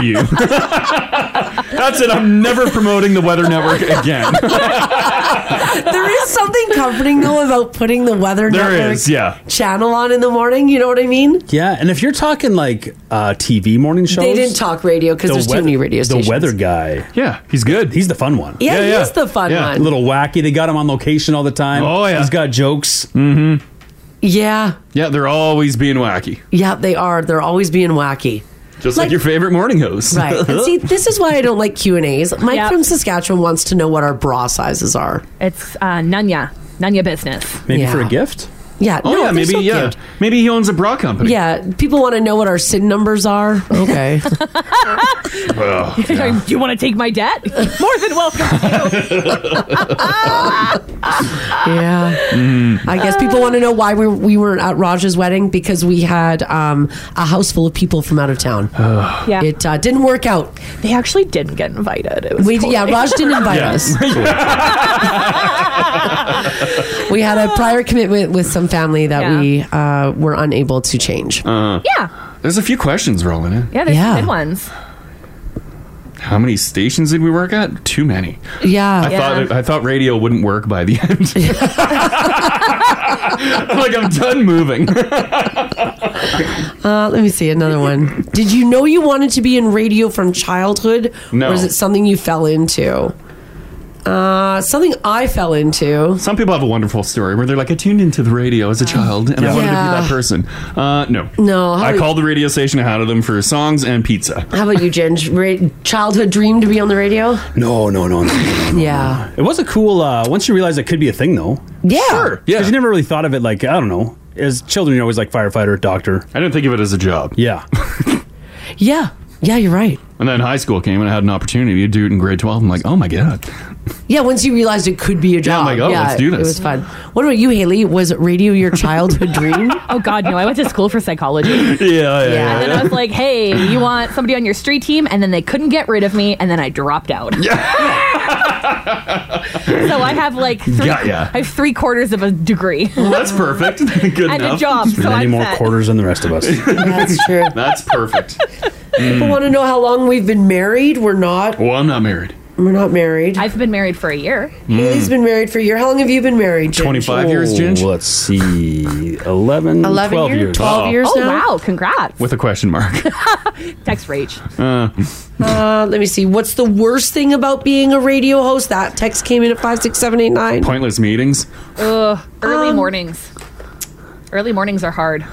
you? That's it. I'm never promoting the Weather Network again.
there is something comforting though about putting the Weather
There
Network
is, yeah.
channel on in the morning. You know what I mean?
Yeah, and if you're talking like uh, TV morning shows,
They didn't talk radio because
the
there's
weather-
too many radio stations.
The weather guy.
Yeah, he's good.
He's the fun one.
Yeah, he is the fun one.
A little wacky. They got him on location all the time. Oh yeah, he's got jokes.
Mm-hmm.
Yeah,
Yeah, they're always being wacky,
yeah, they are. They're always being wacky.
just like,
Like-
your favorite morning host.
Right. And see, this is why I don't like Q and A's. Mike from Saskatchewan wants to know what our bra sizes are.
It's uh, none ya, none ya business.
maybe for a gift.
Yeah.
Oh
no,
yeah,
they're
maybe
so
yeah,
cute.
maybe he owns a bra company.
Yeah, people want to know what our sin numbers are. Okay.
Ugh.
you want to take my debt? More than welcome.
yeah. I guess people want to know why we, we weren't at Raj's wedding because we had um, a house full of people from out of town. yeah. It uh, didn't work out.
They actually didn't get invited. It was
We,
totally-
Yeah, Raj didn't invite us. we had a prior commitment with some family that
Yeah.
we uh, were unable to change.
Uh,
Yeah.
There's a few questions rolling in.
Yeah, there's some good ones.
How many stations did we work at? Too many.
Yeah.
I thought I thought radio wouldn't work by the end. I'm like I'm done moving.
Uh, let me see another one. Did you know you wanted to be in radio from childhood?
No.
Or is it something you fell into? Uh, something I fell into.
Some people have a wonderful story where they're like, I tuned into the radio as a child and I wanted to be
Yeah.
that person. Uh, no.
No, how
I
about-
called the radio station and of them for songs and pizza.
How about you, Jen? Ra- childhood dream to be on the radio?
No, no, no, no.
Yeah.
It was a cool. Uh, once you realize it could be a thing, though.
Yeah. Sure.
Yeah. Because you never really thought of it like I don't know. As children, you're always like firefighter, doctor.
I didn't think of it as a job.
Yeah.
Yeah. Yeah, you're right.
And then high school came and I had an opportunity to do it in grade 12. I'm like, oh my God.
Yeah, once you realized it could be a job.
like, oh, let's do
It
this.
was fun. What about you, Haley? Was radio your childhood dream?
Oh God, no! I went to school for psychology.
Yeah,
Yeah, and then I was like, "Hey, you want somebody on your street team?" And then they couldn't get rid of me, and then I dropped out. so I have like three,
Got ya.
I have three quarters of a degree.
Well, that's perfect. Good
And a enough. job, so
many
I'm
more
set.
quarters than the rest of us.
That's true.
That's perfect.
People want to know how long we've been married. We're not.
Well, I'm not married.
We're not married.
I've been married for a year.
Haley's been married for a year. How long have you been married? Jen?
Oh, Let's see. 11,
11
12
years?
years.
12 years
oh
now?
wow! Congrats.
With a question mark.
Text Rage.
Uh,
Uh, let me see. What's the worst thing about being a radio host? That text came in at five six seven eight nine.
pointless meetings.
Ugh,
Um,
early mornings. Early mornings are hard.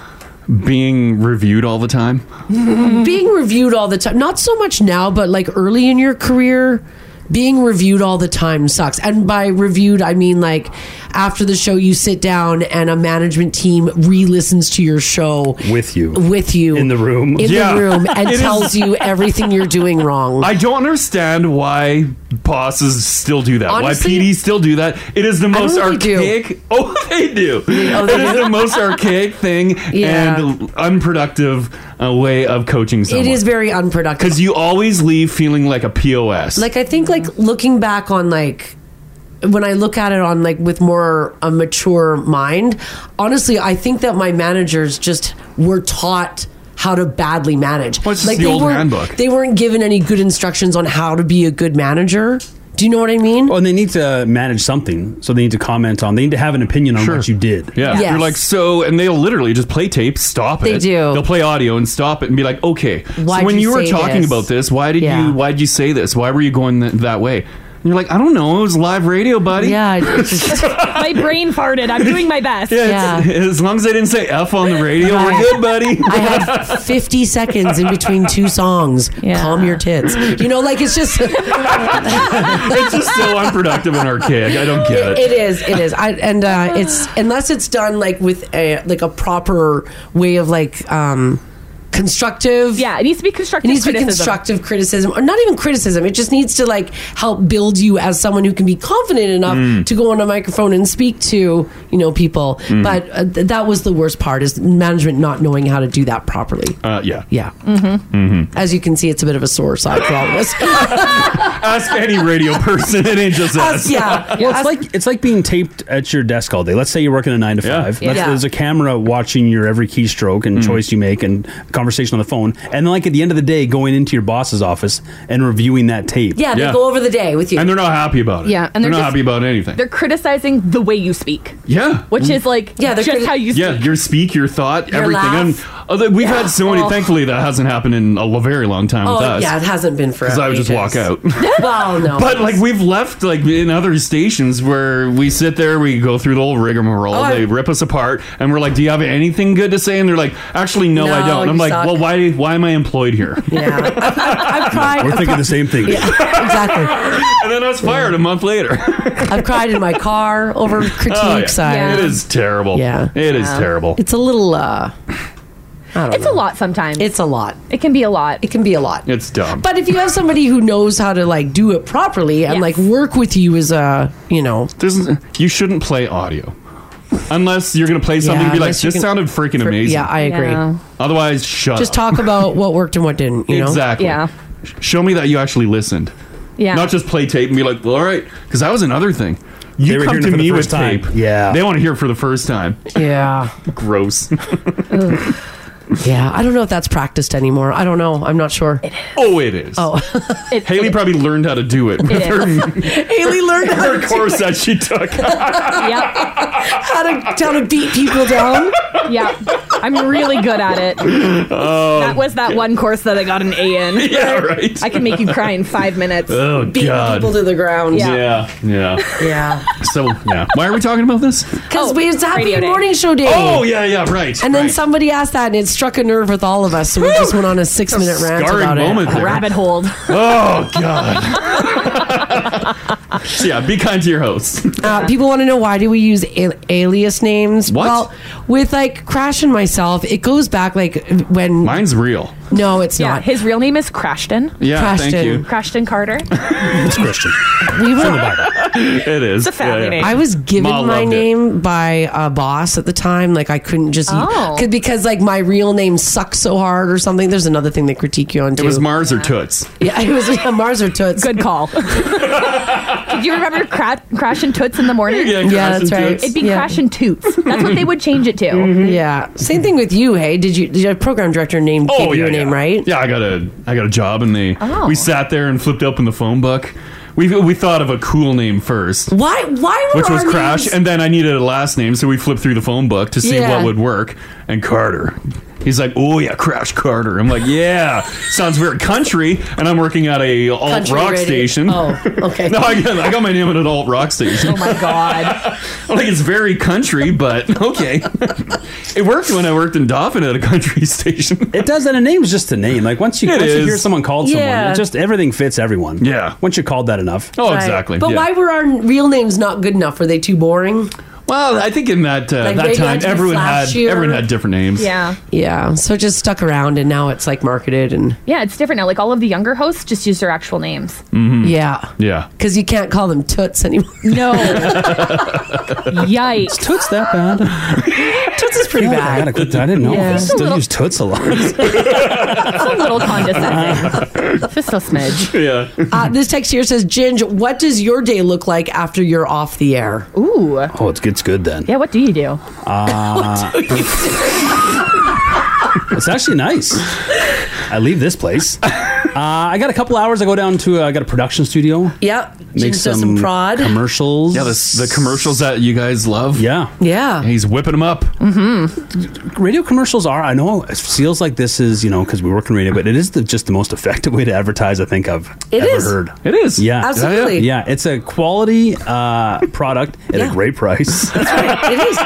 Being reviewed all the time.
being reviewed all the time. Not so much now, but like early in your career, being reviewed all the time sucks. And by reviewed, I mean like after the show, you sit down and a management team re-listens to your show
With you.
with you
In the room.
in
Yeah.
the room and
It is-
tells you everything you're doing wrong.
I don't understand why bosses still do that.
Honestly-
why PDs still do that. It is the
don't
most
think they do.
archaic. Oh, they do.
Oh, they
it is
do?
the most archaic thing
Yeah.
and unproductive uh, way of coaching someone.
It is very unproductive.
because you always leave feeling like a pos.
Like I think like looking back on like when I look at it on like with more a mature mind, honestly, I think that my managers just were taught how to badly manage.
it's just the old
weren't-
handbook.
They weren't given any good instructions on how to be a good manager. Do you know what I mean?
Well, Oh, and they need to manage something, so they need to comment on. They need to have an opinion on what you did.
Yeah, you're like so, and they'll literally just play tape, stop it.
They do.
They'll play audio and stop it, and be like, "Okay,
Why'd
so when
you
you, were
say
talking
this?
about this, why did
Yeah.
you why did you say this? Why were you going th- that way?" And you're like, "I don't know. It was live radio, buddy."
Yeah, it's
my brain farted. I'm doing my best.
it's- As long as I didn't say f on the radio, we're good, buddy.
I had 50 seconds in between two songs. Calm your tits. You know, like it's just.
it's just so unproductive and archaic. I don't get it.
It is. It is. I, and uh, it's unless it's done like with a like a proper way of like um, constructive.
Yeah, it needs to be constructive.
It needs to be
criticism.
constructive criticism, or not even criticism. It just needs to like help build you as someone who can be confident enough
Mm.
to go on a microphone and speak to you know people.
Mm.
But uh, th- that was the worst part is management not knowing how to do that properly.
Uh, yeah.
Yeah.
Mm-hmm. Mm-hmm.
As you can see, it's a bit of a sore side for all of us.
Ask any radio person, it ain't just us.
Well, it's like it's like being taped at your desk all day. Let's say you're working a nine to five. Let's-
Yeah. Mm.
There's a camera watching your every keystroke and choice you make and conversation on the phone. And then, like at the end of the day, going into your boss's office and reviewing that tape.
Yeah, they go over the day with you,
and
they're not happy about
it. Yeah, and They're they're not just- happy
about anything.
They're criticizing the way you speak,
Yeah.
which is like yeah, just how you
Yeah, your speak, your thought,
Your
everything.
laugh.
And other, we've
Yeah.
had so many.
Oh.
Thankfully, that hasn't happened in a very long time
Oh,
with us.
yeah, it hasn't been for
Because I would just
ages.
walk out.
well, no.
But like we've left like in other stations where we sit there, we go through the whole rigmarole,
Oh, I-
they rip us apart, and we're like, "Do you have anything good to say?" And they're like, "Actually, no, I
No,
don't." And I'm
you
like,
suck.
"Well, why? Why am I employed here?"
Yeah, I've cried. I've cried-
same thing.
exactly.
and then I was fired a month later.
I've cried in my car over critiques.
Oh,
I,
yeah. It is terrible.
Yeah.
it is terrible.
It's a little. uh I don't
It's
know.
a lot sometimes.
It's a lot.
It can be a lot.
It can be a lot.
It's dumb.
But if you have somebody who knows how to like do it properly and like work with you as a uh, you know,
there's you shouldn't play audio unless you're gonna play something
Yeah,
and be like,
unless you
"This
can-
sounded freaking
fr-
amazing."
yeah, I agree. Yeah.
Otherwise, shut
just
up.
talk about what worked and what didn't. You know
Exactly. Sh- Show me that you actually listened.
Yeah.
Not just play tape and be like, well, all right, because that was another thing.
They
You
were
come
hearing it
to
for the
me with
first time.
tape.
Yeah.
They want to hear it for the first time.
Yeah.
Gross.
Yeah, I don't know if that's practiced anymore. I don't know. I'm not sure.
oh, it is.
Oh,
Haley probably learned how to do it. with her,
Haley learned how
her
to do
course
it.
that she took.
how to how to beat people down.
Yeah, I'm really good at it.
Oh,
that was that one course that I got an A in.
Yeah, right.
I can make you cry in five minutes.
Oh,
Beat
God.
people to
the ground.
Yeah. Yeah.
Yeah.
So, yeah. Why are we talking about this?
Because
Oh,
we it's happy morning show day.
Oh, yeah, yeah, right.
And then
right.
somebody asked that, and it struck a nerve with all of us. So we just went on a six-minute rant
scarring
about
moment
it.
there. Rabbit
hole.
Oh, God. so, yeah, be kind to your hosts.
Uh, people want to know why do we use al- alias names?
What?
Well, with like Crash and myself, it goes back like when
mine's real.
No, it's
Yeah,
not.
his real name is Crashton.
Yeah, thank Crashton. you.
Crashton Carter.
It's Christian.
We were-
it is.
It's a family name.
I was given
Ma
my
loved it.
name by a boss at the time. Like I couldn't just
Oh.
could- because like my real name sucks so hard or something. There's another thing they critique you on
It
too.
was Mars or Toots.
Yeah, it was yeah, Mars or Toots.
Good call. Do you remember cra- Crash and Toots in the morning?
Yeah, Yeah, Crash that's and right. Toots.
It'd be
Yeah.
Crash and Toots. That's what they would change it to. Mm-hmm.
Yeah. Same thing with you. Hey, did you did your program director name
Oh
give
yeah,
you a name
yeah.
right?
Yeah, I got a I got a job, and they
Oh.
we sat there and flipped open the phone book. We we thought of a cool name first.
Why? Why were
Which was
our
Crash,
names-
and then I needed a last name, so we flipped through the phone book to see
Yeah.
what would work. And Carter, he's like, "Oh yeah, Crash Carter." I'm like, "Yeah, sounds very country." And I'm working at a alt
Country
rock
radio-
station.
Oh, okay.
no, I got, I got my name at an alt rock station.
Oh my god.
I'm like it's very country, but okay. it worked when I worked in Dauphin at a country station.
It does, and a name's just a name. Like once you,
It
once you
is.
hear someone called someone,
Yeah.
it just everything fits everyone. Yeah. Once you're called that enough.
Oh,
Right. But why were our real names not good enough? Were they too boring?
Well, I think in that uh,
Like
that
radio
time,
to the
everyone had
flashier.
everyone had different names.
Yeah.
Yeah. Oh, So it just stuck around, and now it's like marketed and
Yeah, it's different now. Like all of the younger hosts just use their actual names.
Hmm.
Mm-hmm.
yeah,
yeah.
because you can't call them toots anymore.
No. Yikes.
Toots that bad.
Toots is pretty
I,
bad.
gotta quit that. I didn't know.
Yeah.
I
Just a
still
little-
use toots a lot.
It's a little condescending. Just a smidge.
Yeah.
Uh, this text here says, Ginge, what does your day look like after you're off the air?
Ooh.
Oh, it gets good then.
Yeah, what do you do?
Uh, it's actually nice. I leave this place. Uh, I got a couple hours. I go down to uh, I got a production studio.
Yep. Ginge
Make
does
some,
some prod.
commercials.
Yeah, the, the commercials that you guys love.
Yeah.
Yeah.
He's whipping them up.
Mm-hmm. Radio commercials are. I know it feels like this is you know because we work in radio, but it is the, just the most effective way to advertise. I think I've
It
ever
is.
heard.
It is.
Yeah.
Absolutely.
Yeah. yeah. It's a quality uh, product at a great price.
It is.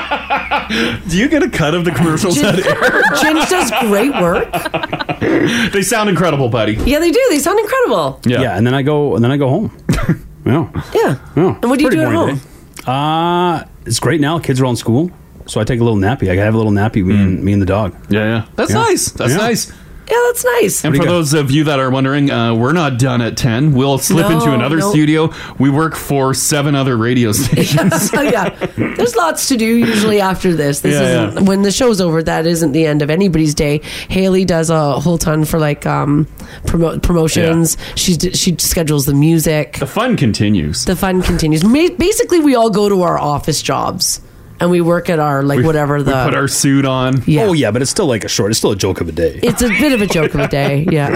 Do you get a cut of the commercials that air?
Ginge does great work.
they sound incredible, buddy.
Yeah, they do. They sound incredible.
Yeah. and then I go and then I go home. yeah.
Yeah.
Yeah.
And what do you
Pretty
do at home?
boring day. Uh it's great now. Kids are all in school. So I take a little nappy. I have a little nappy
Hmm.
me and me and the dog.
Yeah, yeah. That's nice. That's nice.
Yeah, that's nice.
And for those of you that are wondering, uh, we're not done at 10. We'll slip
No,
into another
no.
studio. We work for seven other radio stations.
yeah. There's lots to do usually after this. This
Yeah,
isn't when the show's over, that isn't the end of anybody's day. Haley does a whole ton for like um promo- promotions. She's she schedules the music.
The fun continues.
The fun continues. Ma- basically we all go to our office jobs and we work at our like whatever the
put our suit on.
Oh yeah, but it's still like a short. It's still a joke of a day.
It's a bit of a joke of a day. Yeah.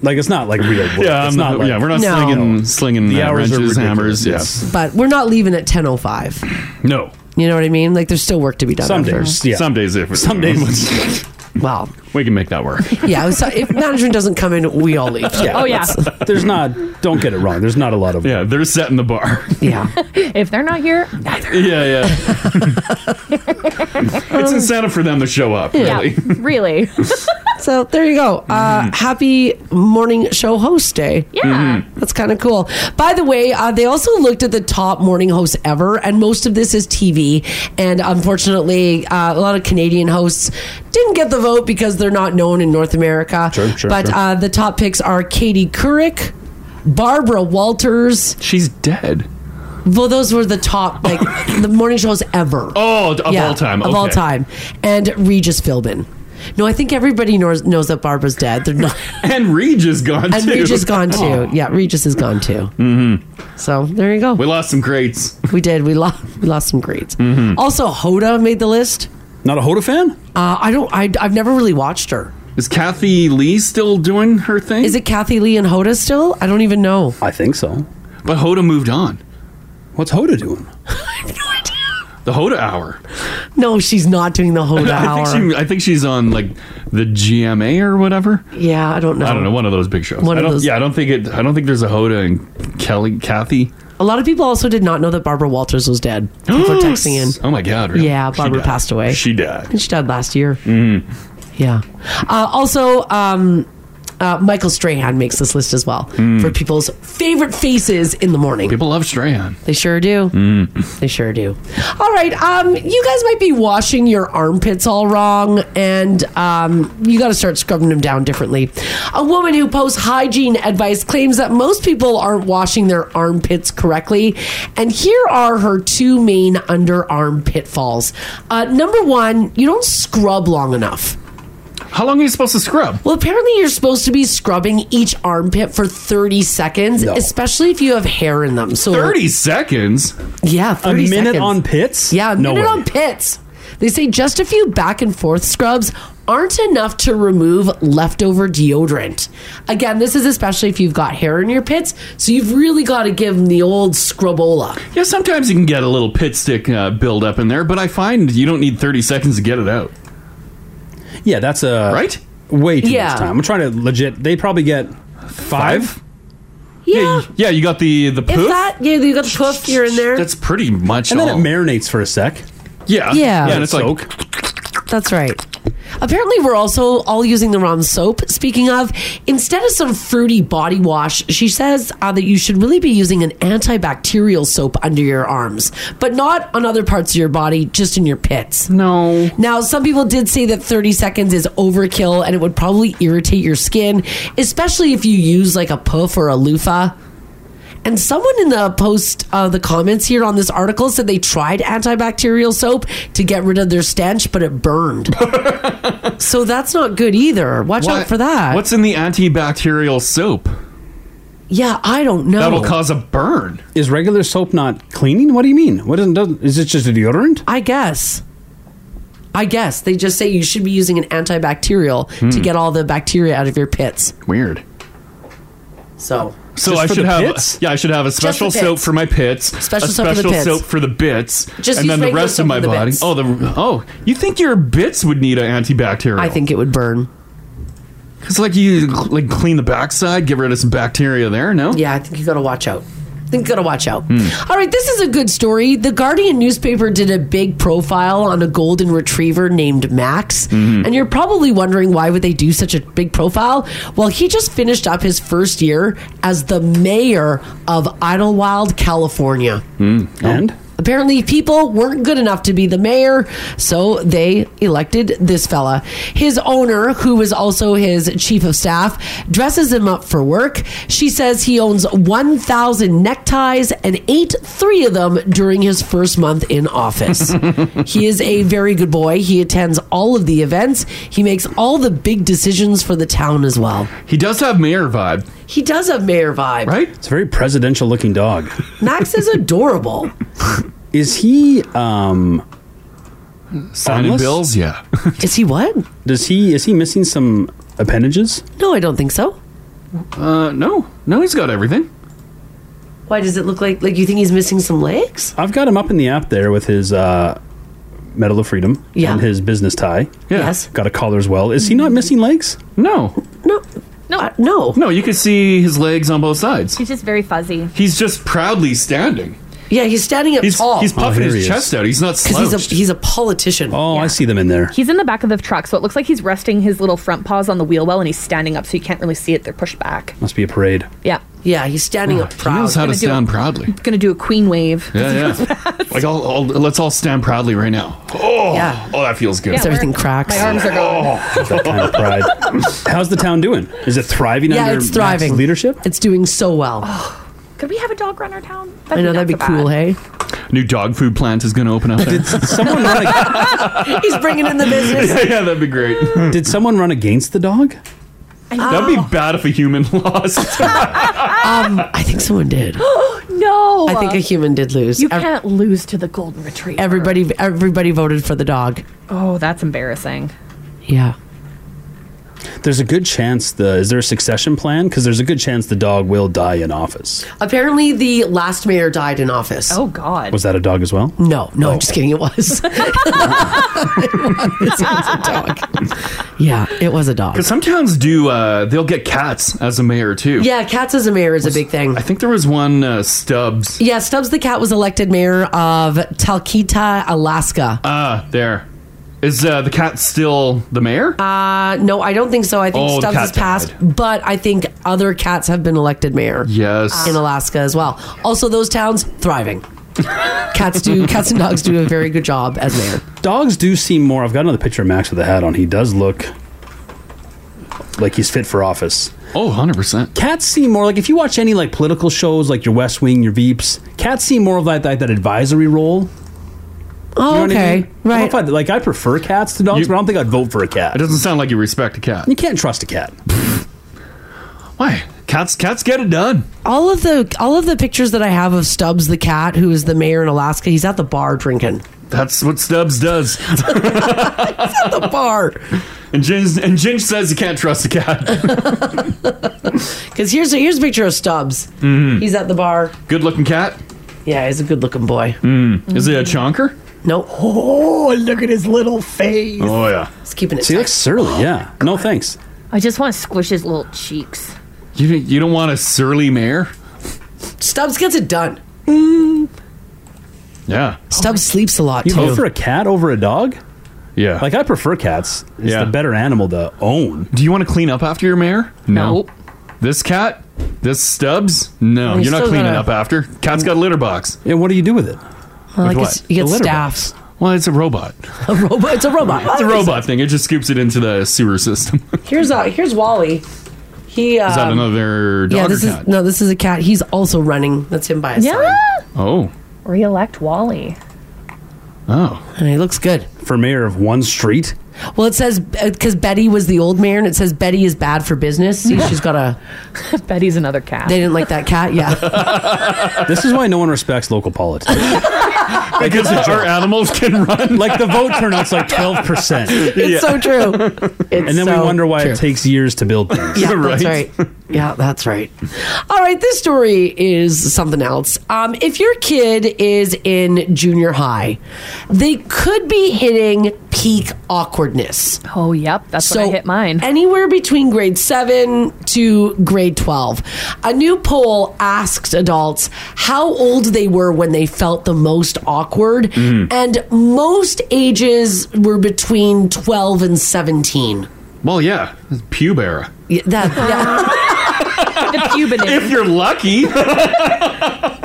like it's not like real. Work.
Yeah,
it's
I'm not-
like-
yeah, we're not
No.
slinging, slinging
The
uh,
hours are
wrenches,
ridiculous,
hammers.
yes.
Yes.
But we're not leaving at 10:05.
No.
You know what I mean? Like there's still work to be done.
Some
after.
days. Yeah. Some days. If
Some
days.
wow.
We can make that work.
Yeah, so if management doesn't come in, we all leave. Oh,
There's not. Don't get it wrong. There's not a lot of.
Yeah, they're setting the bar.
Yeah.
if they're not here, neither.
Yeah, yeah.
Um,
it's incentive for them to show up. Really.
Yeah, really.
So there you go. Uh, Happy morning show host day. Yeah.
Mm-hmm.
That's kind of cool. By the way, uh, they also looked at the top morning hosts ever, and most of this is TV. And unfortunately, uh, a lot of Canadian hosts didn't get the vote because they're not known in North America. Sure,
sure,
But
sure.
Uh, the top picks are Katie Couric, Barbara Walters.
She's dead.
Well, those were the top, like, the morning shows ever.
Oh, of all time.
Of all
Okay.
time. And Regis Philbin. No, I think everybody knows, knows that Barbara's dead. They're not.
And Regis gone
And
too.
Regis gone too.
Oh.
Yeah, Regis is gone too. Mm-hmm. So there you go. We
lost some greats. Mm-hmm.
We did. We lost. We lost some greats. Also, Hoda made the list.
Not a Hoda fan.
Uh, I don't. I, I've never really watched her.
Is Kathy Lee still doing her thing?
Is it Kathy Lee and Hoda still? I don't even know.
I think so.
But Hoda moved on.
What's Hoda doing?
The Hoda Hour.
No, she's not doing Oh, the Hoda
I
hour.
think she. I think she's on like the GMA or whatever.
yeah, I don't know.
I don't know. One of those big shows.
One
I
of
don't,
those-
Yeah, I don't think it. I don't think there's a Hoda and Kelly Kathy.
A lot of people also did not know that Barbara Walters was dead. People are texting in.
Oh my god! Really?
Yeah,
She
Barbara
died.
passed away.
She died.
And she died last year.
Mm-hmm.
Yeah. Uh, also, um, uh, Michael Strahan makes this list as well
Mm.
for people's favorite faces in the morning.
People love Strahan. Hmm.
They sure do. They sure do. All right. Um, you guys might be washing your armpits all wrong, and um, you got to start scrubbing them down differently. A woman who posts hygiene advice claims that most people aren't washing their armpits correctly. And here are her two main underarm pitfalls. Uh, number one, you don't scrub long enough.
How long are you supposed to scrub?
Well, apparently you're supposed to be scrubbing each armpit for 30 seconds, especially if you have hair in them. So
Thirty seconds.
yeah, 30
minute
seconds.
on pits.
Yeah, a
No
minute
way.
on pits. They say just a few back and forth scrubs aren't enough to remove leftover deodorant. Again, this is especially if you've got hair in your pits, so you've really got to give them the old scrubbola.
Yeah, sometimes you can get a little pit stick uh, build up in there, but I find you don't need 30 seconds to get it out.
Yeah, that's a right. Way too
Yeah.
much time. I'm trying to legit. They probably get five.
Yeah.
Yeah, you got the the
If
poof.
that, yeah, you got the poof, you're in there.
That's pretty much.
And
all.
then it marinates for a sec.
Yeah.
Yeah.
Yeah,
and
and
it's
it's
like-
soak.
That's right. Apparently, we're also all using the wrong soap. Speaking of, instead of some fruity body wash, she says uh, that you should really be using an antibacterial soap under your arms, but not on other parts of your body, just in your pits.
No.
Now, some people did say that 30 seconds is overkill and it would probably irritate your skin, especially if you use like a puff or a loofah. And someone in the post, uh, the comments here on this article said they tried antibacterial soap to get rid of their stench, but it burned. so that's not good either. Watch
What-
out for that.
What's in the antibacterial soap?
Yeah, I don't know.
That'll cause a burn.
Is regular soap not cleaning? What do you mean? What doesn't does, is it just a deodorant?
I guess. I guess they just say you should be using an antibacterial to
Hmm.
get all the bacteria out of your pits.
Weird.
So.
So
Just
I
for
should
the
have
pits?
yeah I should have a
Just the
special
pits.
soap for my pits,
Special
a
soap for the
special
pits.
soap for the bits,
Just use
and then the
regular
rest
soap
of my
for the
body.
bits.
Oh the oh you think your bits would need an antibacterial? I think
it would burn.
Cause like you like clean the backside, get rid of some bacteria there. No. Hmm.
Yeah, I think you gotta watch out. I think you gotta watch out. All right, this is a good story. The Guardian newspaper did a big profile on a golden retriever named Max.
Mhm.
And you're probably wondering why would they do such a big profile? Well, he just finished up his first year as the mayor of Idlewild, California.
Hmm.
And
Apparently, people weren't good enough to be the mayor, so they elected this fella. His owner, who was also his chief of staff, dresses him up for work. She says he owns 1,000 neckties and ate three of them during his first month in office. he is a very good boy. He attends all of the events, he makes all the big decisions for the town as well.
He does have mayor vibe.
He does have mayor vibe.
Right?
It's a very presidential looking dog.
Max is adorable.
Is he um
signing bills? Yeah.
is he what?
Does he is he missing some appendages?
No, I don't think so.
Uh no. No, he's got everything.
Why does it look like like you think he's missing some legs?
I've got him up in the app there with his uh Medal of Freedom
Yeah.
and his business tie.
Yes.
Got a collar as well. Is he not missing legs?
No.
No,
no.
No, you can see his legs on both sides.
He's just very fuzzy.
He's just proudly standing.
Yeah, he's standing up
He's-
tall.
he's puffing Oh, here his he is. chest out. He's not
'Cause He's
slouched.
a he's a politician.
Oh, I see them in there.
He's in the back of the truck, so it looks like he's resting his little front paws on the wheel well, and he's standing up, so you can't really see it. They're pushed back.
Must be a parade.
Yeah.
Yeah, he's standing up
He knows how to
Gonna do
stand
a-
proudly.
Gonna do a queen wave.
Yeah, yeah. like all, all, let's all stand proudly right now. Oh,
Yeah.
oh, that feels good.
Yeah, Is everything we're-
cracks?
my arms are going.
That kind of pride. How's the town doing? Is it thriving
Yeah,
under
it's
Max's
thriving.
leadership?
It's doing so well.
Could we have a dog run our town?
I know that'd be cool, hey?
New dog food plant is going to open up. There.
someone
he's bringing in the business.
yeah, yeah, that'd be great.
Did someone run against the dog?
That'd be bad if a human lost.
Oh. um, I think someone did.
no.
I think a human did lose.
You
Ev-
can't lose to the golden retriever.
everybody everybody voted for the dog.
Oh, that's embarrassing.
Yeah.
There's a good chance the is there a succession plan? Because there's a good chance the dog will die in office.
Apparently, the last mayor died in office.
Oh God.
Was that a dog as well?
No, no, I'm just kidding. It was. yeah, it was a dog.
Because some towns do, uh, they'll get cats as a mayor too.
yeah, cats as a mayor is a big thing.
I think there was one uh, Stubbs.
Yeah, Stubbs the cat was elected mayor of Talkeetna, Alaska.
Ah, there. Is uh, the cat still the mayor?
Uh, no, I don't think so. I think
Oh, the
Stubbs has
cat
passed, but I think other cats have been elected mayor.
Yes.
in Alaska as well. Also, those towns thriving. cats do. Cats and dogs do a very good job as mayor.
Dogs do seem more. I've got another picture of Max with a hat on. He does look like he's fit for office.
Oh, 100%.
Cats seem more like if you watch any like political shows like your West Wing, your Veeps, cats seem more of like, like that advisory role.
Oh, okay.
Right. I don't find- like I prefer cats to dogs, but I don't think I'd vote for a cat. It
doesn't sound like you respect a cat.
You can't trust a cat.
Why? Cats, cats get it done.
All of the all of the pictures that I have of Stubbs the cat, who is the mayor in Alaska, he's at the bar drinking.
That's what Stubbs does. he's
at the bar.
And Ginge, and Ginge says you can't trust a cat.
Because here's a, here's a picture of Stubbs.
Mhm.
He's at the bar.
Good looking cat?
Yeah, he's a good looking boy.
Mm. Is it a chonker?
Nope.
Mm-hmm. Oh, look at his little face.
Oh, yeah.
He's keeping it.
See, he looks surly, yeah. No thanks.
I just want to squish his little cheeks.
You, you don't want a surly mayor?
Stubbs gets it done.
Yeah.
Stubbs sleeps a lot
Oh, You
too.
vote for a cat over a dog?
Yeah.
Like I prefer cats. It's
Yeah.
the better animal to own.
Do you want to clean up after your mayor? No. This cat? This Stubbs? No,
You
you're not
still
cleaning
gotta-
up after. Cat's got a litter box.
And what do you do with it?
Well, I guess you get The litter staffs.
Well, it's a robot.
A robot. It's a robot.
It's a robot thing. It just scoops it into the sewer system.
Here's uh here's Wally. He um,
is that another dog
yeah,
or
this
cat?
is no, this is a cat. He's also running. That's him by his
Yeah.
Oh.
Reelect Wally.
Oh.
And he looks good.
For mayor of one street?
side. Well, it says because Betty was the old mayor, and it says Betty is bad for business. See, she's got a
Betty's another cat.
They didn't like that cat. Yeah,
this is why no one respects local politics.
Because our animals can run.
Like the vote turnout's like 12%.
it's so true. It's
and then
so
we wonder why
true.
it takes years to build things.
Yeah, that's right. Yeah, that's right. All right, this story is something else. Um, if your kid is in junior high, they could be hitting peak awkwardness.
Oh, yep, that's when I hit
mine. Anywhere between grade seven to grade twelve, a new poll asked adults how old they were when they felt the most awkward,
Mm.
and most ages were between twelve and seventeen.
Well, yeah, it's pube era.
Yeah, that,
the puberty.
If you're lucky.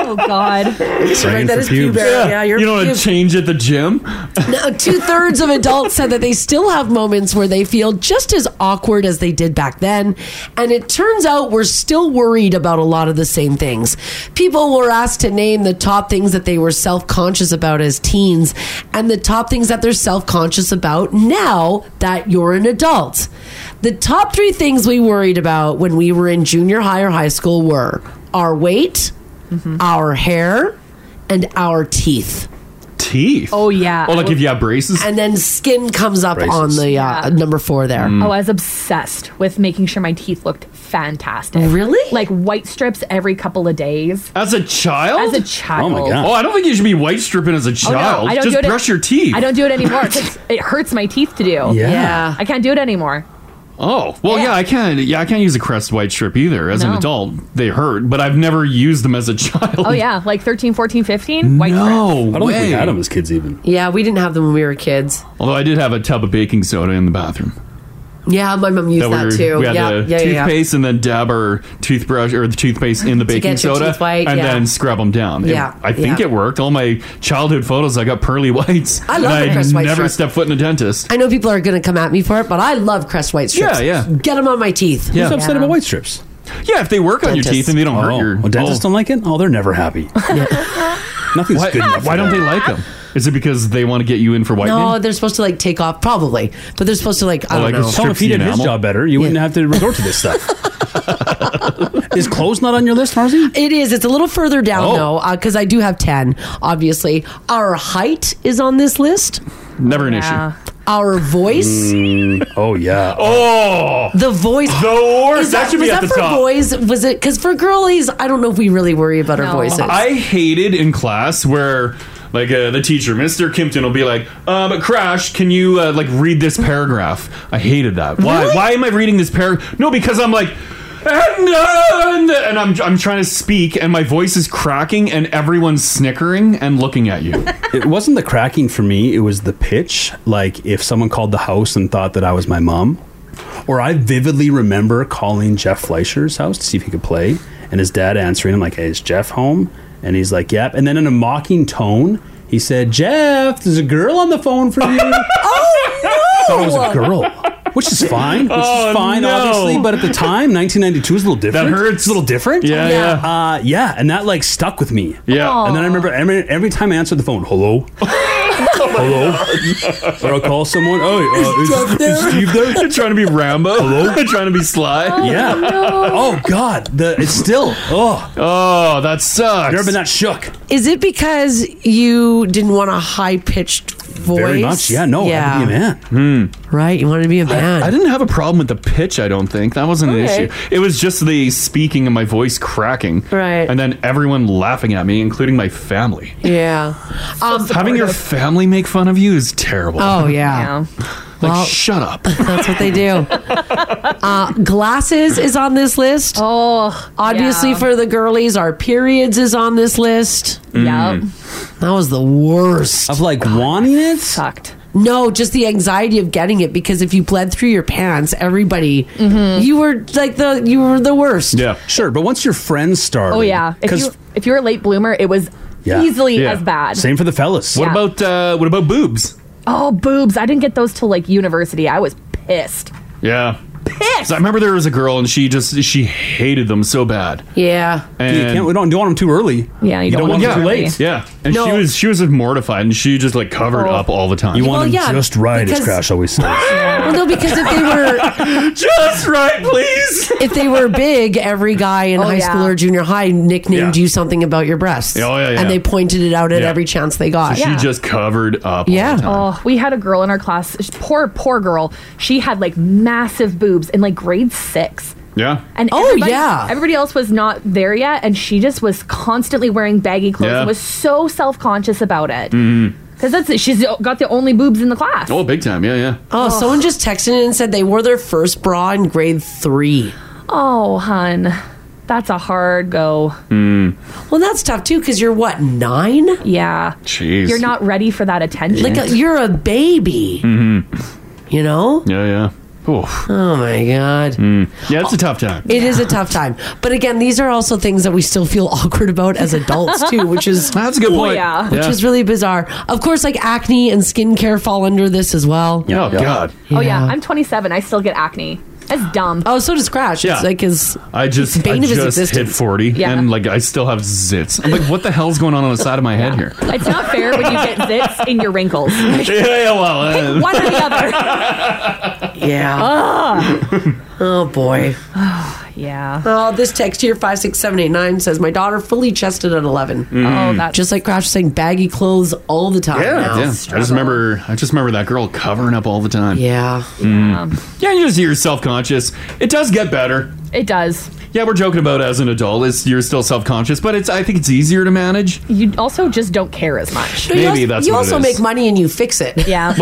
Oh God.
Right, that is pube era. Yeah, you're
you don't want
pube.
to change at the gym.
Now, two thirds of adults said that they still have moments where they feel just as awkward as they did back then. And it turns out we're still worried about a lot of the same things. People were asked to name the top things that they were self conscious about as teens and the top things that they're self conscious about now that you're an adult. The top three things we worried about when we were in junior high or high school were our weight, our hair, and our teeth.
Teeth.
Oh yeah.
Oh, like if you have braces?
And then skin comes up on the uh, number four there.
Mm.
Mm.
Oh, I was obsessed with making sure my teeth looked fantastic.
Really?
Like white strips every couple of days.
As a child?
As a child.
Oh, I don't think you should be white stripping as a
Oh, no,
child.
I don't
Just
do it-
brush your teeth.
I don't do it anymore. 'cause it hurts my teeth to do.
Yeah. Yeah.
I can't do it anymore.
Oh well, yeah. I can't. Yeah, I can't use a Crest white strip either. As an
No.
adult, they hurt, but I've never used them as a child.
Oh yeah, like 13, 14, 15, white
no
strips.
way.
as kids even.
Yeah, we didn't have them when we were kids.
Although I did have a tub of baking soda in the bathroom.
Yeah, my mom used that,
we were-
too.
We had
yeah,
the
yeah, yeah, yeah.
toothpaste and then dab our toothbrush or the toothpaste in the
To
baking
get your
soda
teeth white,
and
yeah.
then scrub them down. It-
Yeah,
I think
yeah.
it worked. All my childhood photos, I got pearly whites.
I love the
and I
Crest white
never
strip.
stepped foot in a dentist.
I know people are going to come at me for it, but I love Crest White strips.
Yeah, yeah.
Get them on my teeth.
Yeah. Who's upset about
white strips?
Yeah, if they work on your
Dentists.
teeth and they don't hurt
Oh,
your
well, dentists don't like it. Oh, they're never happy. Nothing's
why,
good enough.
Why don't they like them? Is it because they want to get you in for whitening?
No, they're supposed to like take off, probably, but they're supposed to like I
Oh,
don't
like
know.
it strips Tell if he the did his enamel? job
better, you wouldn't have to resort to this stuff. Is clothes not on your list, Marcy?
It is. It's a little further down
Oh.
though, because I do have ten. Obviously, our height is on this list.
Never an
Our voice.
Mm, oh yeah.
Oh,
The voice.
The worst. That should be
was
at
that
the
for
top.
boys? Was it because for girlies? I don't know if we really worry about our voices.
I hated in class where. Like uh, the teacher, Mr. Kimpton, will be like, um, "Crash, can you uh, like read this paragraph?" I hated that. Why? Why am I reading this paragraph? No, because I'm like, and, uh, and, uh," and I'm I'm trying to speak, and my voice is cracking, and everyone's snickering and looking at you.
it wasn't the cracking for me. It was the pitch. Like if someone called the house and thought that I was my mom, or I vividly remember calling Jeff Fleischer's house to see if he could play, and his dad answering. I'm like, "Hey, is Jeff home?" And he's like, "Yep." And then in a mocking tone, he said, "Jeff, there's a girl on the phone for you."
oh
no! I thought it was a girl. Which is fine. Which
Oh,
is fine,
no.
obviously. But at the time, 1992 is a little different. That hurts. It's a little different.
Yeah, Yeah.
yeah. Uh, yeah, and that like stuck with me.
Yeah.
Aw.
And then I remember every, every time I answered the phone, hello, hello, or I'll call someone. Oh, uh,
Is Jeff
is,
there?
is Steve there?
You're trying to be Rambo. Hello. trying to be sly.
yeah. Oh God. The it's still. Oh.
Oh, that sucks.
Never been that shook.
Is it because you didn't want a high pitched voice?
Very much, yeah, no, I had to be a man.
Right, you wanted to be a man.
Hmm. I, didn't have a problem with the pitch. I don't think that wasn't
Okay.
an issue. It was just the speaking and my voice cracking,
Right.
And then everyone laughing at me, including my family.
Yeah. Um,
Having your family make fun of you is terrible.
Oh, yeah.
like shut up.
That's what they do. Uh, glasses is on this list.
Oh,
obviously
yeah.
for the girlies, our periods is on this list. That was the worst.
Of like wanting it?
Sucked.
No, just the anxiety of getting it because if you bled through your pants, everybody,
Mm-hmm.
you were like the you were the worst.
Yeah.
Sure, but once your friends start.
Oh yeah. If you if you're a late bloomer, it was easily as bad.
Same for the fellas.
What about uh, what about boobs?
Oh, boobs. I didn't get those till like university. I was pissed.
Yeah.
pissed.
So I remember there was a girl and she just she hated them so bad.
Yeah.
And
you can't, we don't, don't want them too early.
Yeah, you,
don't, want them too
yeah,
late.
Yeah, and she was she was mortified and she just like covered
Oh.
up all the time.
You want Well, them yeah, just right, as because- Crash
always says.
Well, no, because if they were
just right, please.
If they were big, every guy in
Oh,
high school
yeah.
or junior high nicknamed you something about your breasts.
Oh, yeah, yeah.
And they pointed it out at
Yeah.
every chance they got.
So she just covered up.
Oh, we had a girl in our class. she- Poor, poor girl. She had like massive boobs in like grade six.
Yeah.
And
Oh,
everybody-
yeah.
everybody else was not there yet, and she just was constantly wearing baggy clothes
Yeah.
and was so self conscious about it because that's it. she's got the only boobs in the class.
Mm-hmm. Oh, big time. Yeah, yeah.
Oh, someone just texted in and said they wore their first bra in grade three.
Oh, hun, that's a hard go.
Mm.
Well, that's tough too because you're what nine?
Yeah,
Jeez.
you're not ready for that attention.
like a, you're a baby.
Mm-hmm.
You know?
Yeah, yeah. Oof. Mm.
Oh my god.
Yeah, it's a tough time.
It is a tough time. But again, these are also things that we still feel awkward about as adults too, which is
That's a good Oh, point. yeah.
Which
Yeah.
is really bizarre. Of course, like acne and skincare fall under this as well.
Yeah. Oh, God.
Oh yeah, I'm 27. I still get acne. That's dumb.
Oh, so does Crash.
Yeah.
like his
I just
It's the bane
I
of his
just hit
existence.
forty,
Yeah.
and like I still have zits. I'm like, what the hell's going on on the side of my head here?
It's not fair when you get zits in your wrinkles.
yeah, well, uh,
One or the other.
Yeah. Oh boy.
yeah.
Oh, this text here five six seven eight nine says my daughter fully chested at eleven.
Mm. Oh, that's-
just like Crash was saying baggy clothes all the time. now.
yeah. I just remember, I just remember that girl covering up all the time. Mm.
Yeah,
yeah. You just you're self conscious. It does get better.
It does.
Yeah, we're joking about as an adult. It's you're still self conscious, but it's I think it's easier to manage.
You also just don't care as much.
No, you Maybe also- that's
you
what it
also
is.
make money and you fix it.
Yeah.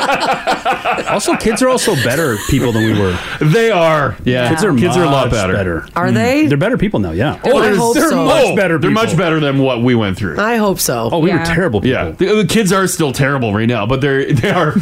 also, kids are also better people than we were.
They are. Yeah.
Kids are
Kids are a lot
much Mm.
better.
Are they?
They're better people now. Yeah.
Oh, I there's- hope
they're
so.
much better.
They're much
people.
better than what we went through.
I hope so.
Oh, we were terrible people.
Yeah, the, the kids are still terrible right now, but they're they are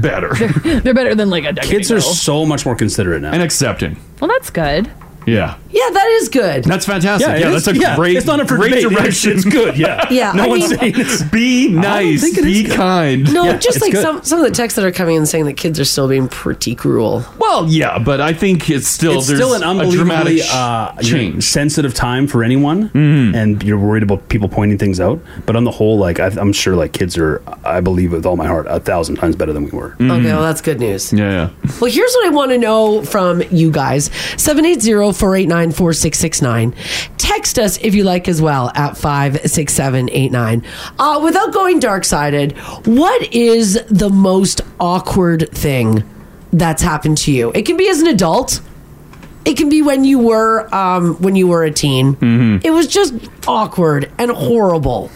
better.
They're better than like a decade
Kids are
ago.
so much more considerate now
and accepting.
Well, that's good.
Yeah.
Yeah, that is good.
That's fantastic.
Yeah,
Yeah,
it is-
that's a
yeah,
great,
it's not up for
great
debate.
direction.
It's good, yeah.
Yeah,
No
I
one's
mean-
saying it's
be nice,
think it
be kind.
No, just like some some of the texts that are coming in saying that kids are still being pretty cruel.
Well, yeah, but I think it's still
it's
there's
still an
a dramatic
unbelievably
sh-
uh,
change. Mm-hmm.
you're sensitive time for anyone, and you're worried about people pointing things out. But on the whole, like I, I'm sure, like kids are, I believe with all my heart, a thousand times better than we were.
Mm-hmm.
Okay, well that's good news.
Yeah,
Well, here's what I want to know from you guys 780 489 4669. Text us if you like as well at 56789. Uh, without going dark sided, what is the most awkward thing that's happened to you? It can be as an adult. It can be when you were um, when you were a teen. It was just awkward and horrible.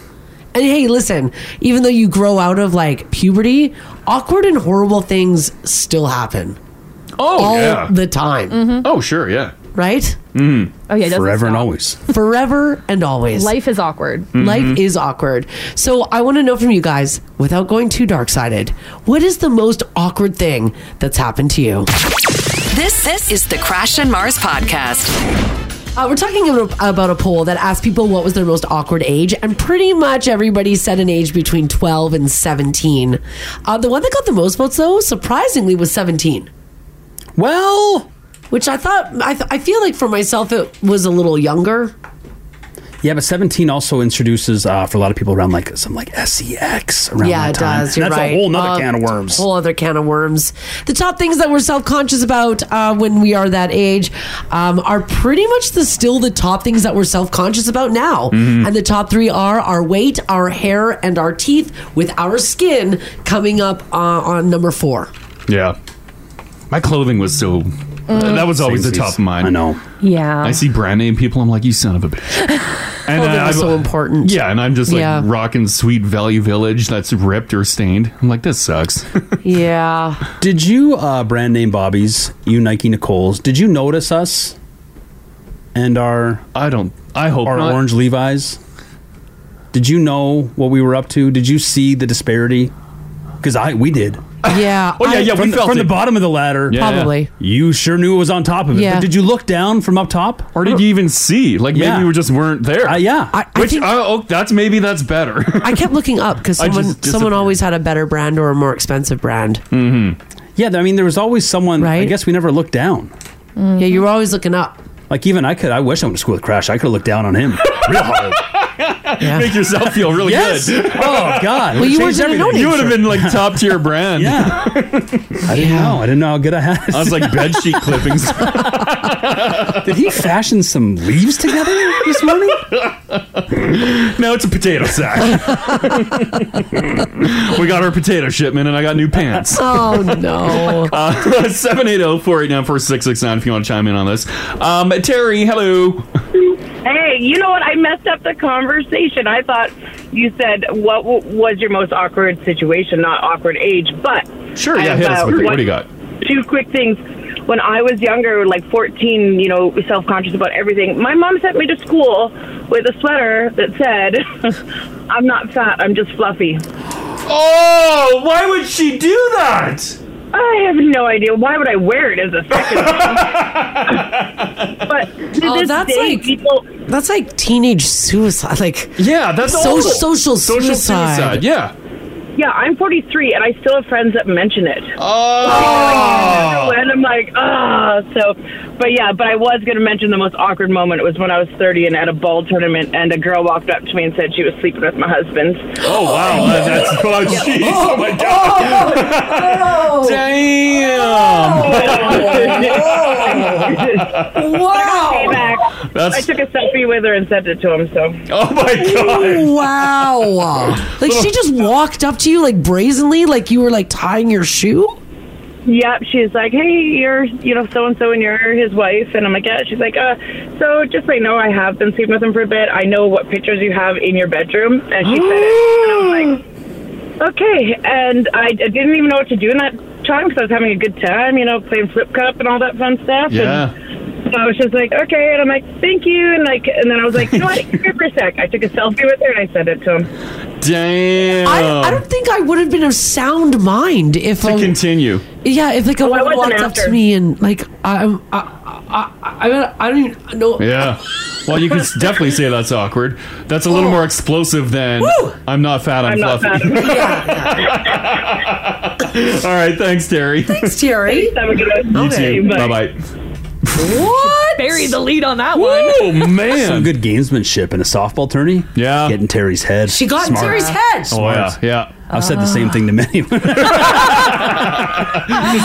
And hey, listen, even though you grow out of like puberty, awkward and horrible things still happen.
Oh,
all
yeah.
the time. Mm-hmm.
Oh, sure, yeah.
Right?
Mm.
Oh, yeah, it doesn't Forever and stop.
always.
Forever and always.
Life is awkward.
Life is awkward. So I want to know from you guys, without going too dark sided, what is the most awkward thing that's happened to you?
This this is the Crash and Mars podcast.
Uh, we're talking ab- about a poll that asked people what was their most awkward age, and pretty much everybody said an age between 12 and 17. Uh, the one that got the most votes, though, surprisingly, was 17.
Well,
which I thought, I, th- I feel like for myself, it was a little younger.
Yeah, but 17 also introduces uh, for a lot of people around like some like sex around
yeah,
that
it
time.
does. You're
That's a
right.
whole nother
Uh,
can of worms.
Whole other can of worms. The top things that we're self conscious about uh, when we are that age um, are pretty much the still the top things that we're self conscious about now.
Mm-hmm.
Mhm.
And the top three are our weight, our hair, and our teeth. With our skin coming up uh, on number four.
Yeah. My clothing was so.
Mm.
That was always the
Samesies.
top of mine. I
know.
Yeah.
I see brand name people. I'm like, you son of a bitch. And
Clothing was so important.
Yeah, and I'm just like
Yeah.
rocking sweet Value Village that's ripped or stained. I'm like, this sucks.
Yeah.
Did you uh, brand name Bobby's, you Nike Nicole's? Did you notice us and our?
I don't. I hope
our
not.
orange Levi's. Did you know what we were up to? Did you see the disparity? Because I we did.
Yeah.
Oh,
I- from, the, from the bottom of the ladder.
Yeah, yeah. Probably.
You sure knew it was on top of it.
Yeah.
But did you look down from up top,
or did you even see? Like maybe we just weren't there.
yeah.
Which uh, oh, that's maybe that's better.
I kept looking up because
I just
someone someone
disappeared.
always had a better brand or a more expensive brand.
Mm-hmm.
Yeah, I mean, there was always someone. I guess we never looked down.
Yeah, you were always looking up.
Like even I could. I wish I went to school with Crash. I could have looked down on him real hard.
Make yourself feel really
Yes.
good.
Oh God.
Well, you
Changed
weren't
everything.
an You would have been like top tier brand.
Yeah. I didn't know. I didn't know how good I had.
I was like bed sheet clippings.
Did he fashion some leaves together this morning?
No, it's a potato sack. we got our potato shipment and I got new pants.
Oh, no.
Uh, 780-489-4669 if you want to chime in on this. Um, Terry, hello.
Hey, you know what? I messed up the conversation. I thought you said what w- was your most awkward situation, not awkward age, but
Sure,
I
yeah,
have,
hit us
uh,
with it. What
one-
do you got?
Two quick things. When I was younger, like 14, you know, self conscious about everything, my mom sent me to school with a sweater that said, I'm not fat, I'm just fluffy.
Oh, why would she do that?
I have no idea. Why would I wear it as a second? but to
Oh,
this
that's
day,
like-
people
That's like teenage suicide. Like
yeah,
that's
so,
awful.
social
Social
suicide.
suicide,
Yeah.
Yeah, I'm 43, and I still have friends that mention it.
Oh.
and I'm like, ah. So, but yeah, but I was going to mention the most awkward moment was when I was 30 and at a ball tournament, and a girl walked up to me and said she was sleeping with my husband.
Oh wow, that- that's oh jeez, oh my
god,
damn!
wow!
That's-
I took a selfie with her and sent it to him. So,
oh my
Wow. like she just walked up to you like brazenly, like you were like tying your shoe.
Yep, she's like, hey, you're, you know, so and so, and you're his wife. And I'm like, yeah. She's like, uh, so just so you know, I have been sleeping with him for a bit. I know what pictures you have in your bedroom. And she said it. And I was like, okay. And I, I didn't even know what to do in that time because I was having a good time, you know, playing flip cup and all that fun stuff.
Yeah.
And so I was just like, okay. And I'm like, thank you. And like, and then I was like, you know what? Here for a sec. I took a selfie with her and I sent it to him.
Damn.
I don't think I would have been of sound mind if
to
a,
continue.
yeah, if like a woman
wasn't
walked up to
after.
me and like I'm I I, I, I don't even know.
Yeah. Well, you can s- definitely say that's awkward. That's a little more explosive than I'm not fat, I'm,
I'm not
fluffy. All right, thanks, Terry.
Thanks, Terry.
Have a good one.
You too. Bye bye.
What?
Buried the lead on that
one. Oh man,
some good gamesmanship in a softball tourney. Yeah, getting Terry's head.
She got in Terry's head.
Oh, yeah, yeah.
I've said the same thing to many.
Just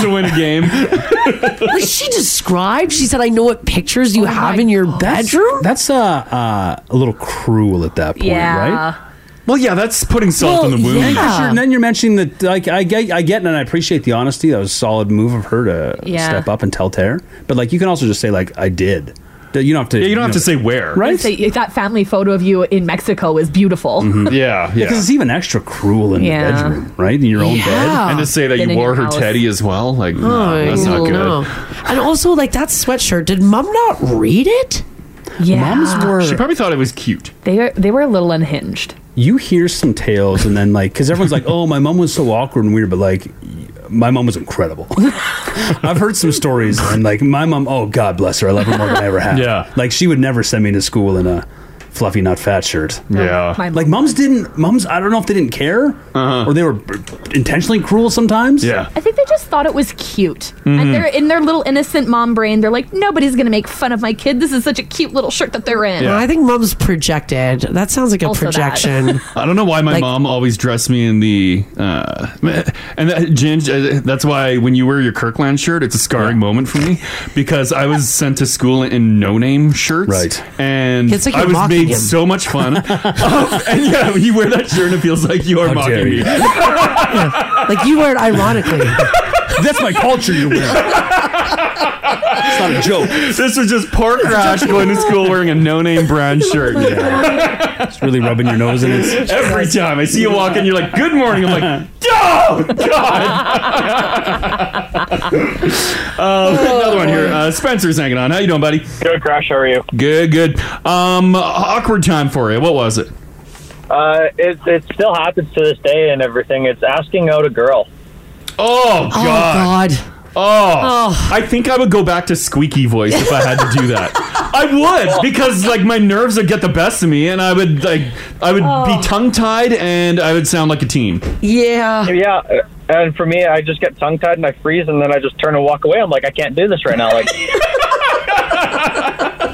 to win a game.
like she described, she said, "I know what pictures you have in your bedroom."
That's uh, uh, a little cruel at that point,
Yeah.
right?
Well, yeah, that's putting
salt in the wound.
And,
yeah.
you're- and then you're mentioning that, like, I get, I get, and I appreciate the honesty. That was a solid move of her to
Yeah.
step up and tell Tare. But like, you can also just say like, I did. That You don't have to. you don't have to
say where,
I'd say that family photo of you in Mexico is beautiful.
Mm-hmm. Yeah, yeah.
Because it's even extra cruel in
Yeah.
the bedroom, right? In your own
Yeah.
bed,
And to say that
That
Been
you
in
wore
your
her
house. Oh,
teddy as well. Like, no, that's not good.
And also, like that sweatshirt. Did mom not read it?
Yeah. Moms were-
She probably thought it was cute.
They are, they were a little unhinged.
you hear some tales, and then like, because everyone's like, "Oh, my mom was so awkward and weird," but like, my mom was incredible. I've heard some stories, and like, my mom, oh God bless her, I love her more than I ever have.
Yeah.
like she would never send me to school in a fluffy, not fat shirt.
Yeah.
My mom
like moms didn't. Moms, I don't know if they didn't care or they were b- intentionally cruel sometimes.
Uh-huh. Yeah,
I think they just thought it was cute.
Mhm.
Mm-hmm.
And they're in their little innocent mom brain, they're like, nobody's going to make fun of my kid. This is such a cute little shirt that they're in.
Well, I think mom's projected. That sounds like a
Also that.
projection.
I don't know why my
Like-
mom always dressed me in the uh, and that, Ginge, uh, that's why when you wear your Kirkland shirt, it's a scarring moment for me because I was sent to school in no name shirts, right? And
It's like
I
you're
was
mocking
made
him.
so much fun. of, and yeah, you wear that shirt and it feels like you are
How dare
mocking me.
you.
like you wear it ironically.
That's my culture. You wear.
It's
not a joke.
This was just poor Crash going to school wearing a no name brand shirt.
It's really rubbing your nose in it.
Every time I see you walk in, you're like, "Good morning." I'm like, "Oh God!" uh, another one here. Uh, Spencer's hanging on. How you doing, buddy?
Good, Crash. How are you?
Good, good. Um, awkward time for you. What was it?
Uh, it, it still happens to this day and everything. It's asking out a girl.
Oh God.
Oh God.
Oh, I think I would go back to squeaky voice if I had to do that. I would because like my nerves would get the best of me, and I would like I would
Oh.
be tongue tied, and I would sound like a teen.
Yeah.
Yeah. uh, And for me, I just get tongue tied and I freeze, and then I just turn and walk away. I'm like, I can't do this right now. Like,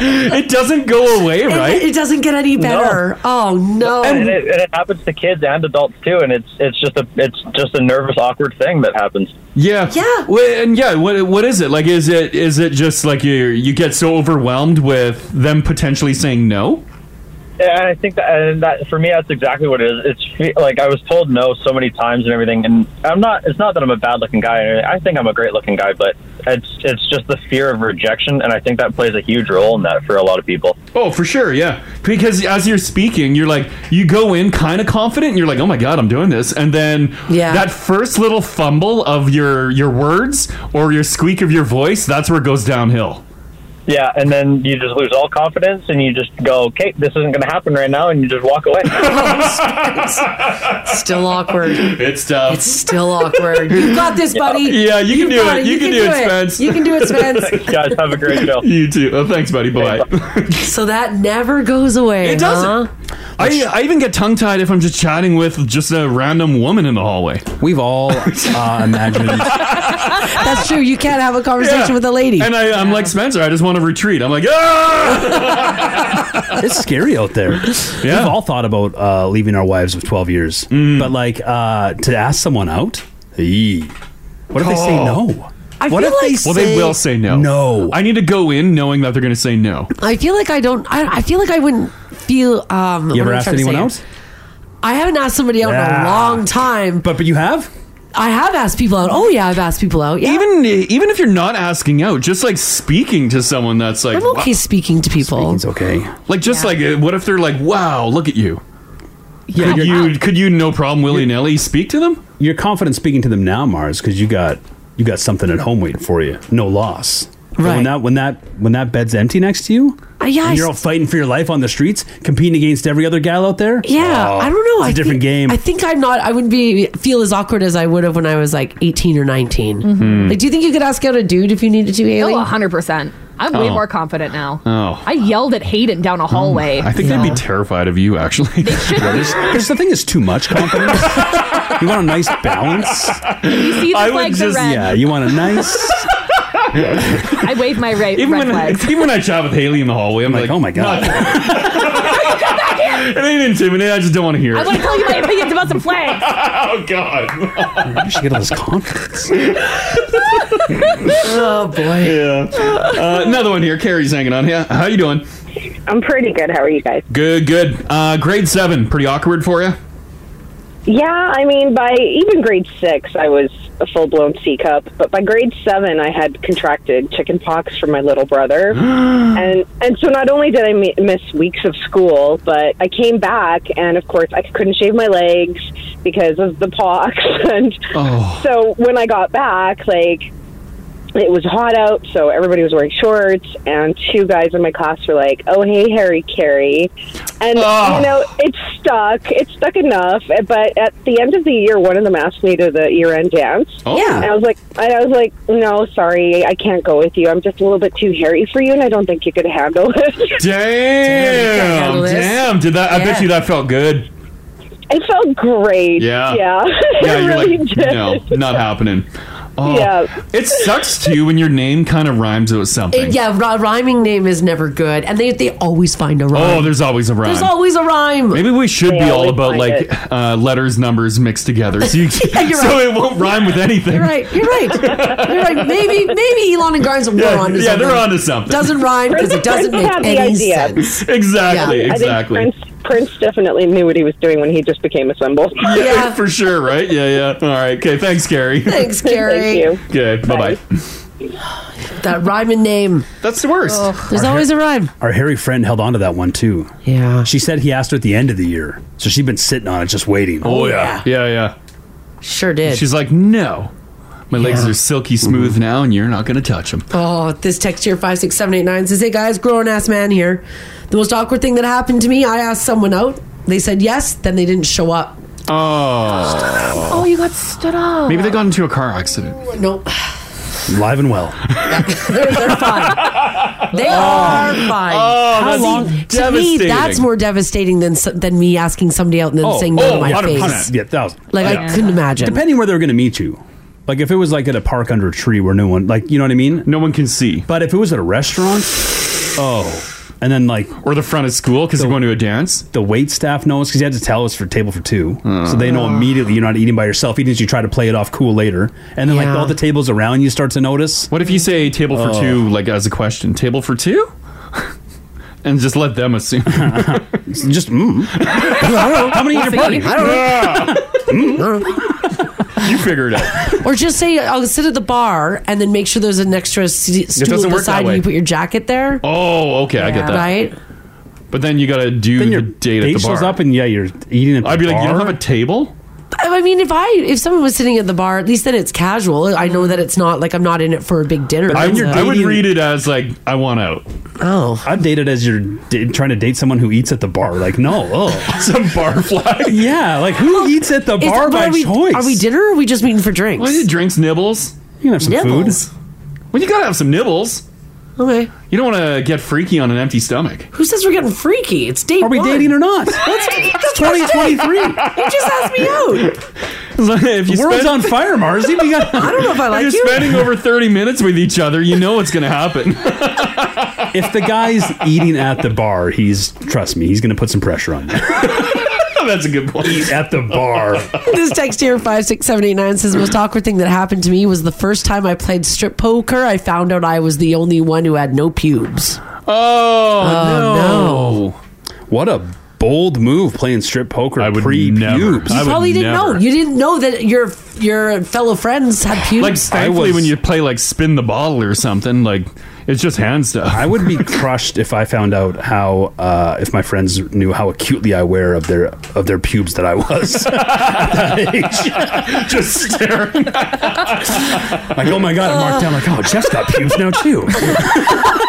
it doesn't go away,
right?
It, it doesn't get any better. Oh no!
and it, and it happens to kids and adults too, and it's it's just a it's just a nervous, awkward thing that happens.
Yeah. Yeah. and yeah, what what is it? Like is it is it just like you you get so overwhelmed with them potentially saying no?
And I think that, and that for me, that's exactly what it is. It's fe- like I was told no so many times and everything, and I'm not. It's not that I'm a bad looking guy. or anything. I think I'm a great looking guy, but it's it's just the fear of rejection, and I think that plays a huge role in that for a lot of people.
Oh, for sure, yeah. Because as you're speaking, you're like you go in kind of confident and you're like, "Oh my god, I'm doing this." And then
Yeah.
that first little fumble of your your words or your squeak of your voice, that's where it goes downhill.
Yeah, and then you just lose all confidence, and you just go, "Okay, this isn't going to happen right now," and you just walk away.
Still awkward.
It's tough. It's
still awkward. You got this, buddy.
Yeah, you can
You
do
got
it.
it.
You,
You
can,
can
do
do
it,
it.
Spence.
You can do it, Spence.
Guys, have a great show.
You too. Oh, thanks, buddy. Bye.
So that never goes away.
It doesn't.
huh?
I, I even get tongue tied if I'm just chatting with just a random woman in the hallway.
We've all uh, imagined
That's true. You can't have a conversation with a lady.
And uh, I, I'm like Spencer. I just want to retreat. I'm like, ah!
it's scary out there. We've all thought about uh, leaving our wives of 12 years.
Mm.
But like uh, to ask someone out, eee. what if they say
Oh.
no?
I
what
feel
if
like-
well,
they say
they will say no. No. I need to go in knowing that they're going to say no.
I feel like I don't. I, I feel like I wouldn't feel. Um,
You ever
what am I
asked
trying to
anyone
say?
out?
I haven't asked somebody out in a
Yeah.
long time.
But but you have.
I have asked people out. Oh yeah, I've asked people out. Yeah,
Even even if you're not asking out, just like speaking to someone that's like,
I'm okay speaking to people. It's
okay.
Like just like uh, what if they're like, wow, look at you.
Yeah.
Could you could you no problem willy nilly speak to them?
"Ah." You're confident speaking to them now, Mars, because you got you got something at home waiting for you. No loss. But
Right.
When that when that when that bed's empty next to you,
Uh, yeah, I
and you're all
s-
fighting for your life on the streets, competing against every other gal out there.
Yeah,
Oh,
I don't know.
It's
I
a different
think,
game.
I think I'm not. I wouldn't be feel as awkward as I would have when I was like 18 or 19.
Mhm.
Like, do you think you could ask out a dude if you needed to? Haley?
Oh, 100%. I'm way
Oh.
more confident now.
Oh.
I yelled at Hayden down a hallway.
Mm, I think they'd be terrified of you, actually.
there's, there's the thing is too much confidence. you want a nice balance.
You see the I would flags are just- red.
yeah. You want a nice.
I waved my right
Even
red
when,
flag.
even when I chat with Haley in the hallway, I'm like, oh my god. it ain't intimidating. I just don't want to hear
I
it.
want to tell you my opinions about some flags.
oh God!
you should get all this confidence.
oh
boy.
Yeah. Uh, another one here. Carrie's hanging on. Yeah. How you doing?
I'm pretty good. How are you guys?
Good. Good. Uh, grade seven. Pretty awkward for you.
Yeah, I mean, by even grade six, I was a full blown C cup, but by grade seven, I had contracted chicken pox from my little brother, and and so not only did I mi- miss weeks of school, but I came back, and of course, I couldn't shave my legs because of the pox, and so when I got back, like it was hot out, so everybody was wearing shorts, and two guys in my class were like, "Oh, hey, Harry Carey," and
Oh.
you know, it stuck. It stuck enough. But at the end of the year, one of them asked me to the year-end dance.
Oh. Yeah.
and I was like, and I was like, "No, sorry, I can't go with you. I'm just a little bit too hairy for you, and I don't think you could handle it."
Damn.
handle
Damn.
this.
Did that? I bet
Yeah.
you that felt good.
It felt great.
Yeah.
yeah,
Yeah.
it
You're
really
like,
did.
no, not happening. Oh,
Yeah.
It sucks to you when your name kind of rhymes with something.
It- yeah, r- rhyming name is never good, and they they always find a rhyme.
Oh, there's always a rhyme.
There's always a rhyme.
Maybe we should
They
be all
always
about
find
like
it.
uh, letters, numbers mixed together, so, you,
Yeah, you're
so
right.
it won't rhyme with anything.
You're right. You're right. You're right. Maybe maybe Elon and Garnes
Yeah,
were onto
yeah,
something.
they're onto something.
Doesn't rhyme because it doesn't
Prince
make
had the
any
idea.
sense.
Exactly,
I think
exactly.
Prince, Prince definitely knew what he was doing when he just became a symbol.
Yeah, for sure. Right? Yeah, yeah. All right. Okay. Thanks, Gary.
Thanks, Gary. Thank you.
Okay. Bye, bye.
That rhyming name.
That's the worst.
There's
Our
always
hair-
a rhyme.
Our hairy friend held on to that one too.
Yeah.
She said he asked her at the end of the year, so she'd been sitting on it, just waiting.
Oh, yeah. yeah, yeah,
Sure did.
She's like, no, my legs
Yeah.
are silky smooth now, and you're not gonna touch them.
Oh, this text here, 56789 says, Hey guys, grown ass man here. The most awkward thing that happened to me, I asked someone out. They said yes, then they didn't show up.
Oh.
Oh, you got stood up.
Maybe they got into a car accident.
Nope.
Live and well.
They're, they're fine.
Oh.
They are fine.
Oh,
How
that's
long- To me,
devastating.
that's more devastating than s- than me asking somebody out and
Oh,
then saying no to my
100%.
face.
Yeah, thousand.
Like, I couldn't imagine.
Depending where they were going to meet you. Like if it was like at a park under a tree where no one, like you know what I mean,
no one can see.
But if it was at a restaurant, oh, and then like
or the front of school because you're going to a dance.
The wait staff knows because you had to tell us for table for two, so they
Ah.
know immediately you're not eating by yourself. Even as you try to play it off cool later, and then
Yeah.
like all the tables around you start to notice.
What if you say table for
Oh.
two, like as a question, table for two? and just let them assume.
just, mm. How many at your party?
I don't
Mm.
you figure it out.
Or just say, I'll sit at the bar and then make sure there's an extra se- stool
doesn't work that
beside
way.
you. Put your jacket there.
Oh, okay, I get
Yeah.
that.
Right?
But then you got to do
Then
your
your
date at
date
the bar.
shows up and yeah, you're eating at
I'd
the
be like, you don't
bar?"
have a table?
I I mean, if I if someone was sitting at the bar, at least then it's casual. I know that it's not like I'm not in it for a big dinner.
I,
It's
would-
a-
I would read it as like, I want out.
Oh,
I've dated as you're d- trying to date someone who eats at the bar. Like, no, oh,
some barfly.
yeah, like who eats at the
Is-
bar
what
by
are we,
choice?
Are we dinner or are we just meeting for drinks?
Well, you drinks, nibbles.
You can have
some
Nibbles?
food. Well, you got to have some nibbles.
Okay.
You don't want to get freaky on an empty stomach.
Who says we're getting freaky? It's date.
Are we
one.
dating or not?
Let's
It's 2023.
You just asked me out.
if
The world's on fire, Marzi. We got-
I don't know if I like
you're
you.
spending over 30 minutes with each other, you know what's going to happen.
if the guy's eating at the bar, he's trust me, he's going to put some pressure on you.
That's a good point.
Eat at the bar.
this text here five six seven eight nine says most awkward thing that happened to me was the first time I played strip poker. I found out I was the only one who had no pubes.
Oh,
no. What a bold move playing strip poker I would pre pubes.
You probably didn't know. You didn't know that your your fellow friends had pubes.
Like, thankfully, when you play like spin the bottle or something, like it's just hand stuff.
I would be crushed if I found out how uh, if my friends knew how acutely aware of their of their pubes that I was.
just staring.
like, oh my god, I marked down like, oh, Jeff's got pubes now too.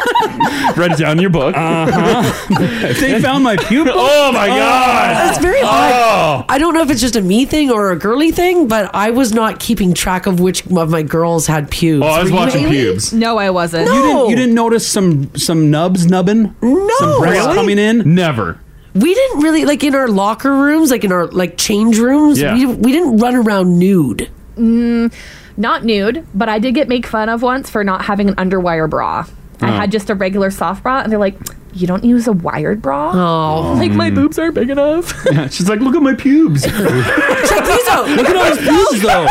Write it down in your book.
Uh-huh. they found my pubes.
Oh my god,
That's very
Oh.
odd. I don't know if it's just a me thing or a girly thing, but I was not keeping track of which of my girls had pubes. Were you really?
No, I wasn't.
You didn't you didn't notice some some nubs nubbing? No. Some breasts
Really?
coming in?
Never.
We didn't really like in our locker rooms, like in our like change rooms.
Yeah.
We, we didn't run around nude.
Mm, not nude, but I did get make fun of once for not having an underwire bra. I
Oh.
had just a regular soft bra, and they're like, "You don't use a wired bra?
Oh,
like
Hmm.
my boobs aren't big enough."
Yeah, she's like, look at my pubes.
Check these out.
Look at all his pubes, though.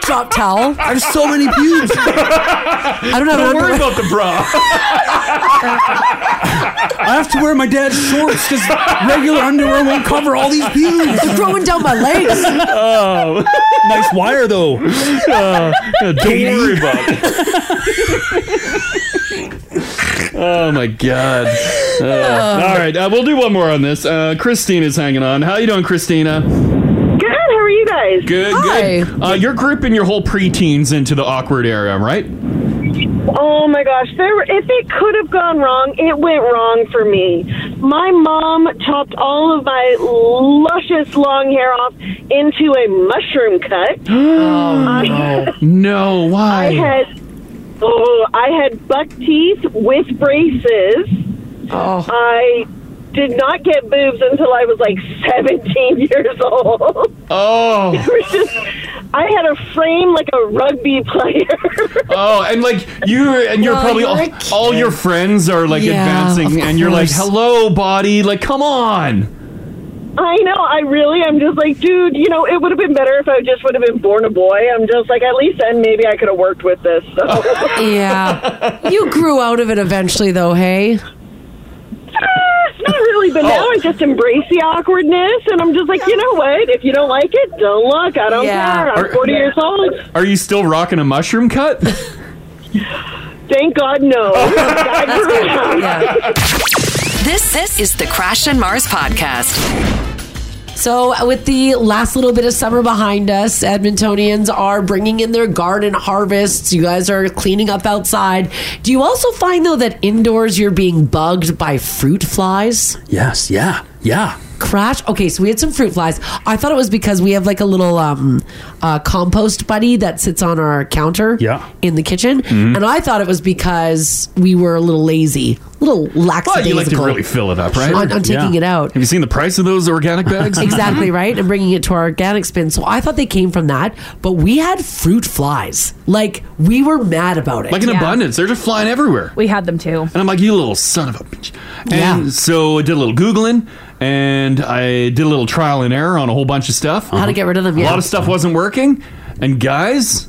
Drop towel. I
have so many pubes.
I don't know.
Don't worry about the bra.
I have to wear my dad's shorts because regular underwear won't cover all these pubes.
They're growing down my legs.
Oh, Uh, nice wire though.
don't worry about it. oh my god. Uh, all right, uh, we'll do one more on this. Uh, Christina's hanging on. How you doing, Christina?
Good. How are you guys?
Good, good. Uh, you're grouping your whole preteens into the awkward area, right?
Oh my gosh! There, were- if it could have gone wrong, it went wrong for me. My mom chopped all of my luscious long hair off into a mushroom cut. I-
Oh, No, why?
I had oh, I had buck teeth with braces.
Oh.
I did not get boobs until I was like 17 years old.
Oh.
It was just I had a frame like a rugby player.
Oh, and like you and you're
Well,
probably
you're
all,
a
all your friends are like
Yeah,
advancing,
of
and you're like,
course.
"Hello, body! Like, come on!"
I know. I really. I'm just like, dude. You know, it would have been better if I just would have been born a boy. I'm just like, at least then maybe I could have worked with this. So.
yeah. You grew out of it eventually, though. Hey.
Ah, Not really, but now I just embrace the awkwardness, and I'm just like, you know what? If you don't like it, don't look. I don't
Yeah.
care. I'm
Are-
40 years old.
Are you still rocking a mushroom cut?
Thank God, no. God,
good. This this is the Crash and Mars podcast.
So, with the last little bit of summer behind us, Edmontonians are bringing in their garden harvests. You guys are cleaning up outside. Do you also find, though, that indoors you're being bugged by fruit flies?
Yes, yeah. Yeah.
Crash. Okay, so we had some fruit flies. I thought it was because we have like a little um, uh, compost buddy that sits on our counter
Yeah.
in the kitchen,
Mhm.
and I thought it was because we were a little lazy, a little
Well,
lackadaisical.
you like to really fill it up, right?
On, on taking it out.
Have you seen the price of those organic bags?
exactly right, and bringing it to our organic spin. So I thought they came from that, but we had fruit flies. Like we were mad about it.
Like in abundance. They're just flying everywhere.
We had them too.
And I'm like, you little son of a bitch. And so I did a little Googling and I did a little trial and error on a whole bunch of stuff.
How to get rid of them,
A
yeah.
lot of stuff wasn't working. And guys,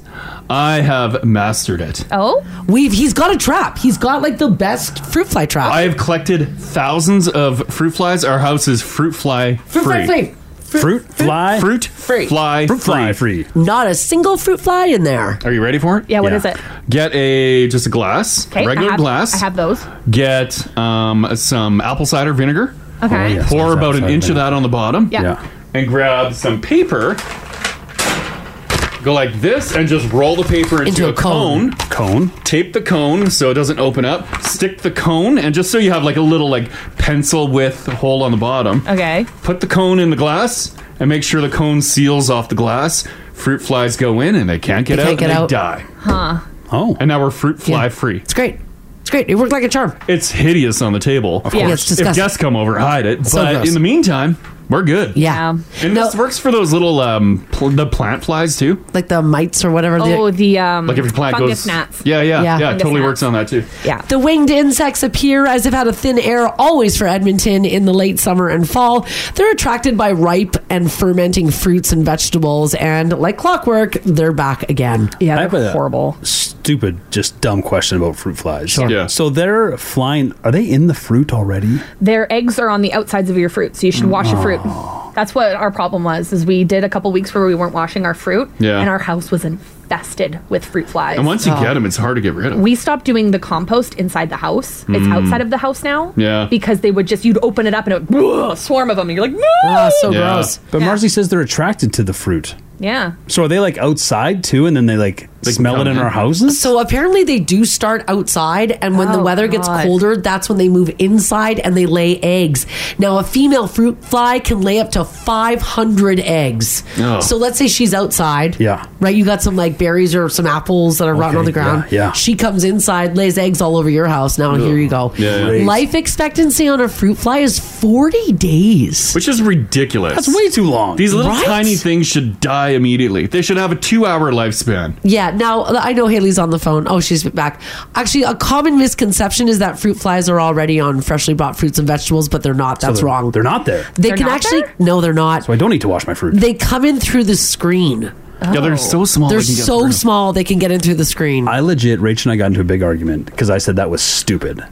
I have mastered it.
Oh,
we've he's got a trap. He's got like the best fruit fly trap.
I have collected thousands of fruit flies. Our house is fruit fly
Fruit fly
free.
free.
Fruit fly. Fruit
Free.
fly.
Fruit fly
free.
Not a single fruit fly in there.
Are you ready for it?
Yeah, what is it?
Get a just a glass,
Okay,
regular
I have,
glass.
I have those.
Get um, some apple cider vinegar.
Okay. Oh, yes,
Pour
that's
about an
apple
inch
cider
of that on the bottom.
Yeah. Yeah.
And grab some paper. Go like this and just roll the paper into, a, cone.
Cone.
Tape the cone so it doesn't open up. Stick the cone and just so you have like a little like pencil width hole on the bottom.
Okay.
Put the cone in the glass and make sure the cone seals off the glass. Fruit flies go in and they can't get
They
out
can't get
and
out.
they die.
Huh.
Oh.
And now we're fruit fly free. It's
great. It's great. It worked like a charm.
It's hideous on the table.
Of Yeah, course. it's
if
disgusting.
guests come over, hide it.
So
but
gross.
in the meantime, we're good.
Yeah.
And this works for those little um pl- the plant flies too.
Like the mites or whatever.
Oh, the um,
Like if your plant
fungus
goes
gnats.
Yeah,
Yeah.
yeah. Yeah, it
Fungus
totally
gnats.
works on that too.
Yeah.
The winged insects appear as if out of thin air, always for Edmonton in the late summer and fall. They're attracted by ripe and fermenting fruits and vegetables, and like clockwork, they're back again.
I
Yeah,
have a Stupid, just dumb question about fruit flies.
Sure. Yeah.
So they're flying. Are they in the fruit already?
Their eggs are on the outsides of your fruit, so you should wash your fruit.
Oh.
That's what our problem was. Is we did a couple weeks where we weren't washing our fruit,
Yeah.
and our house was infested with fruit flies.
And once you
Oh.
get 'em, get them, it's hard to get rid of.
we stopped doing the compost inside the house. It's
Mm.
outside of the house now.
Yeah.
Because they would just you'd open it up and it would a swarm of them. And you're like, no.
Ah,
Yeah. But Marcy says they're attracted to the fruit.
Yeah.
So are they like outside too, and then they like smell it in our houses?
So apparently they do start outside, and when the
Oh,
weather gets
God.
colder, that's when they move inside and they lay eggs. Now, a female fruit fly can lay up to 500 eggs.
Oh.
So let's say she's outside.
Yeah.
Right? You got some like berries or some apples that are rotten on the ground.
yeah, yeah.
She comes inside, lays eggs all over your house. Now, Oh, here you go.
Yeah, yeah.
Life expectancy on a fruit fly is 40 days.
Which is ridiculous.
That's way too long.
These little
Right?
tiny things should die immediately. They should have a two hour lifespan.
Yeah, now I know Haley's on the phone. Oh, she's back. Actually, a common misconception is that fruit flies are already on freshly bought fruits and vegetables, but they're not.
So
That's
they're-
wrong.
They're not there.
They can actually no, they're not.
So I don't need to wash my fruit.
They come in through the screen.
Yeah, they're so small
They're
they can get
so
through.
small they can get in through the screen.
I legit, Rach and I got into a big argument because I said that was stupid,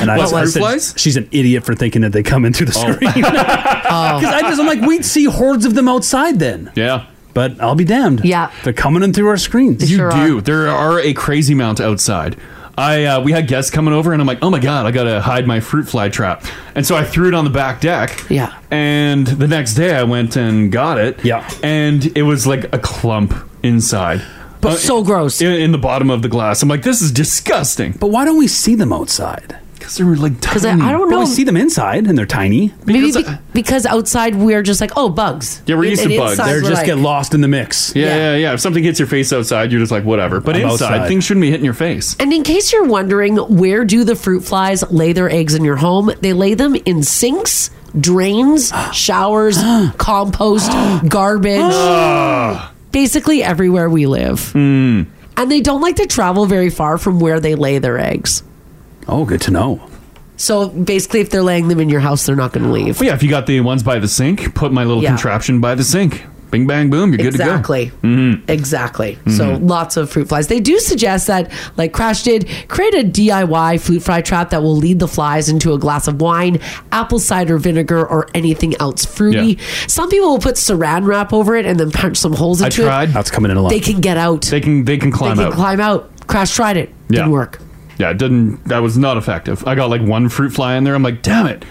and I,
What,
I
fruit
said
flies? Oh.
she's an idiot for thinking that they come in through the screen. Because "Oh." I just, I'm like, we'd see hordes of them outside then.
Yeah.
But I'll be damned.
Yeah.
They're coming in through our screens.
You do. There are a crazy amount outside. I uh, we had guests coming over, and I'm like, oh my god, I gotta hide my fruit fly trap, and so I threw it on the back deck.
Yeah.
And the next day, I went and got it. Yeah. And it was like a clump inside. Uh,
But so gross.
In, in the bottom of the glass. I'm like, this is disgusting.
But why don't we see them outside?
Because they're like
Because I- I don't
But
know.
we see them inside and they're tiny.
Maybe be- because outside we're just like, oh, bugs. And- and inside
They
we're
just
like-
get lost in the mix.
Yeah, yeah, yeah, If something hits your face outside, you're just like, whatever. But
I'm
inside,
outside.
things shouldn't be hitting your face.
And in case you're wondering, where do the fruit flies lay their eggs in your home? They lay them in sinks, drains, showers, compost, garbage, basically everywhere we live.
Hmm.
And they don't like to travel very far from where they lay their eggs.
Oh, good to know.
So basically, if they're laying them in your house, they're not going to leave.
Well, yeah, if you got the ones by the sink, put my little
Yeah.
contraption by the sink. Bing, bang, boom, you're
Exactly.
good to go. Mm-hmm.
Exactly. So
Mhm.
lots of fruit flies. They do suggest that, like Crash did, create a DIY fruit fly trap that will lead the flies into a glass of wine, apple cider vinegar, or anything else fruity. Some people will put saran wrap over it and then punch some holes
I
into
tried.
it.
That's coming in a lot.
They can get out. They
can they can climb
they can
out.
climb out. Crash tried it.
Yeah.
Didn't work.
Yeah, it didn't. That was not effective. I got like one fruit fly in there. I'm like, damn it.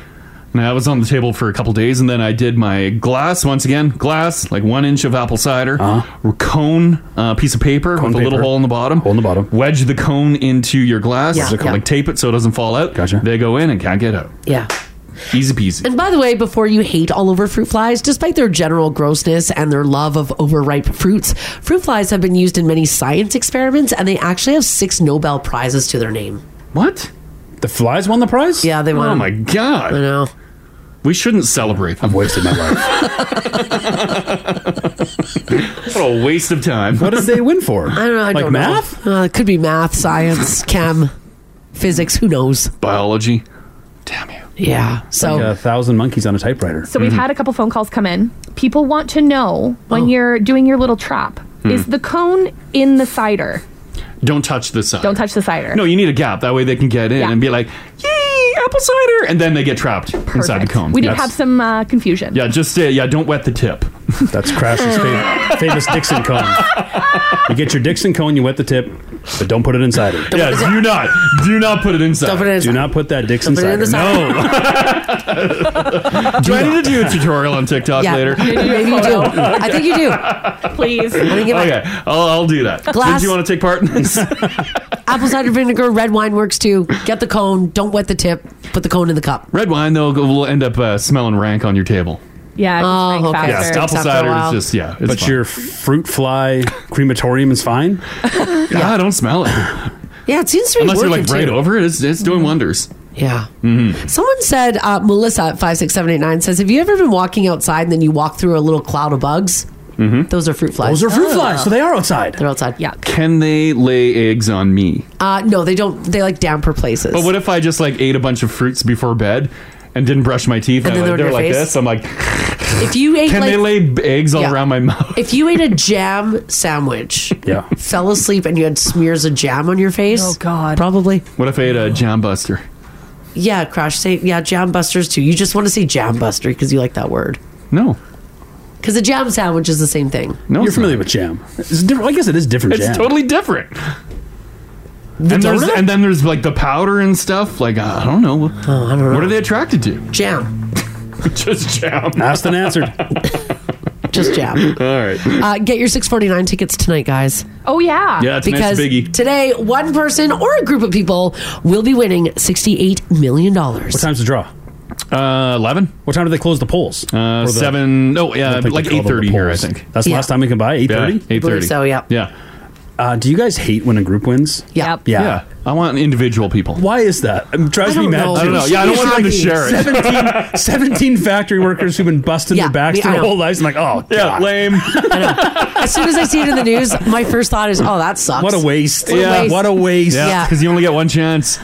And I was on the table for a couple days, and then I did my glass once again. Glass, like one inch of apple cider, cone, uh, piece of paper with a
Uh-huh. paper.
little hole in the bottom. Hole in the bottom. Wedge the cone into your glass.
Yeah,
Like
yeah.
tape it so it doesn't fall out. Gotcha. They go in and can't get out.
Yeah.
Easy peasy.
And by the way, before you hate all over fruit flies, despite their general grossness and their love of overripe fruits, fruit flies have been used in many science experiments and they actually have six Nobel Prizes to their name.
What?
The flies won the prize?
Yeah, they won.
Oh my god! I
know.
We shouldn't celebrate. I've wasted my life. what a waste of time.
What did they win for?
I don't know. I
Like
don't know. Uh, it could be math, science, chem, physics. Who knows?
Biology.
Yeah. So
like a thousand monkeys on a typewriter. Mm-hmm.
So
Mm.
we've had a couple phone calls come in. People want to know when you're doing your little trap,
Oh. Hmm.
is the cone in the cider?
Don't touch the cider.
Don't touch the cider.
No, you need a gap. That way they can get in
Yeah.
and be like, "Yay, apple cider!" And then they get trapped inside the cone.
We did
Yes.
have some uh, confusion.
Yeah, just uh, yeah. Don't wet the tip.
That's Crash's favorite, famous Dixon cone. You get your Dixon cone, you wet the tip, but don't put it inside it.
Yeah, do not, do not put it inside. Don't put it
Do not put that Dixon
Don't put it in
cider.
the cider.
No.
do I need to do a tutorial on TikTok
yeah,
later?
maybe you do. I think you do.
Please.
okay, I'll, I'll do that.
Glass-
Did you want to take part? in this?
Apple cider vinegar, red wine works too. Get the cone. Don't wet the tip. Put the cone in the cup.
Red wine though will end up uh, smelling rank on your table.
Yeah.
Oh, okay.
Yeah, apple cider is just yeah. It's
but
fine.
your fruit fly crematorium is fine.
yeah, I don't smell it.
Yeah, it seems to be
Unless you're
working
like right
too. Mm-hmm.
over it, it's, it's doing wonders.
Yeah.
hmm
Someone said, uh, Melissa at 56789 says, Have you ever been walking outside and then you walk through a little cloud of bugs? Mm-hmm. Those are fruit flies.
Those are
Oh.
fruit flies, so they are outside.
They're outside. Yeah.
Can they lay eggs on me?
Uh, no, they don't. They like damper places.
But what if I just like ate a bunch of fruits before bed and didn't brush my teeth?
And then
I,
they're
like,
in your
they're
face?
like this. I'm like,
if you ate
can
like,
they lay b- eggs all
Yeah.
around my mouth?
if you ate a jam sandwich,
Yeah.
fell asleep and you had smears of jam on your face? Oh God, probably.
What if I ate a jam buster?
Yeah, crash. Say yeah, jam busters too. You just want to say jam buster because you like that word.
No,
because a jam sandwich is the same thing.
No,
you're familiar with jam. It's different. I guess it is different.
It's
jam.
totally different. and, there's,
donut?
and then there's like the powder and stuff. Like uh, I don't know. What are they attracted to?
Jam.
Just jam.
Asked and answered.
Just jam.
All right.
Uh, get your 649 tickets tonight, guys.
Oh, yeah.
Yeah, tonight's
because
a biggie.
today, one person or a group of people will be winning $68 million.
What time's the draw?
Uh, eleven.
What time do they close the polls?
Uh, seven- no, yeah, like 8:30 here, I think.
That's the
Yeah.
last time we can buy. Eight thirty.
Yeah, 8:30. So, yeah. Yeah.
Uh, do you guys hate when a group wins?
Yeah.
Yeah.
I want individual people.
Why is that? It drives
I don't
me mad.
know.
too.
I don't know. Yeah, I don't want them to share it.
17, 17 factory workers who've been busting
Yeah,
their backs
yeah,
their
I know.
whole lives. I'm like, oh, yeah,
lame.
As soon as I see it in the news, my first thought is, oh, that sucks.
What a waste.
What a waste.
Yeah,
Yeah.
because you only get one chance.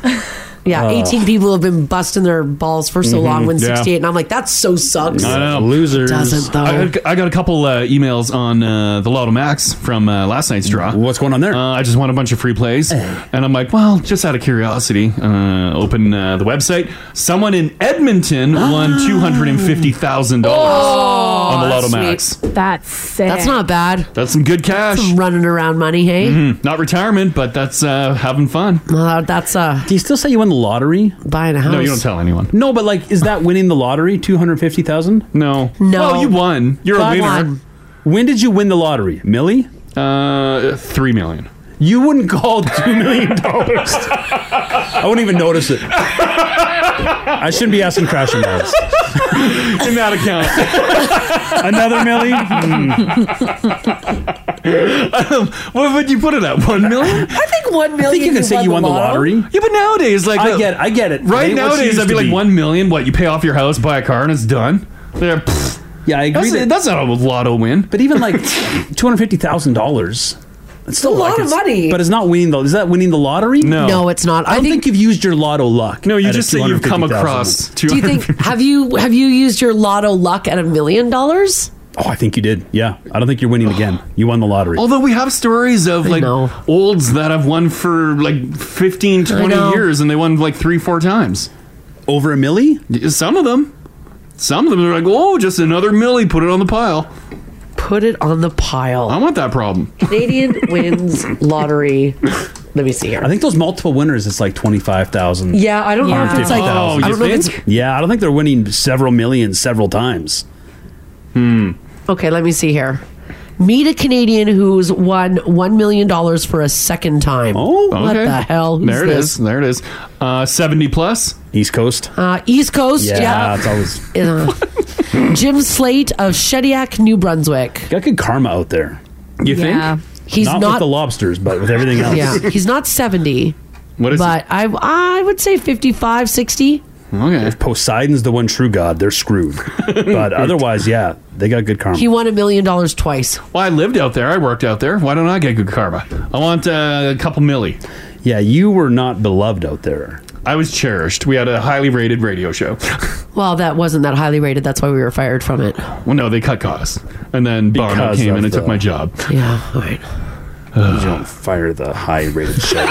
Yeah,
Oh.
18 people have been busting their balls for so
Mhm,
long when
yeah.
68, and I'm like, that so sucks.
I know. Losers.
Doesn't, though.
I got, I got a couple uh, emails on uh, the Lotto Max from uh, last night's draw.
What's going on there?
Uh, I just want a bunch of free plays. And I'm like, well, just out of curiosity, uh, open uh, the website. Someone in Edmonton
Ah.
won
Oh,
$250,000 on the Lotto Max.
That's sick.
That's not bad.
That's some good cash.
Some running around money, hey?
Mhm. Not retirement, but that's uh, having fun.
Uh, that's uh.
Do you still say you won the lottery?
Buying a house?
No, you don't tell anyone.
No, but like, is that winning the lottery? Two hundred fifty thousand?
No.
No.
Well, you won. You're a
I
winner.
won. When did you win the lottery, Millie?
Uh, three million.
You wouldn't call two million dollars. I wouldn't even notice it. I shouldn't be asking crashing dollars
in that account.
Another Millie. Hmm.
Um, what would you put it at? One million?
I think one million.
I think you can say you won the lottery.
Yeah, but nowadays, like,
I
uh,
get, I get it. It
Right
ain't what you
nowadays,
used
I'd be
to
like one million. What you pay off your house, buy a car, and it's done. Yeah,
yeah, I agree.
That's, that's not a lotto win.
But even like two hundred fifty thousand dollars. It's still
a lot of money.
but it's not winning though. Is that winning the lottery?
No. No, it's not.
I, don't think, you've used your lotto luck. No,
you just say you've come across
Do you think have you have you used your lotto luck at a million dollars?
Oh, I think you did. Yeah, I don't think you're winning again. You won the lottery.
Although we have stories of like olds that have won for like 15,
I
20
know.
years and they won like three, four times.
Over a millie?
Some of them. Some of them are like, oh, just another millie, put it on the pile.
Put it on the pile. I
want that problem.
Canadian wins lottery. Let me see here.
I think those multiple winners, it's like twenty five thousand.
Yeah, I don't know if it's like- Oh, I don't you know if think? it's-
yeah, I don't think they're winning several million several times.
Hmm.
Okay, let me see here. Meet a Canadian who's won $1 million for a second time. Oh, What
Okay.
the hell? Who's
there it
this?
is. There it is. Uh, 70 plus.
East Coast.
Uh, East Coast, yeah.
always.
Uh, Jim Slate of Shediac, New Brunswick.
Got good karma out there.
You
think? Yeah. He's
not,
not-
with the lobsters, but with everything else.
Yeah, he's not 70.
What is
But I, I would say 55, 60.
Okay.
If Poseidon's the one true god, they're screwed. but otherwise, yeah, they got good karma.
He won a million dollars twice.
Well, I lived out there. I worked out there. Why don't I get good karma? I want uh, a couple milli.
Yeah, you were not beloved out there.
I was cherished. We had a highly rated radio show.
Well, that wasn't that highly rated. That's why we were fired from it.
well, no, they cut costs. And then Bono
Because
came
of
in and took
the-
my job.
Yeah, all right.
you don't fire the high rated shows.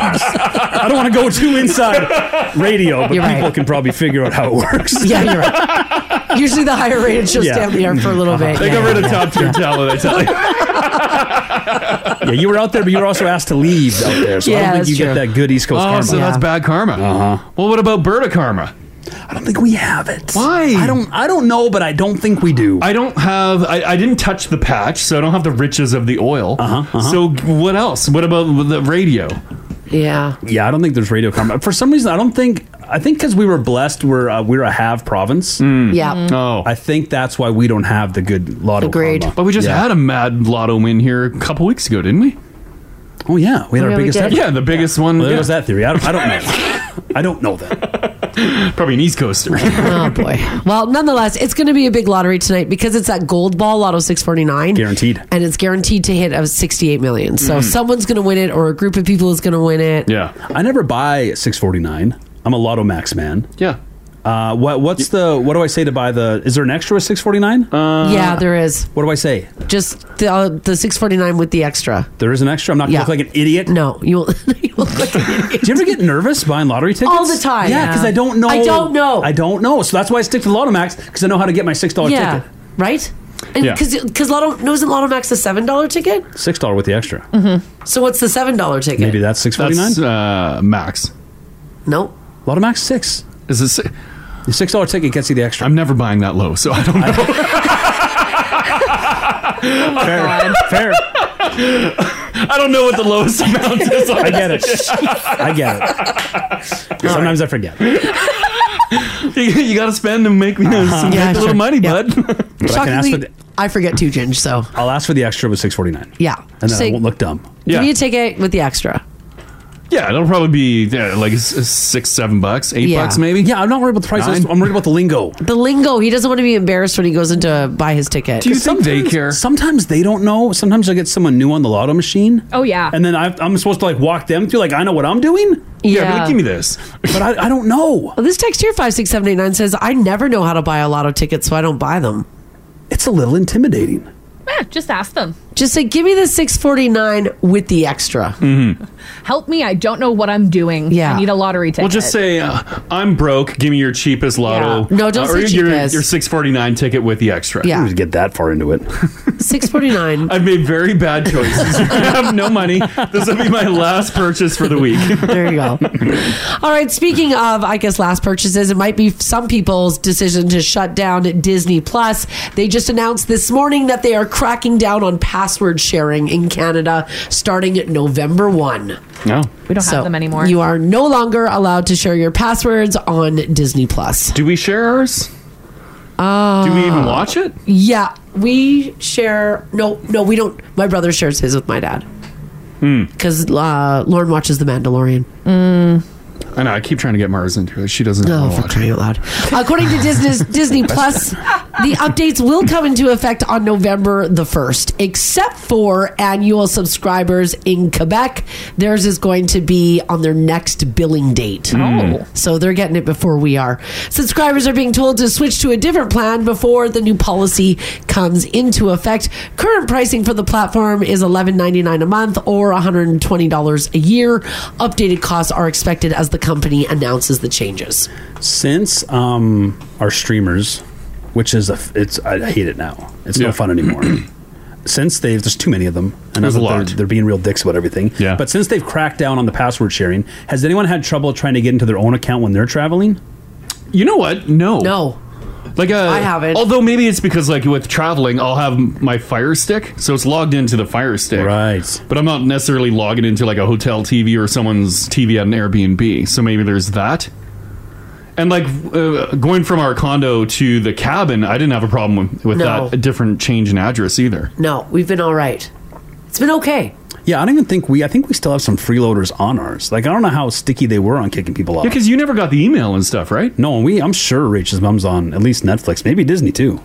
I don't want to go too inside radio, but
You're right.
people can probably figure out how it works.
Yeah, you're right. Usually the higher rated shows
Yeah.
down the air for a little bit.
They
Yeah,
got rid
yeah,
of
yeah.
top tier talent, I tell you. yeah, you were out there, but you were also asked to leave out there, so I
Yeah,
don't think
that's
you
true.
get that good East Coast
oh,
karma.
so that's bad karma. Uh-huh. Well, what about Berta karma?
I don't think we have it.
Why?
I don't. I don't know, but I don't think we do.
I don't have. I, I didn't touch the patch, so I don't have the riches of the oil. Uh-huh, So what else? What about the radio?
Yeah.
Yeah, I don't think there's radio karma. For some reason, I don't think. I think because we were blessed, we're uh, we're a have province.
Hmm.
Yeah. Mm.
Oh, I think that's why we don't have the good lotto.
Agreed.
karma.
But we just
Yeah.
had a mad lotto win here a couple weeks ago, didn't we?
Oh yeah, we had Oh, our yeah, we biggest did. ever.
Yeah, the biggest one.
Well, there
yeah.
goes that theory. I don't, I don't know. I don't know that.
Probably an East Coaster.
oh boy. Well, nonetheless, it's going to be a big lottery tonight because it's that gold ball lotto 649.
Guaranteed.
And it's guaranteed to hit of 68 million. So
Mm.
someone's going to win it or a group of people is going to win it.
Yeah, I never buy six forty nine. I'm a Lotto Max man.
Yeah.
Uh, what what's the what do I say to buy the? Is there an extra with six forty nine? Uh,
yeah, there is.
What do I say?
Just the uh, the 649 with the extra.
There is an extra. I'm not
Yeah.
gonna look like an idiot.
No, you will.
Do you ever get nervous buying lottery tickets?
All the time.
Yeah, because
Yeah.
I don't know.
I don't know.
I don't know. So that's why I stick to Lotto Max because Oh, I know how to get my six dollar
yeah.
ticket.
Right? And
Yeah.
cuz cuz Lotto no isn't Lotto Max a $7 ticket?
Six dollar with the extra.
Mm-hmm. So what's the $7 ticket?
Maybe that's six forty nine.
That's, uh, max.
Nope.
Lotto Max six.
Is it six?
The six dollar ticket gets you the extra.
I'm never buying that low, so I don't know.
fair, fair.
Oh I don't know what the lowest amount is.
I get it. I get it. Sometimes I forget.
you, got to spend and make, me some,
Uh-huh. Yeah,
make a
sure.
little money, bud.
But I can ask for
Shockingly,
the-
I forget too, Ginge, so.
I'll ask for the extra with six forty nine,
Yeah.
and then
So
I won't look dumb.
Give me a ticket with the extra.
Yeah, it'll probably be yeah, like s- six, seven bucks, eight
Yeah.
bucks maybe.
Yeah, I'm not worried about the price. I'm worried about the lingo.
The lingo. He doesn't want to be embarrassed when he goes in to buy his ticket.
they care? Sometimes they don't know. Sometimes I get someone new on the lotto machine.
Oh yeah.
And then I, I'm supposed to like walk them through, like I know what I'm doing.
Yeah, Yeah. but, like, give me
this.
But I, I don't know.
Well, this text here five six seven eight nine says I never know how to buy a lotto ticket, so I don't buy them.
It's a little intimidating.
Eh, just ask them.
Just say, give me the six forty nine with the extra.
Mm-hmm.
Help me. I don't know what I'm doing.
Yeah.
I need a lottery ticket.
Well, just say uh, I'm broke. Give me your cheapest lotto. Uh,
Yeah. No, don't
or
say
your,
cheapest.
Your six forty nine ticket with the extra.
Yeah. I didn't
get that far into it.
Six forty nine.
I've made very bad choices. I have no money. This will be my last purchase for the week.
There you go. All right. Speaking of, I guess last purchases, it might be some people's decision to shut down Disney Plus. They just announced this morning that they are cracking down on password sharing in Canada starting at November one.
No,
we don't have them anymore.
You are no longer allowed to share your passwords on Disney Plus.
Do we share ours?
Uh,
Do we even watch it?
Yeah, we share. No, no, we don't. My brother shares his with my dad
Hmm.
because uh, Lauren watches The Mandalorian.
I know. I keep trying to get Mars into it. She doesn't.
No,
wanna
for
watch
crying out loud. According to Disney, Disney Plus, the updates will come into effect on November the 1st, except for annual subscribers in Quebec. Theirs is going to be on their next billing date. Hmm.
Oh.
So they're getting it before we are. Subscribers are being told to switch to a different plan before the new policy comes into effect. Current pricing for the platform is $11.99 a month or $120 a year. Updated costs are expected as the company announces the changes.
Since um, our streamers, which is a, f- it's I hate it now. It's
Yeah.
no fun anymore. since they've there's too many of them, and
There's
I know
a
that
lot.
They're, they're being real dicks about everything.
Yeah.
But since they've cracked down on the password sharing, has anyone had trouble trying to get into their own account when they're traveling?
You know what? No.
No.
Like uh,
I haven't.
Although maybe it's because like with traveling, I'll have m- my Fire Stick, so it's logged into the Fire Stick. Right. But I'm not necessarily logging into like a hotel TV or someone's TV at an Airbnb. So maybe there's that. And like uh, going from our condo to the cabin, I didn't have a problem with, with
No.
that a different change in address either.
No, we've been all right. It's been okay.
Yeah, I don't even think we. I think we still have some freeloaders on ours. Like I don't know how sticky they were on kicking people off.
Yeah, 'cause you never got the email and stuff, right?
No, and we. I'm sure Rachel's mom's on at least Netflix, maybe Disney too.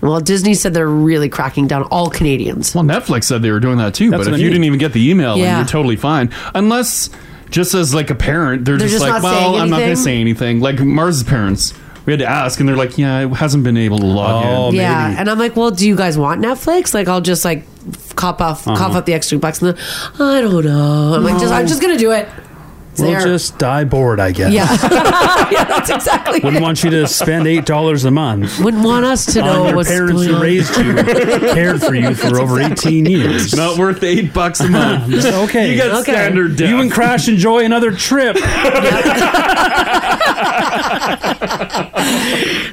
Well, Disney said they're really cracking down all Canadians.
Well, Netflix said they were doing that too,
That's
but
what
if
I
you
mean.
didn't even get the email, then
Yeah.
you're totally fine. Unless, just as like a parent, they're,
They're
just,
just
like,
not saying
well, I'm not going to
anything?
say anything. Like Mars's parents, we had to ask, and they're like, yeah, it hasn't been able to log
Oh,
in.
yeah, and I'm like, well, do you guys want Netflix? Like, I'll just like f- cop off, cough
Uh-huh.
up the extra bucks, and then I don't know. I'm like, just I'm just gonna do it. It's
We'll
there.
just die bored, I guess.
yeah, yeah, that's exactly.
Wouldn't
it.
want you to spend eight dollars a month.
Wouldn't want us to
on
know
your
what's
parents
going
who
on.
raised you, cared for you for over eighteen years.
Not worth eight bucks a month.
okay,
You got Okay. standard def.
You and Crash enjoy another trip.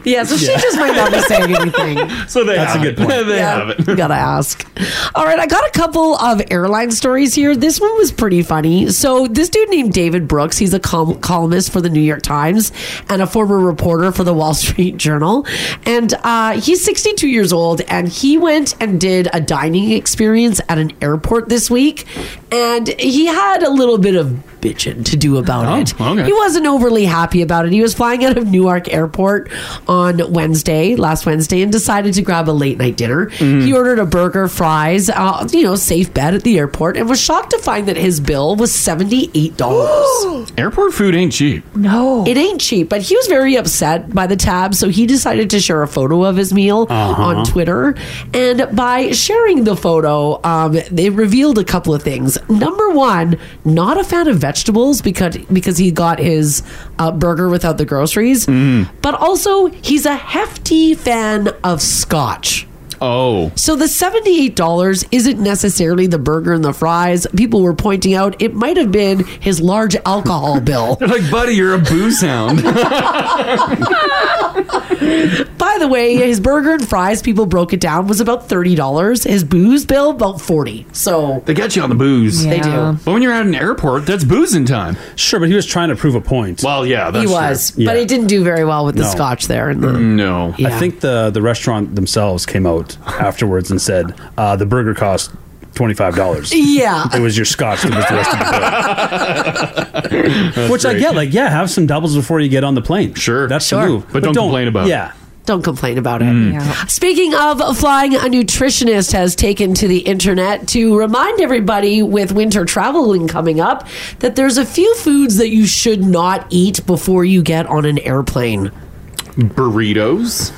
Yeah, so she
Yeah.
just might not be saying anything.
So they
That's a
have
good
it.
point.
they
Yeah.
have it.
You gotta ask. All right, I got a couple of airline stories here. This one was pretty funny. So, this dude named David Brooks, he's a col- columnist for the New York Times and a former reporter for the Wall Street Journal. And uh, he's 62 years old, and he went and did a dining experience at an airport this week. And he had a little bit of bitching to do about it.
okay.
He wasn't overly happy about it. He was flying out of Newark Airport on Wednesday, last Wednesday, and decided to grab a late night dinner. He ordered a burger, fries, uh, you know, safe bet at the airport, and was shocked to find that his bill was seventy-eight dollars.
Airport food ain't cheap.
No, it ain't cheap. But he was very upset by the tab, so he decided to share a photo of his meal
Uh-huh.
on Twitter. And by sharing the photo, um, they revealed a couple of things. Number one, not a fan of vegetables because because he got his uh, burger without the groceries. But also, he's a hefty fan of scotch.
Oh.
So the $78 isn't necessarily the burger and the fries. People were pointing out it might have been his large alcohol bill.
They're like, buddy, you're a booze hound.
By the way, his burger and fries, people broke it down, was about thirty dollars. His booze bill about forty. So
they get you on the booze.
They do.
But when you're at an airport, that's boozing time.
Sure, but he was trying to prove a point.
Well, yeah, Ah, that's
he
true.
was,
Yeah.
but he didn't do very well with the
No.
scotch there. And the,
No,
Yeah.
I think the the restaurant themselves came out afterwards and said uh, the burger cost twenty five dollars.
Yeah.
it was your scotch that was the rest of the bill. Which I
great.
get, like, yeah, have some doubles before you get on the plane. Sure, that's
Sure.
the move.
But don't complain about it. Mm.
Yeah,
don't complain about it. Speaking of flying, a nutritionist has taken to the internet to remind everybody with winter traveling coming up that there's a few foods that you should not eat before you get on an airplane.
burritos.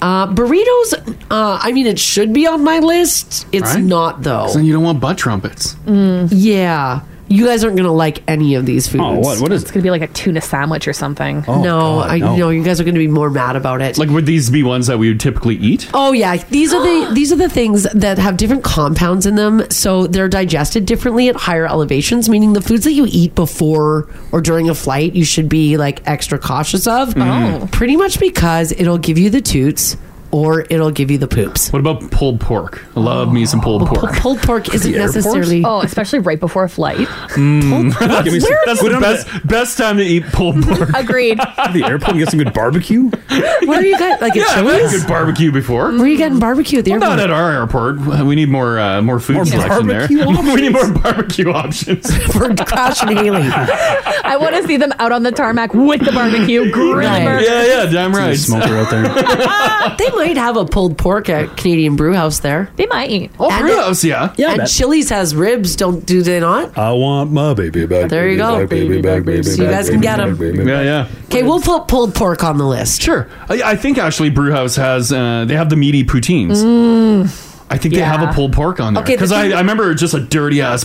Uh, burritos, uh, I mean, it should be on my list. It's
Right?
not, though.
'Cause Then you don't want butt trumpets.
Mm. Yeah. You guys aren't going to like any of these foods.
Oh, what- what is Oh,
It's gonna be like a tuna sandwich or something.
Oh, no, I
no.
know you guys are going to be more mad about it.
Like, would these be ones that we would typically eat?
Oh yeah, these are the these are the things that have different compounds in them, so they're digested differently at higher elevations. Meaning, the foods that you eat before or during a flight, you should be like extra cautious of.
Mhm. Oh.
Pretty much because it'll give you the toots or it'll give you the poops.
What about pulled pork? I love me some pulled pork.
Pulled pork isn't necessarily.
Oh, especially right before a flight.
Mm.
Give me some-
that's
Where
the
is-
best best time to eat pulled pork.
Agreed.
the airport and get some good barbecue.
Where are you guys? Like
yeah,
at
I've had
Chili's?
good barbecue before.
Where are you getting barbecue at the
Well,
airport?
not at our airport. We need more uh, more food
More
selection there.
barbecue
we need more barbecue options.
For Crash and Haley.
I want to see them out on the tarmac with the barbecue, grilling burgers.
Yeah, yeah, damn right.
Smoker out there.
they might have a pulled pork at Canadian Brew House there.
They might.
Oh,
Brew House, yeah.
Yeah, I
and
bet.
Chili's has ribs. Don't do they not?
I want my baby back.
There you
baby
go.
back, baby back, baby
So you
back,
guys
baby
can get
back,
'em.
baby back.
Yeah, yeah.
Okay, we'll put pulled pork on the list.
Sure. I, I think actually Brewhouse has uh, they have the meaty poutines.
Mm.
Mm.
I think they have
Yeah.
a pulled pork on there
Okay, the
because I,
thing-
I remember just a dirty ass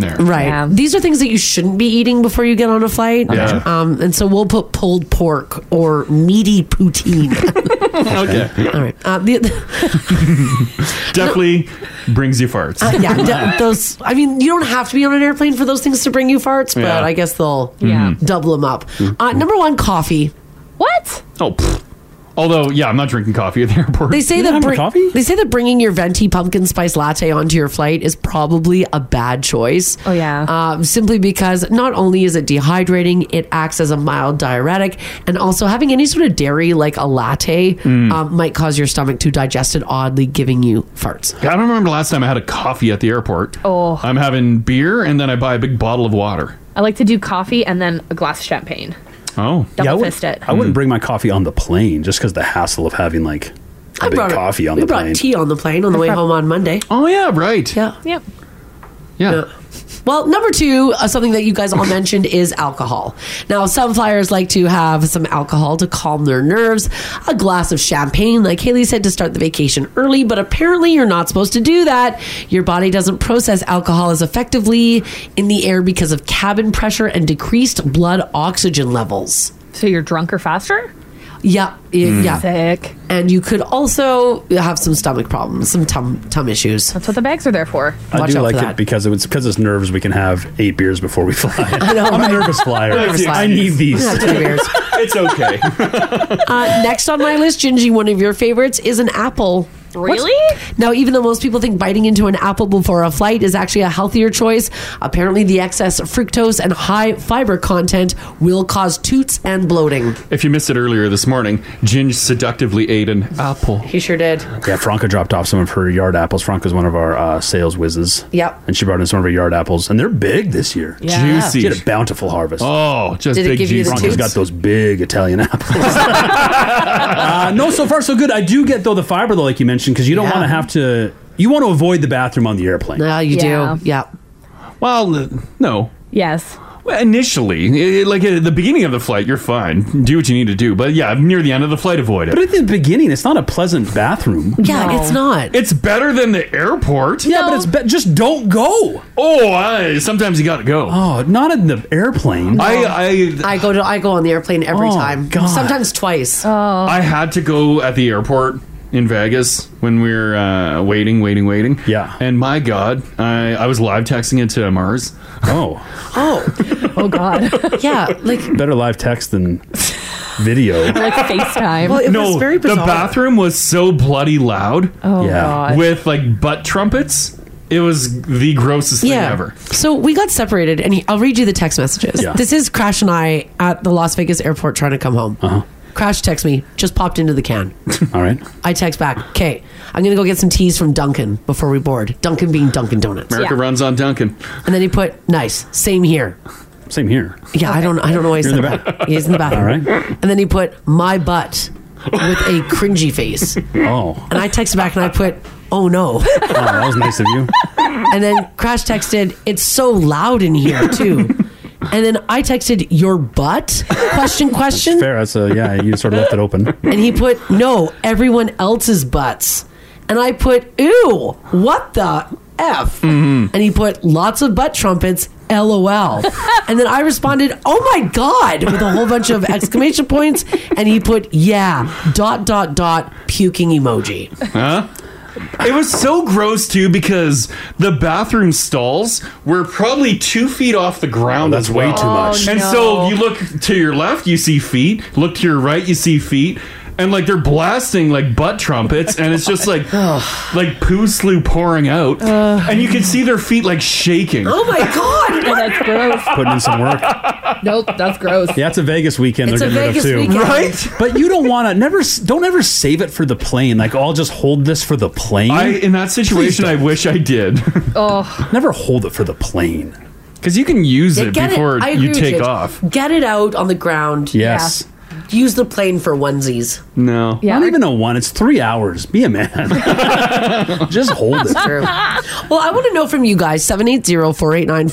there.
Right. These are things that you shouldn't be eating before you get on a flight.
Yeah.
Um, and so we'll put pulled pork or meaty poutine.
okay.
All right. Uh, the,
Definitely brings you farts.
uh, yeah. d- those. I mean, you don't have to be on an airplane for those things to bring you farts, but
Yeah.
I
Mm-hmm.
guess they'll
Yeah.
double them up. Uh, number one, coffee.
What?
Oh. pfft. Although, yeah, I'm not drinking coffee at the airport.
They say that bring- they say that bringing your venti pumpkin spice latte onto your flight is probably a bad choice. Oh yeah, um, simply because not only is it dehydrating, it acts as a mild diuretic, and also having any sort of dairy like a latte
Mm.
um, might cause your stomach to digest it oddly, giving you farts.
I don't remember the last time I had a coffee at the airport.
Oh.
I'm having beer and then I buy a big bottle of water.
I like to do coffee and then a glass of champagne.
Oh,
Double
I wouldn't-
fist it.
I
Mm.
wouldn't bring my coffee on the plane just because the hassle of having like a big
brought
coffee on
we
the
brought
plane.
tea on the plane on the way home on Monday.
Oh yeah, right.
Yeah.
Yep.
Yeah.
Well, number two, uh, something that you guys all mentioned is alcohol. Now, some flyers like to have some alcohol to calm their nerves, a glass of champagne, like Haley said, to start the vacation early, but apparently you're not supposed to do that. Your body doesn't process alcohol as effectively in the air because of cabin pressure and decreased blood oxygen levels.
So you're drunker faster?
Yeah, y-
Mm.
yeah. Sick. And you could also have some stomach problems, some tum tum issues.
That's what the bags are there for.
I do like it because it was because it's nerves. We can have eight beers before we fly.
I know,
I'm
right?
a nervous flyer.
Nervous
I
flyer.
need these.
Yeah, two beers.
it's okay.
Uh, next on my list, Gingy, one of your favorites is an apple.
Really?
Now, even though most people think biting into an apple before a flight is actually a healthier choice, apparently the excess fructose and high fiber content will cause toots and bloating.
If you missed it earlier this morning, Ginge seductively ate an apple.
He sure did.
Yeah, Franca dropped off some of her yard apples. Franca's one of our uh, sales whizzes.
Yep.
And she brought in some of her yard apples, and they're big this year.
Yeah. Juicy.
She had a bountiful harvest.
Oh,
just Did it big give you juicy. the
Franca's
toots?
got those big Italian apples. uh, no, so far so good. I do get though the fiber though, like you mentioned, because you don't
Yeah.
want to have to. You want to avoid the bathroom on the airplane.
No, you
Yeah.
do. Yeah.
Well, uh, no.
Yes.
Well, initially, i- like at the beginning of the flight, you're fine. Do what you need to do. But yeah, near the end of the flight, avoid it.
But at the beginning, it's not a pleasant bathroom.
Yeah, No. it's not.
It's better than the airport.
Yeah, but it's be- just don't go.
Oh, I, sometimes you gotta go.
Oh, not in the airplane.
I, I
go to I go on the airplane every
Oh,
time.
God.
Sometimes twice. Oh.
I had to go at the airport in Vegas when we were uh, waiting, waiting, waiting. Yeah. And my God, I, I was live texting it to Mars.
Oh.
oh.
Oh God.
yeah. Like
better live text than video.
Like FaceTime.
no, the bathroom was so bloody loud.
Oh, Yeah. God.
With like butt trumpets. It was the grossest thing ever.
So we got separated, and he, I'll read you the text messages.
Yeah.
This is Crash and I at the Las Vegas airport trying to come home.
Uh-huh.
Crash texts me, just popped into the can.
All right.
I text back, okay, I'm going to go get some teas from Duncan before we board. Duncan being Dunkin' Donuts.
America runs on Duncan.
And then he put, nice, same here.
Same here.
Yeah, I don't I don't know why he
You're in
said
the
that. He's in the bathroom.
All right.
And then he put, my butt with a cringy face.
Oh.
And I texted back and I put, oh no.
Oh, that was nice of you.
And then Crash texted, "It's so loud in here too." And then I texted, "Your butt?" Question question.
Fair. That's a, yeah, you sort of left it open.
And he put, "No, everyone else's butts." And I put, "Ew, what the f?"
Mm-hmm.
And he put, "Lots of butt trumpets." LOL. and then I responded, "Oh my god!" with a whole bunch of exclamation points. And he put, "Yeah." Dot dot dot. Puking emoji.
Huh? It was so gross too because the bathroom stalls were probably two feet off the ground.
that's way too Oh, much.
And
no.
so you look to your left, you see feet. Look to your right, you see feet. And like they're blasting like butt trumpets, and it's just like like poo slew pouring out, Uh, and you can see their feet like shaking.
Oh my god!
that's gross.
Putting in some work.
Nope, that's gross.
Yeah, it's a Vegas weekend.
It's
they're
a
getting
Vegas
rid of too,
weekend.
right? But you don't want to never. s- Don't ever save it for the plane. Like, oh, I'll just hold this for the plane.
I, in that situation, I wish I did.
Oh.
never hold it for the plane
because you can use
Yeah,
it
get
before
I agree
you
with
take off.
Get it out on the ground.
Yes.
Yeah. Use the plane for onesies.
No,
Yeah.
not even a one. It's three hours. Be a man. just hold it.
That's true. well, I want to know from you guys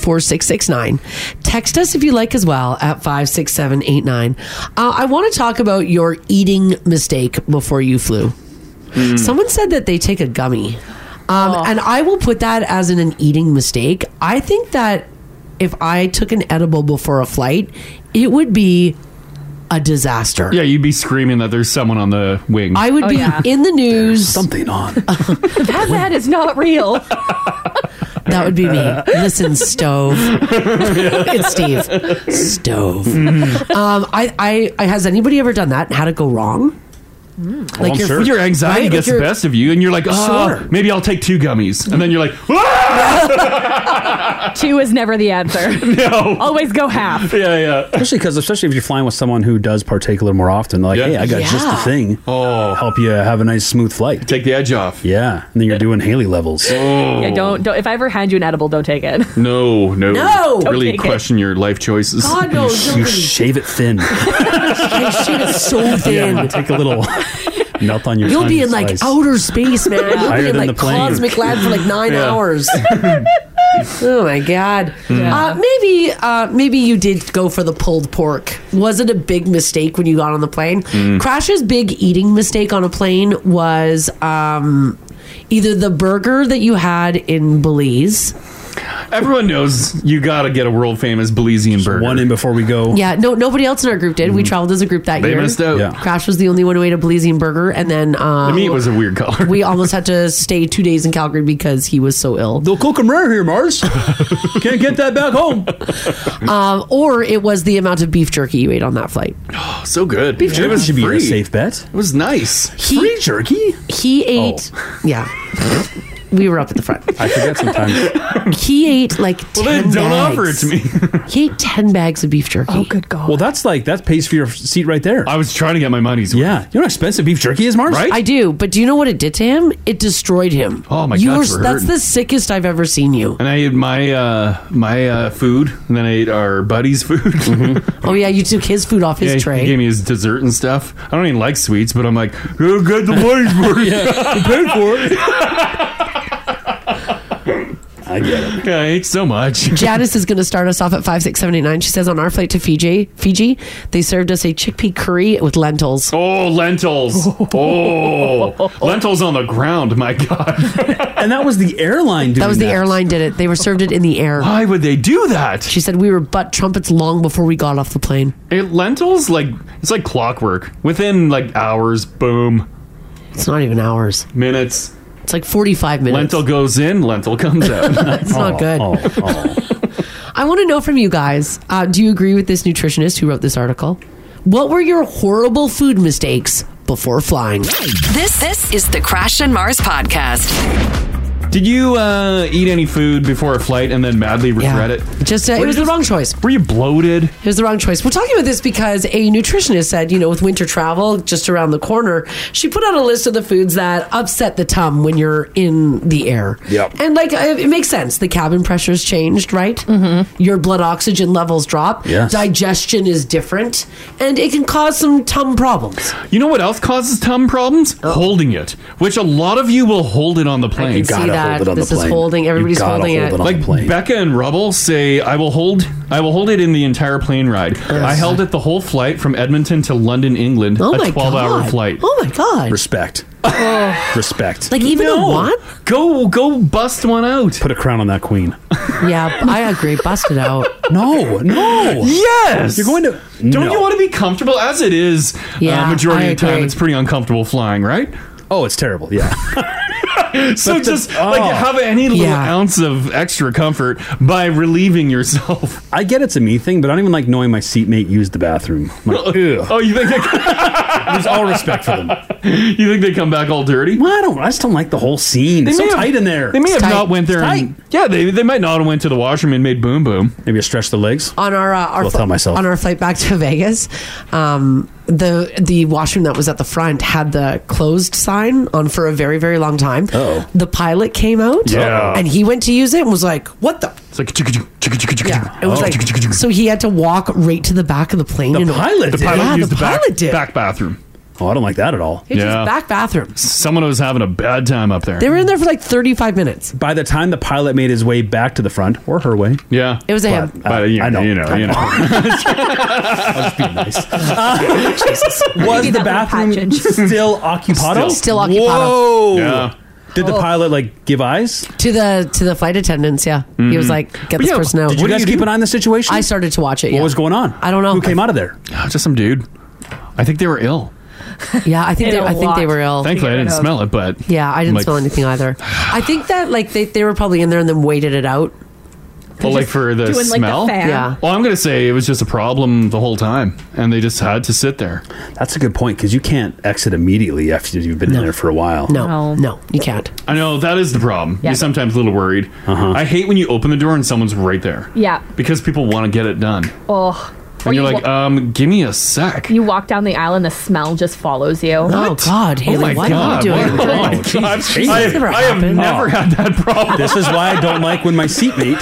780-489-4669. Text us if you like as well at 56789. Uh, I want to talk about your eating mistake before you flew.
Hmm.
Someone said that they take a gummy. Um, And I will put that as in an eating mistake. I think that if I took an edible before a flight, it would be a disaster.
Yeah, you'd be screaming that there's someone on the wing.
I would be in the news.
something on.
That that is not real.
That would be me. Listen, stove. it's Steve.
Mm-hmm.
Stove. Um, I, I, I, has anybody ever done that and had it go wrong?
Like
Like your-
Mm. sure. your anxiety
right? Like
gets
your-
the best of you, and you're like, oh,
Sure.
maybe I'll take two gummies, and then you're like,
Two is never the answer.
no.
Always go half.
Yeah, yeah.
Especially because, especially if you're flying with someone who does partake a little more often, like, hey, I got just the
Yeah.
thing. Oh, help you have a nice smooth flight.
Take the edge off.
Yeah, and then you're doing Haley levels.
Oh.
Yeah, don't don't if I ever hand you an edible, don't take it.
no, no,
No! Don't
really
take it.
question your life choices.
God, no, You sh- don't. you
shave it thin.
I shave it so thin.
Yeah, take a little melt on your.
You'll be
tongue
in like oh,
slice.
outer space, man. You'll
Higher
be in
than the
like
plane.
cosmic lab for like nine
Yeah.
hours. oh my god.
Yeah.
Uh, maybe, uh, maybe you did go for the pulled pork. Was it a big mistake when you got on the plane?
Mm.
Crash's big eating mistake on a plane was um, either the burger that you had in Belize.
Everyone knows you got to get a world famous Belizean burger. One
in before we go.
Yeah, no, nobody else in our group did. We
Mm.
traveled as a group that
They
year.
missed out. Yeah.
Crash was the only one who ate a Belizean burger, and then uh,
The meat was a weird color.
we almost had to stay two days in Calgary because he was so ill.
They'll cook him rare here, Mars. Can't get that back home.
um, or it was the amount of beef jerky you ate on that flight.
Oh, so good.
Beef jerky should be a safe
bet. It
was nice.
Free
jerky?
He
Oh.
ate. Yeah. we were up at the front.
I forget sometimes.
He ate like
Well,
10
then don't
bags.
offer it to me.
He ate 10 bags of beef jerky. Oh, good God.
Well, that's like that pays for your seat right there. I
was trying to get my money's worth.
Yeah, you know how expensive beef jerky is, Mars.
I do, but do you know what it did to him? It destroyed him.
Oh my
you
guts were
that's
hurting.
the sickest I've ever seen you.
And I ate my uh, my uh, food, and then I ate our buddy's food.
Oh yeah, you took his food off his
Yeah,
tray.
He gave me his dessert and stuff. I don't even like sweets, but I'm like, go get the money's worth.
Yeah, you paid for it. I get it.
Yeah, I ate so much.
Janice is going to start us off at 56789. She says on our flight to Fiji, Fiji, they served us a chickpea curry with lentils.
Oh, lentils. Oh, lentils on the ground. My God.
and that was the airline
That was the airline did it. They were served it in the air.
Why would they do that?
She said we were butt trumpets long before we got off the plane.
It, lentils, like, it's like clockwork. Within, like, hours, boom.
It's not even hours.
Minutes.
It's like 45 minutes.
Lentil goes in, lentil comes out.
That's not good. I want to know from you guys, uh, do you agree with this nutritionist who wrote this article? What were your horrible food mistakes before flying?
This this is the Crash and Mars podcast.
Did you uh, eat any food before a flight and then madly regret it?
Just uh,
Were
it
you
was the wrong choice.
Were you bloated? It
was the wrong choice. We're talking about this because a nutritionist said, you know, with winter travel just around the corner, she put out a list of the foods that upset the tum when you're in the air.
Yep.
And like uh, it makes sense. The cabin pressure's changed, right? Mm-hmm. Your blood oxygen levels drop.
Yes.
Digestion is different, and it can cause some tum problems.
You know what else causes tum problems? Holding it, which a lot of you will hold it on the
Oh.
plane.
can You see gotta that. hold it on This the is plane. holding. You Everybody's gotta holding hold it. it on the
like
plane.
Becca and Rubble say, "I will hold. I will hold it in the entire plane ride. I held it the whole flight from Edmonton to London, England.
Oh
a
my
twelve-hour
God.
flight.
Oh my god.
Respect. Respect.
Like, even a what?
Go go bust one out.
Put a crown on that queen.
yeah, I agree. Bust it out.
No, no.
Yes.
You're going to
Don't you want to be comfortable as it is?
Yeah,
uh, majority
I
of the time,
agree.
it's pretty uncomfortable flying, right?
Oh, it's terrible. Yeah.
so
But the-
just like
oh.
have any little
Yeah.
ounce of extra comfort by relieving yourself.
I get it's a me thing, but I don't even like knowing my seatmate used the bathroom. I'm like, Ugh.
Oh, you think they
There's all respect for them.
You think they come back all dirty?
Well, I don't. I just don't like the whole scene.
They
it's so
may have-
tight in there.
They may have not went there.
It's tight.
And, yeah, they, they might not have went to the washroom and made boom boom.
Maybe I stretched the legs.
on our uh, our
Well, tell myself.
on our flight back to Vegas, um, the the washroom that was at the front had the closed sign on for a very very long time. Oh, the pilot came out,
Yeah.
and he went to use it and was like, "What the."
It's like chicka chicka chicka chicka chicka.
Yeah, it was
Oh.
like so he had to walk right to the back of the plane.
The
in order-
pilot. The pilot
yeah,
used
the
the back-
pilot did.
back bathroom.
Oh, I don't like that at all.
It's just back bathroom.
Someone was having a bad time up there.
They were in there for like thirty five minutes.
By the time the pilot made his way back to the front or her way, uh,
yeah,
It was a him.
But you, I know, you know, you know.
Jesus. was the bathroom still occupado?
Still- still occupado.
Whoa!
Yeah.
Did the
Oh.
pilot like give eyes?
to the to the flight attendants. Yeah, he
Mm-hmm.
was
Mhm.
like, "Get
But
this
yeah,
person out."
did you What did guys you keep do? an eye on the situation?
I started to watch it.
What
yeah.
was going on?
I don't know.
Who came out of there?
Ah, Just some dude. I think they were ill.
Yeah, I think
Ate
they,
a
I think they
lot.
were ill.
Thankfully, I didn't smell it, but
Yeah, I didn't
like-
smell anything either. I think that like they, they were probably in there and then waited it out.
Well, like for the
doing, like, the
smell?
fan. Yeah.
Well, I'm gonna say it was just a problem the whole time, and they just had to sit there.
That's a good point because you can't exit immediately after you've been in there for a while.
No, no, you can't.
I know that is the problem.
Yeah.
You're sometimes a little worried.
Uh-huh.
I hate when you open the door and someone's right there
Yeah.
because people want to get it done,
Oh.
and you're like, um, give me a sec.
You walk down the aisle and the smell just follows you.
What? oh my God, what- Oh my God.
Jesus.
I,
Never
I have
happened.
never
Oh.
had that problem.
This is why I don't like when my seatmate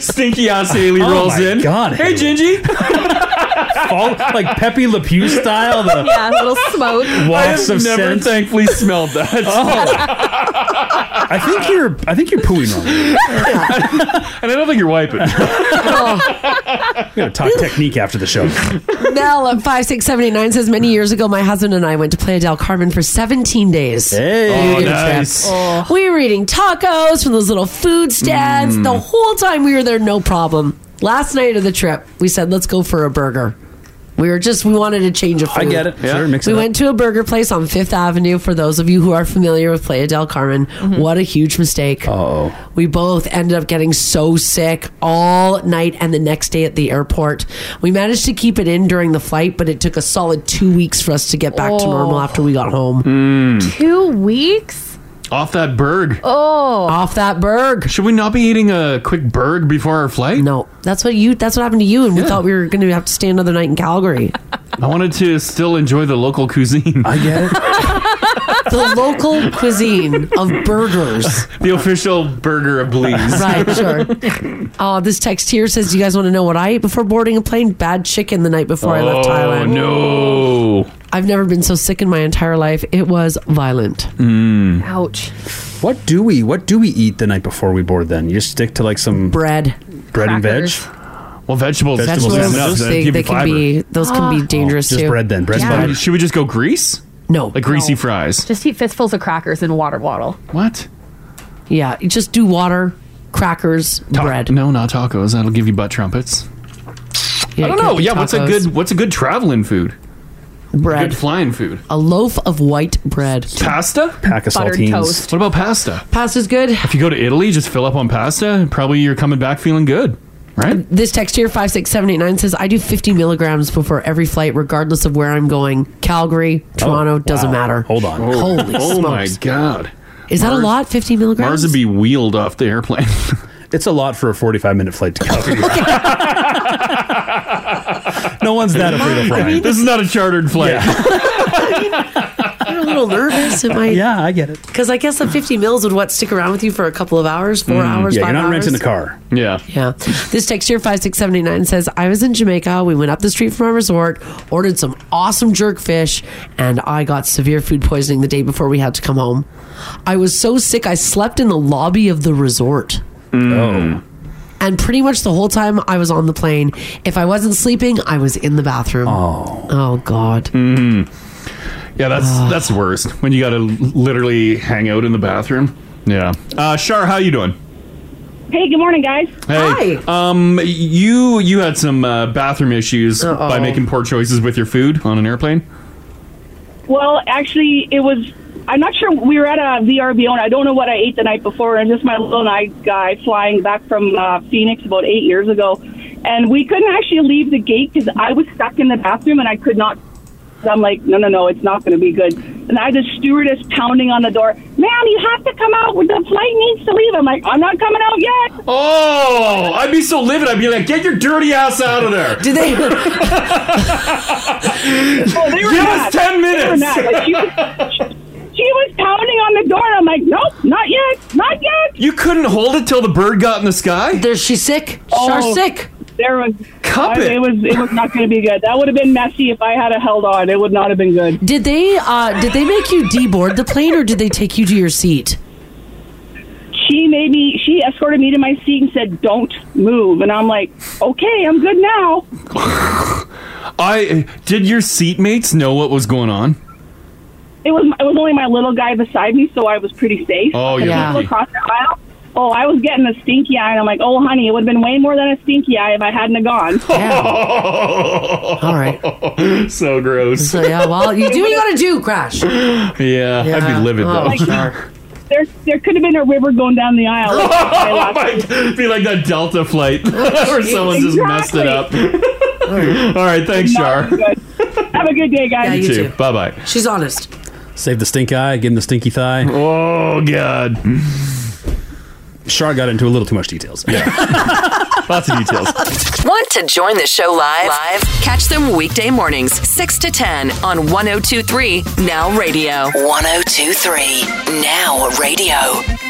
stinky ass Haley
Oh
rolls
my
in.
God,
hey Gingy.
Fall, like Pepe Le Pew style. The
yeah, a little smoke.
Wafts
I have
of
never
scent.
thankfully smelled that.
I think you're. I think you're pooing wrong.
and I don't think you're wiping.
We're gonna talk technique after the show.
Mel at 56789 says, Many years ago, my husband and I went to Playa del Carmen for 17 days.
Hey.
Oh,
We did a trip.
nice.
We were eating tacos from those little food stands.
Mm.
The whole time we were there, no problem. Last night of the trip, we said, Let's go for a burger. We were just, we wanted a change of food.
I get it. Sure, mix it
we
up.
went to a burger place on Fifth Avenue. For those of you who are familiar with Playa del Carmen, what a huge mistake! Oh, we both ended up getting so sick all night and the next day at the airport. We managed to keep it in during the flight, but it took a solid two weeks for us to get back to normal after we got home.
Hmm.
Two weeks?
Off that berg.
Oh.
Off that berg.
Should we not be eating a quick berg before our flight?
No. That's what you. That's what happened to you, and we thought we were going to have to stay another night in Calgary.
I wanted to still enjoy the local cuisine. I
get it.
the local cuisine of burgers.
the official burger of Belize.
Right, sure. Oh, this text here says, "You guys want to know what I ate before boarding a plane? Bad chicken the night before I left
Oh,
Thailand.
no.
I've never been so sick in my entire life. It was violent. Mm.
Ouch.
What do we? What do we eat the night before we board? Then you just stick to like some
bread,
Crackers.
bread and
veg. Well, vegetables,
Vegetables, they, they can be those can be dangerous
just
too.
bread then. Bread.
Yeah. fiber.
Should we just go grease?
No.
Like greasy fries.
Just eat fistfuls of crackers and water bottle.
What?
Yeah, you just do water, crackers, bread.
No, not tacos. That'll give you butt trumpets. I don't know. Yeah, what's a good what's a good traveling food?
Bread.
Good flying food.
a loaf of white bread?
Pasta?
Pack
of Buttered saltines. toast.
What about pasta?
Pasta's good.
If you go to Italy, just fill up on pasta. Probably you're coming back feeling good, right?
This text here, 56789, says, I do 50 milligrams before every flight, regardless of where I'm going. Calgary, Toronto, doesn't matter.
Oh, Hold on.
Holy
Oh my
smokes.
god.
Is that a lot? 50 milligrams?
Mars would be wheeled off the airplane.
it's a lot for a 45 minute flight to Calgary. no one's that afraid of flying.
This is not a chartered flight.
I'm a little nervous. It might.
Yeah, I get it.
Because I guess the 50 mils would what stick around with you for a couple of hours, four hours,
Mm, Yeah,
five
you're not
hours.
renting the car.
Yeah.
Yeah. This text here, 56789, says, I was in Jamaica. We went up the street from our resort, ordered some awesome jerk fish, and I got severe food poisoning the day before we had to come home. I was so sick, I slept in the lobby of the resort.
Mm.
No.
And pretty much the whole time I was on the plane, if I wasn't sleeping, I was in the bathroom. Oh, God.
Mm. Yeah, that's that's worst when you got to literally hang out in the bathroom. Yeah. Uh, Shar, how you doing?
Hey, good morning, guys.
Hey. Hi. Um, you you had some uh, bathroom issues by making poor choices with your food on an airplane.
Well, actually, it was. I'm not sure. We were at a VRBO, and I don't know what I ate the night before. And just my little night guy flying back from uh, Phoenix about eight years ago, and we couldn't actually leave the gate because I was stuck in the bathroom and I could not. I'm like, no, no, no, it's not going to be good. And I had the stewardess pounding on the door. Ma'am, you have to come out. The flight needs to leave. I'm like, I'm not coming out yet.
Oh, I'd be so livid. I'd be like, "Get your dirty ass out of there!"
Did they?
Oh, they were
Give
mad.
us ten
They were
minutes.
mad. Like, she, was, she was pounding on the door. and I'm like, nope, not yet, not yet.
You couldn't hold it till the bird got in the sky.
There's she's sick.
Oh, There was
Cup
I-
it.
was it was not going to be good. That would have been messy if I had a held on. It would not have been good.
Did they uh did they make you deboard the plane or did they take you to your seat?
She made me. She escorted me to my seat and said, "Don't move." And I'm like, "Okay, I'm good now."
I did your seatmates know what was going on?
It was it was only my little guy beside me, so I was pretty safe.
Oh, you're
And people
lucky.
Across the aisle. Oh, I was getting a stinky eye, and I'm like, "Oh, honey, it would have been way more than a stinky eye if I hadn't have gone."
All
right.
so gross.
So yeah, well you do what you gotta do, Crash.
Yeah, I'd be livid
Oh,
though.
sure.
There's there could have been a river going down the aisle.
Oh my- be like that Delta flight where someone just messed it up. All right, thanks, Char.
Have a good day, guys.
Bye bye.
She's honest.
Save the stink eye, give him the stinky thigh.
Oh god.
Shar got into a little too much details. Yeah. Lots of details.
Want to join the show live? Live? Catch them weekday mornings, 6 to 10 on 1023 Now Radio. 1023 Now Radio.